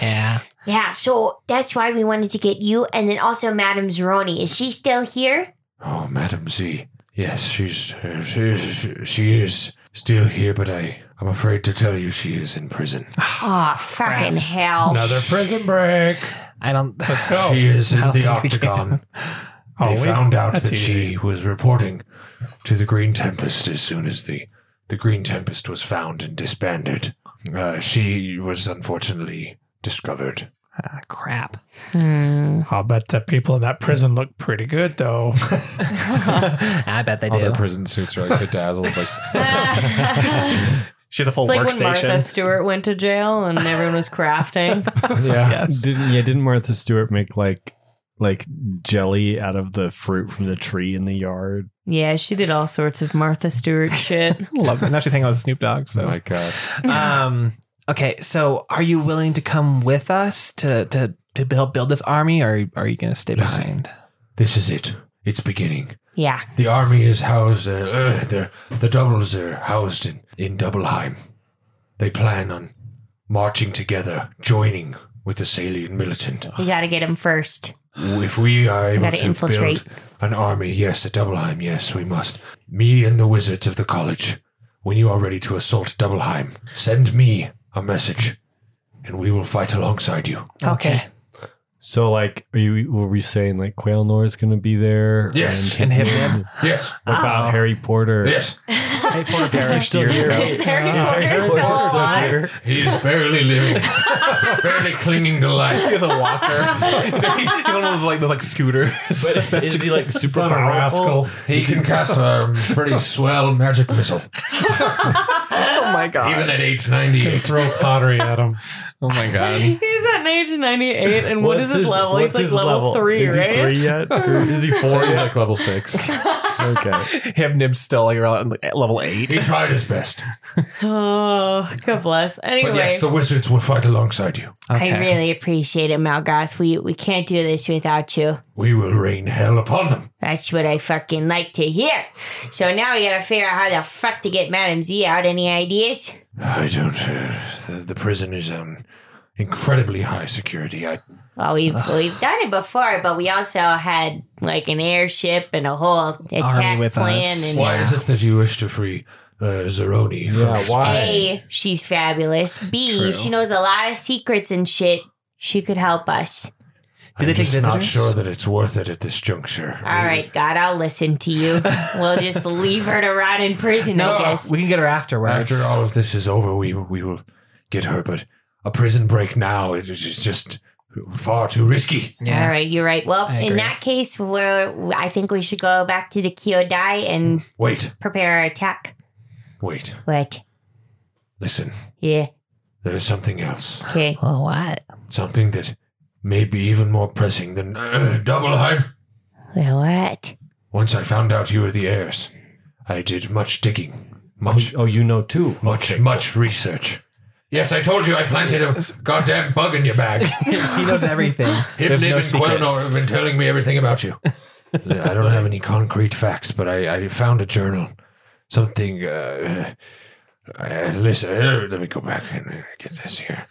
Yeah. Yeah, so that's why we wanted to get you and then also Madame Zeroni. Is she still here? Oh, Madam Z. Yes, she's uh, she, she, she is still here, but I I'm afraid to tell you she is in prison. Oh, fucking hell. Another prison break. I don't. Let's go. She is Oh, I in don't the think we can. octagon. Oh, They we- found out that's that she was reporting to the Green Tempest as soon as the the Green Tempest was found and disbanded. Uh, she was unfortunately discovered. Ah, Crap. Hmm. I'll bet the people in that prison look pretty good, though. I bet they All their do. prison suits are like bedazzled. Like, She has a full It's like when Martha workstation. Stewart went to jail and everyone was crafting. yeah. Didn't yeah? Didn't Martha Stewart make like like jelly out of the fruit from the tree in the yard? yeah, she did all sorts of Martha Stewart shit. Love it. Oh, Now she's hanging out with Snoop Dogg. Oh my So, God. um, okay. So, are you willing to come with us to to to help build this army, or are you going to stay Listen. behind? This is it. It's beginning. Yeah. The army is housed. Uh, uh, the the doubles are housed in in Doubleheim. They plan on marching together, joining with the Salian militant. We gotta get him first. If we are able gotta to infiltrate. build an army, yes, at Doubleheim, yes, we must. Me and the wizards of the college. When you are ready to assault Doubleheim, send me a message, and we will fight alongside you. Okay. So like, are you were we saying like Quailnor is going to be there? Yes. And hit him. Yes, What about Harry Porter? yes. Hey, Porter Parish, still years here? ago. Is Harry Potter Harry still Potter's still alive? here. He is barely living, barely clinging to life. He has a walker. He's one of those like those like scooters. But is he like super Son of a powerful? rascal. He can cast um, a pretty swell magic missile, oh my god. even at age Can 98. throw pottery at him. Oh my god. He's at age 98, and what is his, level? He's what's like his level, three, is right? He three yet? Or is he four? So he's yet? like level six. okay. Him nibs still like around like, level eight. He tried his best. Oh, God bless. Anyway, But yes, the wizards will fight alongside you. I really appreciate it, Malgoth. We we can't do this without you. We will rain hell upon them. That's what I fucking like to hear. So now we gotta figure out how the fuck to get Madame Z out. Any ideas? I don't. Uh, the, the prison is on incredibly high security. I Well, we've we've done it before, but we also had like an airship and a whole attack with plan. us. And Why is it that you wish to free uh, Zeroni? Yeah. from- Why? A, she's fabulous. B, True. she knows a lot of secrets and shit. She could help us. Do they I'm take just not visitors? sure that it's worth it at this juncture. All right, God, I'll listen to you. we'll just leave her to rot in prison, I guess. we can get her afterwards. After all of this is over, we we will get her. But a prison break now it is it's just far too risky. All right, you're right. Well, I in agree. that case, we're, I think we should go back to the Kyodai and Wait, prepare our attack. wait, What? listen. Yeah. There is something else. Okay. Well, what? Something that may be even more pressing than uh, double hype. Well, what? Once I found out you were the heirs, I did much digging. Much. Oh, you know too. Much, much research. Yes, I told you I planted a goddamn bug in your bag. he knows everything. Him, There's Nib, no and Quelnor secrets. have been telling me everything about you. I don't have any concrete facts, but I, I found a journal. Something. Uh, uh, listen, uh, let me go back and uh, get this here.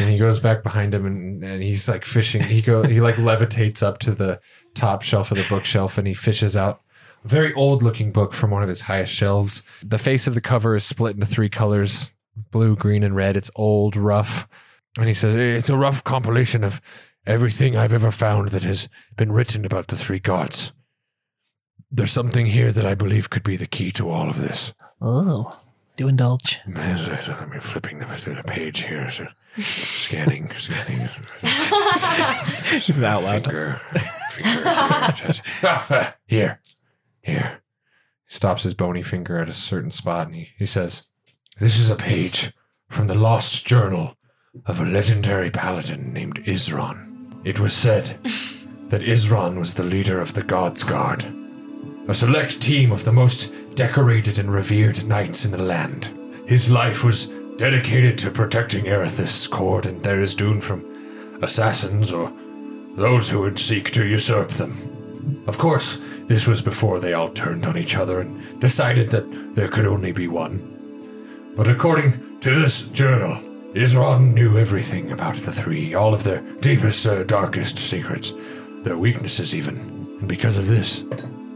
And he goes back behind him and, and he's like fishing. He go he like levitates up to the top shelf of the bookshelf and he fishes out a very old looking book from one of his highest shelves. The face of the cover is split into three colors blue, green, and red. It's old, rough. And he says, It's a rough compilation of everything I've ever found that has been written about the three gods. There's something here that I believe could be the key to all of this. Oh, do indulge. I'm flipping the, the page here. So scanning, scanning. out loud. Finger, finger. here, here. He stops his bony finger at a certain spot and he, he says, This is a page from the lost journal of a legendary paladin named Isron. It was said that Isron was the leader of the God's Guard, a select team of the most decorated and revered knights in the land. His life was dedicated to protecting Erethys, Cord, and Therisdun from assassins or those who would seek to usurp them. Of course, this was before they all turned on each other and decided that there could only be one. But according to this journal, Isron knew everything about the three, all of their deepest, uh, darkest secrets, their weaknesses even. And because of this,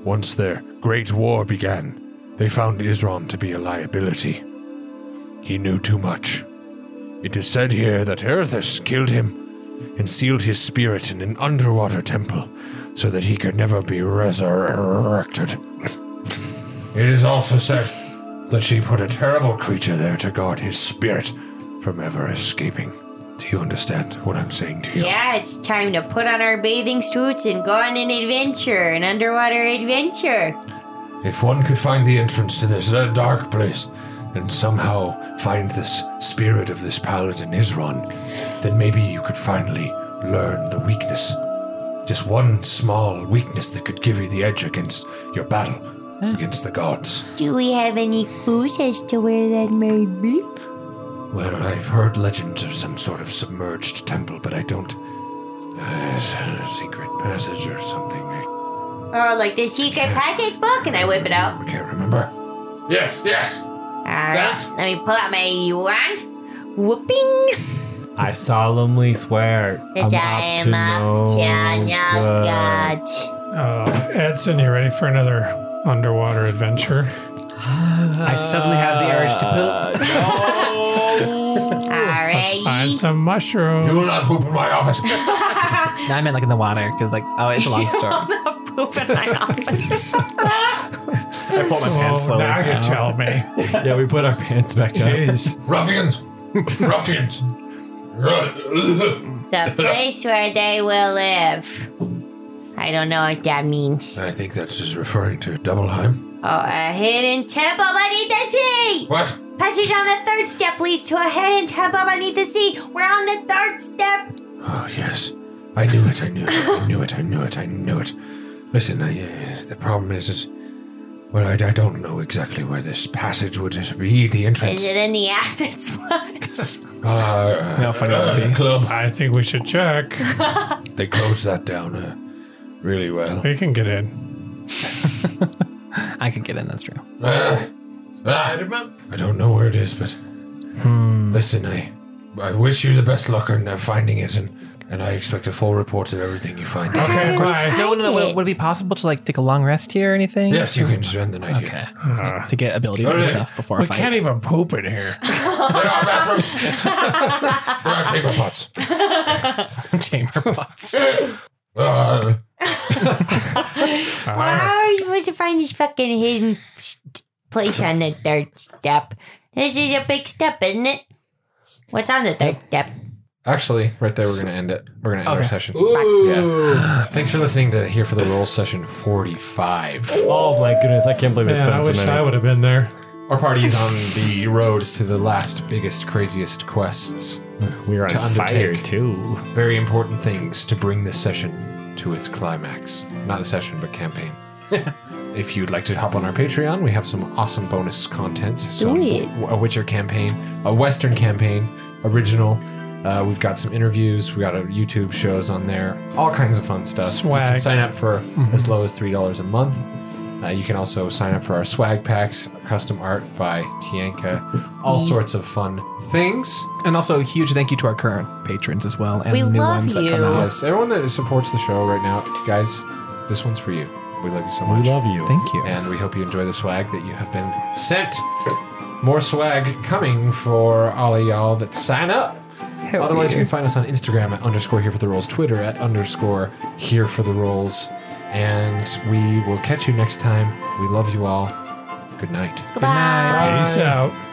once their great war began, they found Isron to be a liability. He knew too much. It is said here that Erthus killed him and sealed his spirit in an underwater temple so that he could never be resurrected. It is also said that she put a terrible creature there to guard his spirit from ever escaping. Do you understand what I'm saying to you? Yeah, it's time to put on our bathing suits and go on an adventure, an underwater adventure. If one could find the entrance to this uh, dark place and somehow find this spirit of this paladin Isron, then maybe you could finally learn the weakness. Just one small weakness that could give you the edge against your battle against the gods. Do we have any clues as to where that may be? Well, I've heard legends of some sort of submerged temple, but I don't. Uh, a secret passage or something. I Or Uh, like the secret passage book, and I whip it out. can't remember. Yes, yes. All right, let me pull out my wand. Whooping! I solemnly swear That I I'm am up up to to no no good. God. Uh, Edson, you ready for another underwater adventure? I suddenly have the urge to Uh, poop. Oh. All Let's right. find some mushrooms. You will not poop in my office. No, I meant like in the water because like oh, it's a long story. I pull my pants Uh-huh. Oh, now you tell me. Yeah, we put our pants back down. Jeez. Ruffians! Ruffians! The place where they will live. I don't know what that means. I think that's just referring to Doubleheim. Oh, a hidden temple beneath the sea! What? Passage on the third step leads to a hidden temple beneath the sea. We're on the third step. Oh, yes. I knew it, I knew it, I knew it, I knew it, I knew it. Listen, I, uh, the problem is, is well, I, I don't know exactly where this passage would be, the Is entrance. it in the assets lodge? Uh, How funny that would uh, be. club. I think we should check. They closed that down uh, really well. We can get in. I could get in. That's true. Uh, ah, I don't know where it is, but listen, I I wish you the best luck on uh, finding it, and and I expect a full report of everything you find. Okay, bye. No, no, no. Would, would it be possible to like take a long rest here or anything? Yes, you can spend the night here. Okay. to get abilities and Alright. stuff before a We fight. can't even poop in here. There are chamber pots. chamber pots. Uh, Well, how are you supposed to find this fucking hidden s- place on the third step? This is a big step, isn't it? What's on the third step? Actually, right there, we're gonna end it. We're gonna end our Okay. session. Ooh. Yeah. Thanks for listening to Here for the Roll session 45. Oh my goodness, I can't believe it's Man, been I so wish many. I would have been there. Our party is on the road to the last, biggest, craziest quests. We are on to fire, undertake too. very important things to bring this session to its climax. Not the session, but campaign. if you'd like to hop on our Patreon, we have some awesome bonus content. So Do it. A Witcher campaign, a Western campaign, original. Uh, we've got some interviews. We got a YouTube shows on there. All kinds of fun stuff. You Swag. can sign up for as low as three dollars a month. Uh, you can also sign up for our swag packs, custom art by Tianka, all sorts of fun things. And also, a huge thank you to our current patrons as well, and We new love ones that come out. Yes, everyone that supports the show right now, guys, this one's for you. We love you so much. We love you. Thank you. And we hope you enjoy the swag that you have been sent. More swag coming for all of y'all that sign up. Otherwise, you can find us on Instagram at underscore here for the rolls, Twitter at underscore here for the rolls, and we will catch you next time. We love you all. Good night. Goodbye. Peace out.